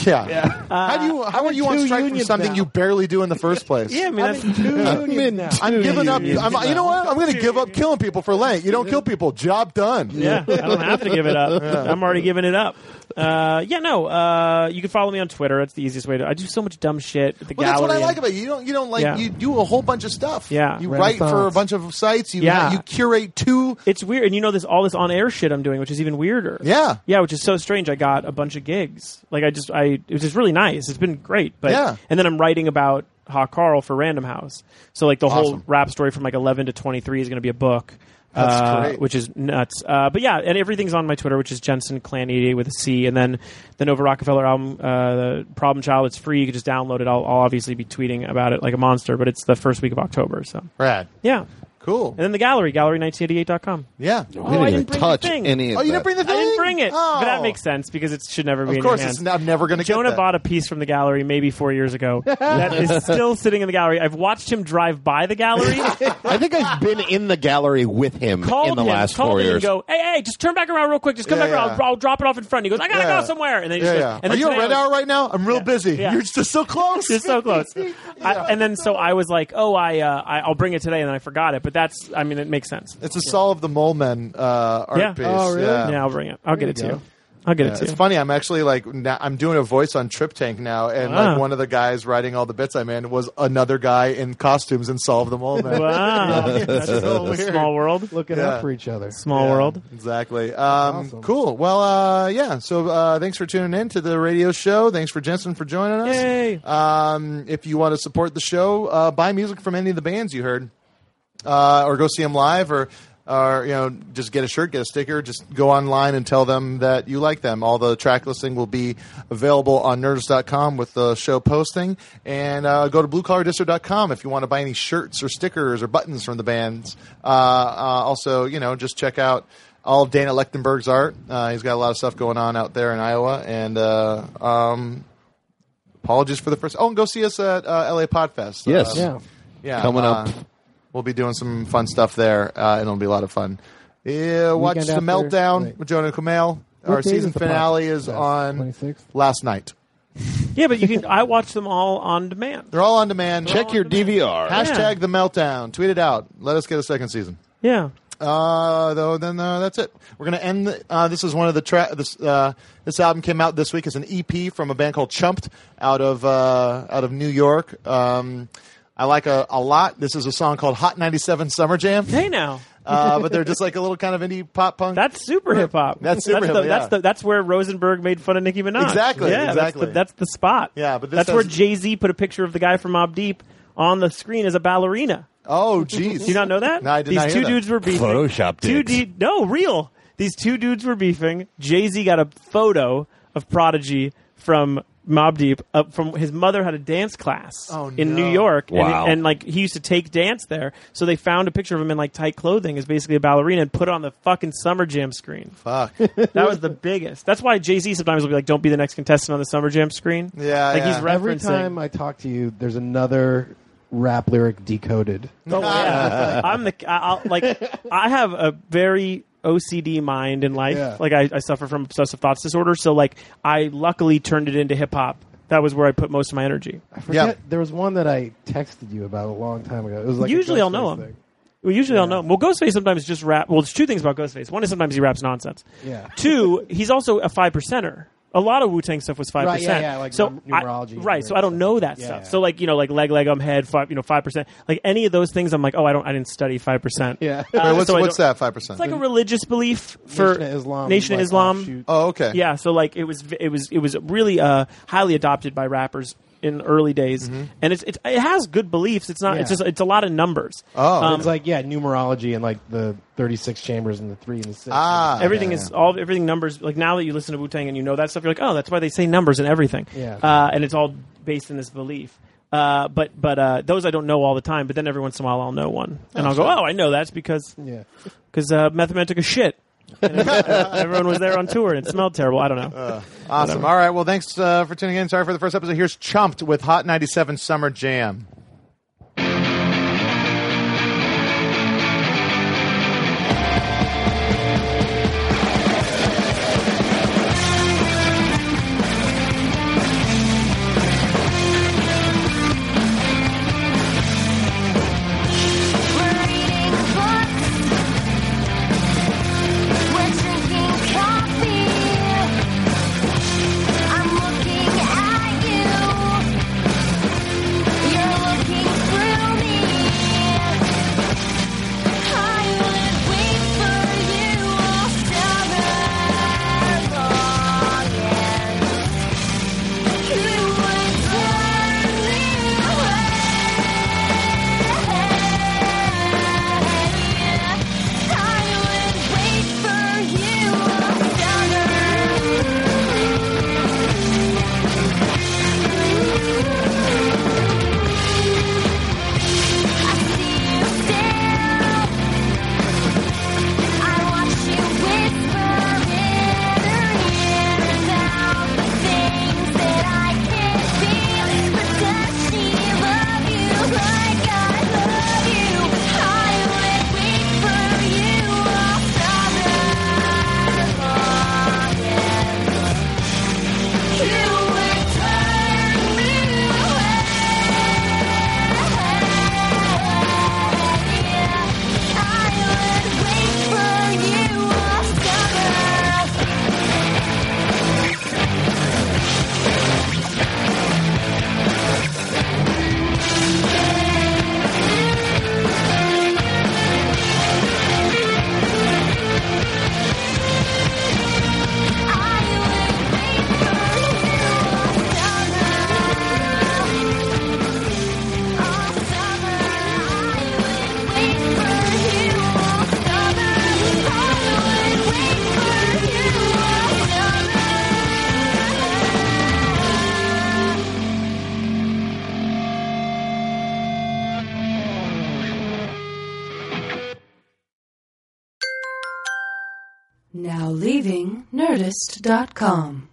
C: Yeah. how do you how are you on
F: Uh, two
C: strike for
F: unions
C: something
F: now.
C: you barely do in the first place?
F: Yeah, I mean, I'm that's- in two unions now.
C: I'm
F: Two
C: giving up.
F: unions
C: I'm, you know what? I'm going to give up killing people for Lent. You don't kill people. Job done.
F: Yeah, I don't have to give it up.
C: Yeah.
F: I'm already giving it up. Uh, yeah, no. Uh, you can follow me on Twitter. It's the easiest way to. I do so much dumb shit. At the
C: Well, that's
F: gallery.
C: what I like
F: and-
C: about you. You don't. You don't like.
F: Yeah.
C: You do a whole bunch of stuff.
F: Yeah.
C: You write for a
F: Renaissance.
C: bunch of sites. You
F: yeah,
C: You curate two.
F: It's weird, and you know this all this on air shit I'm doing, which is even weirder.
C: Yeah,
F: yeah, which is so strange. I got a bunch of gigs. Like I just, I it was just really nice. It's been great. But
C: Yeah.
F: and then I'm writing about Ha Carl for Random House. So like the whole
C: Awesome.
F: rap story from like 11 to 23 is going to be a book.
C: That's
F: uh,
C: great.
F: Which is nuts, uh, but yeah, and everything's on my Twitter, which is Jensen Clan 88 with a C, and then the Nova Rockefeller album, uh, the Problem Child. It's free; you can just download it. I'll, I'll obviously be tweeting about it like a monster, but it's the first week of October, so
C: Rad.
F: yeah,
C: cool.
F: And then the gallery, gallery1988.com.
C: Yeah. We
F: Oh,
C: didn't
F: I
C: even
F: didn't bring
C: touch
F: the thing.
C: any of Oh, you didn't that. bring the
F: I didn't
C: thing?
F: bring it.
C: Oh.
F: But that makes sense because it should never be.
C: Of
F: in
C: course,
F: your
C: it's
F: hands.
C: not- I'm never gonna get
F: Jonah
C: that.
F: bought a piece from the gallery maybe four
E: [laughs]
F: years ago that is still sitting in the gallery. I've watched him drive by the
E: [laughs]
F: gallery.
E: I think I've been in the gallery with him
F: [laughs] Called
E: in the
F: him,
E: last
F: called
E: four
F: him
E: years.
F: and go, hey, hey, just turn back around real quick. Just come
E: Yeah,
F: back around.
E: yeah.
F: I'll, I'll drop it off in front. He goes, I gotta
E: Yeah.
F: go somewhere. And then he
E: Yeah,
F: just goes,
E: yeah.
F: and
E: Are
F: then
E: you on
F: today I
E: Red
F: was-
E: Hour right now? I'm real busy.
F: Yeah.
E: You're just so close.
F: You're
E: [laughs]
F: so close. I, and then so I was like, oh, I, uh, I I'll bring it today, and then I forgot it. But that's, I mean, it makes sense.
C: It's a Saul of the Mole Men uh, art
F: Yeah.
C: piece.
F: Oh, really? Yeah, I'll bring it. I'll
C: There
F: get it to
C: go.
F: you. I'll get it to
C: It's
F: you.
C: funny. I'm actually like now, I'm doing a voice on Trip Tank now, and
F: Ah.
C: like one of the guys writing all the bits I'm in was another guy in costumes and solve them all. Man. [laughs]
F: Wow.
C: Yeah,
F: That's
C: it's so
F: a
C: weird.
F: small world.
G: Looking
C: Yeah.
G: out for each other.
F: Small
C: Yeah,
F: world.
C: Exactly. Um, Cool. Well, uh, yeah. So uh, thanks for tuning in to the radio show. Thanks for Jensen for joining us.
F: Yay.
C: Um, if you want to support the show, uh, buy music from any of the bands you heard, uh, or go see them live, or or you know just get a shirt, get a sticker. Just go online and tell them that you like them. All the track listing will be available on Nerdist.com with the show posting, and uh, go to BlueCollarDistro.com if you want to buy any shirts or stickers or buttons from the bands. Uh, uh, also, you know, just check out all of Dana Lechtenberg's art. Uh, he's got a lot of stuff going on out there in Iowa, and uh, um, apologies for the first. Oh, and go see us at uh, LA Podfest.
E: Yes.
C: Uh,
E: Yeah.
C: yeah.
E: Coming up.
C: uh, we'll be doing some fun stuff there, uh, and it'll be a lot of fun. Yeah, watch
G: Weekend
C: the
G: after-
C: meltdown
G: right.
C: with Jonah Kumail.
G: What
C: Our
G: date
C: season
G: is the
C: finale
G: Podfest?
C: is on
G: 26th?
C: last night.
F: Yeah, but you can. I watch them all on demand.
C: They're all on demand. Check your
E: DVR.
C: Hashtag the meltdown. Tweet it out. Let us get a second season.
F: Yeah.
C: Uh, though then uh, that's it. We're gonna end. The, uh, this is one of the track. This uh, this album came out this week. It's an EP from a band called Chumped out of uh, out of New York. Um, I like a, a lot. This is a song called Hot 97 Summer Jam.
F: Hey now.
C: Uh, but
F: [laughs]
C: they're just like a little kind of indie pop punk.
F: That's super hip hop.
C: That's super
F: that's
C: hip
F: the,
C: hop,
F: That's
C: yeah.
F: the that's where Rosenberg made fun of Nicki Minaj.
C: Exactly,
F: Yeah,
C: exactly.
F: That's the, that's the spot.
C: Yeah, but this
F: that's where
C: has-
F: Jay Z put a picture of the guy from Mob Deep on the screen as a ballerina.
C: Oh, jeez.
F: Do [laughs] you not know that?
C: No, I did
F: These
C: not hear
F: two
C: that.
F: dudes were beefing.
E: Photoshop
F: Two
E: dicks.
F: de- no, real. These two dudes were beefing. Jay Z got a photo of Prodigy from Mob Deep. Uh, from his mother had a dance class
C: Oh,
F: in
C: no.
F: New York,
E: Wow.
F: and, and like he used to take dance there. So they found a picture of him in like tight clothing as basically a ballerina and put it on the fucking Summer Jam screen.
C: Fuck.
F: [laughs] That was the biggest. That's why Jay Z sometimes will be like, "Don't be the next contestant on the Summer Jam screen."
C: Yeah,
F: like he's
C: yeah.
F: referencing.
G: Every time I talk to you, there's another rap lyric decoded.
F: [laughs] Oh,
C: [laughs]
F: yeah. I'm the I- I'll, like I have a very OCD mind in life.
G: Yeah.
F: Like I, I suffer from obsessive thoughts disorder, so like I luckily turned it into hip hop. That was where I put most of my energy.
G: I forget.
C: Yeah.
G: There was one that I texted you about a long time ago. It was like a
F: usually I'll know
G: Ghostface
F: him.
G: thing.
F: Well, usually I'll know him. Well, Ghostface sometimes just rap. Well, there's two things about Ghostface. One is sometimes he raps nonsense.
G: Yeah.
F: Two, he's also a five percenter. A lot of Wu Tang stuff was five
G: Right, yeah,
F: percent.
G: yeah, like
F: so
G: num- numerology
F: I,
G: and
F: right? So I don't know that
G: Yeah,
F: stuff.
G: yeah.
F: So like you know, like leg, leg, um, head, five, you know, five percent. Like any of those things, I'm like, oh, I don't, I didn't study five percent. Uh,
G: Yeah.
C: Wait, what's,
F: so I
C: what's
F: don't-
C: that? Five percent.
F: It's like a religious belief for
G: Nation of Islam,
F: Nation of
G: like,
F: Islam.
G: offshoot.
C: oh, okay.
F: Yeah, so like it was, it was, it was really uh, highly adopted by rappers in the early days,
C: Mm-hmm.
F: and it's, it's it has good beliefs. It's not. It's
G: Yeah.
F: just it's a lot of numbers. Um,
C: Oh.
G: it's like yeah, numerology and like the 36 chambers and the three and the six.
C: Ah,
F: everything
C: yeah,
F: is
C: yeah.
F: all everything numbers. Like now that you listen to Wu Tang and you know that stuff, you're like, oh, that's why they say numbers and everything.
G: Yeah.
F: Uh, and it's all based in this belief. Uh, but but uh, those I don't know all the time. But then every once in a while I'll know one, and I'll go, oh, I know that's because
G: yeah.
F: because uh, Method Man took
C: [laughs]
F: a shit. And everyone- everyone was there on tour and it smelled terrible. I don't know.
C: Uh, Awesome. All right. Well, thanks uh, for tuning in. Sorry for the first episode. Here's Chumped with Hot 97 Summer Jam.
K: Now leaving Nerdist.com.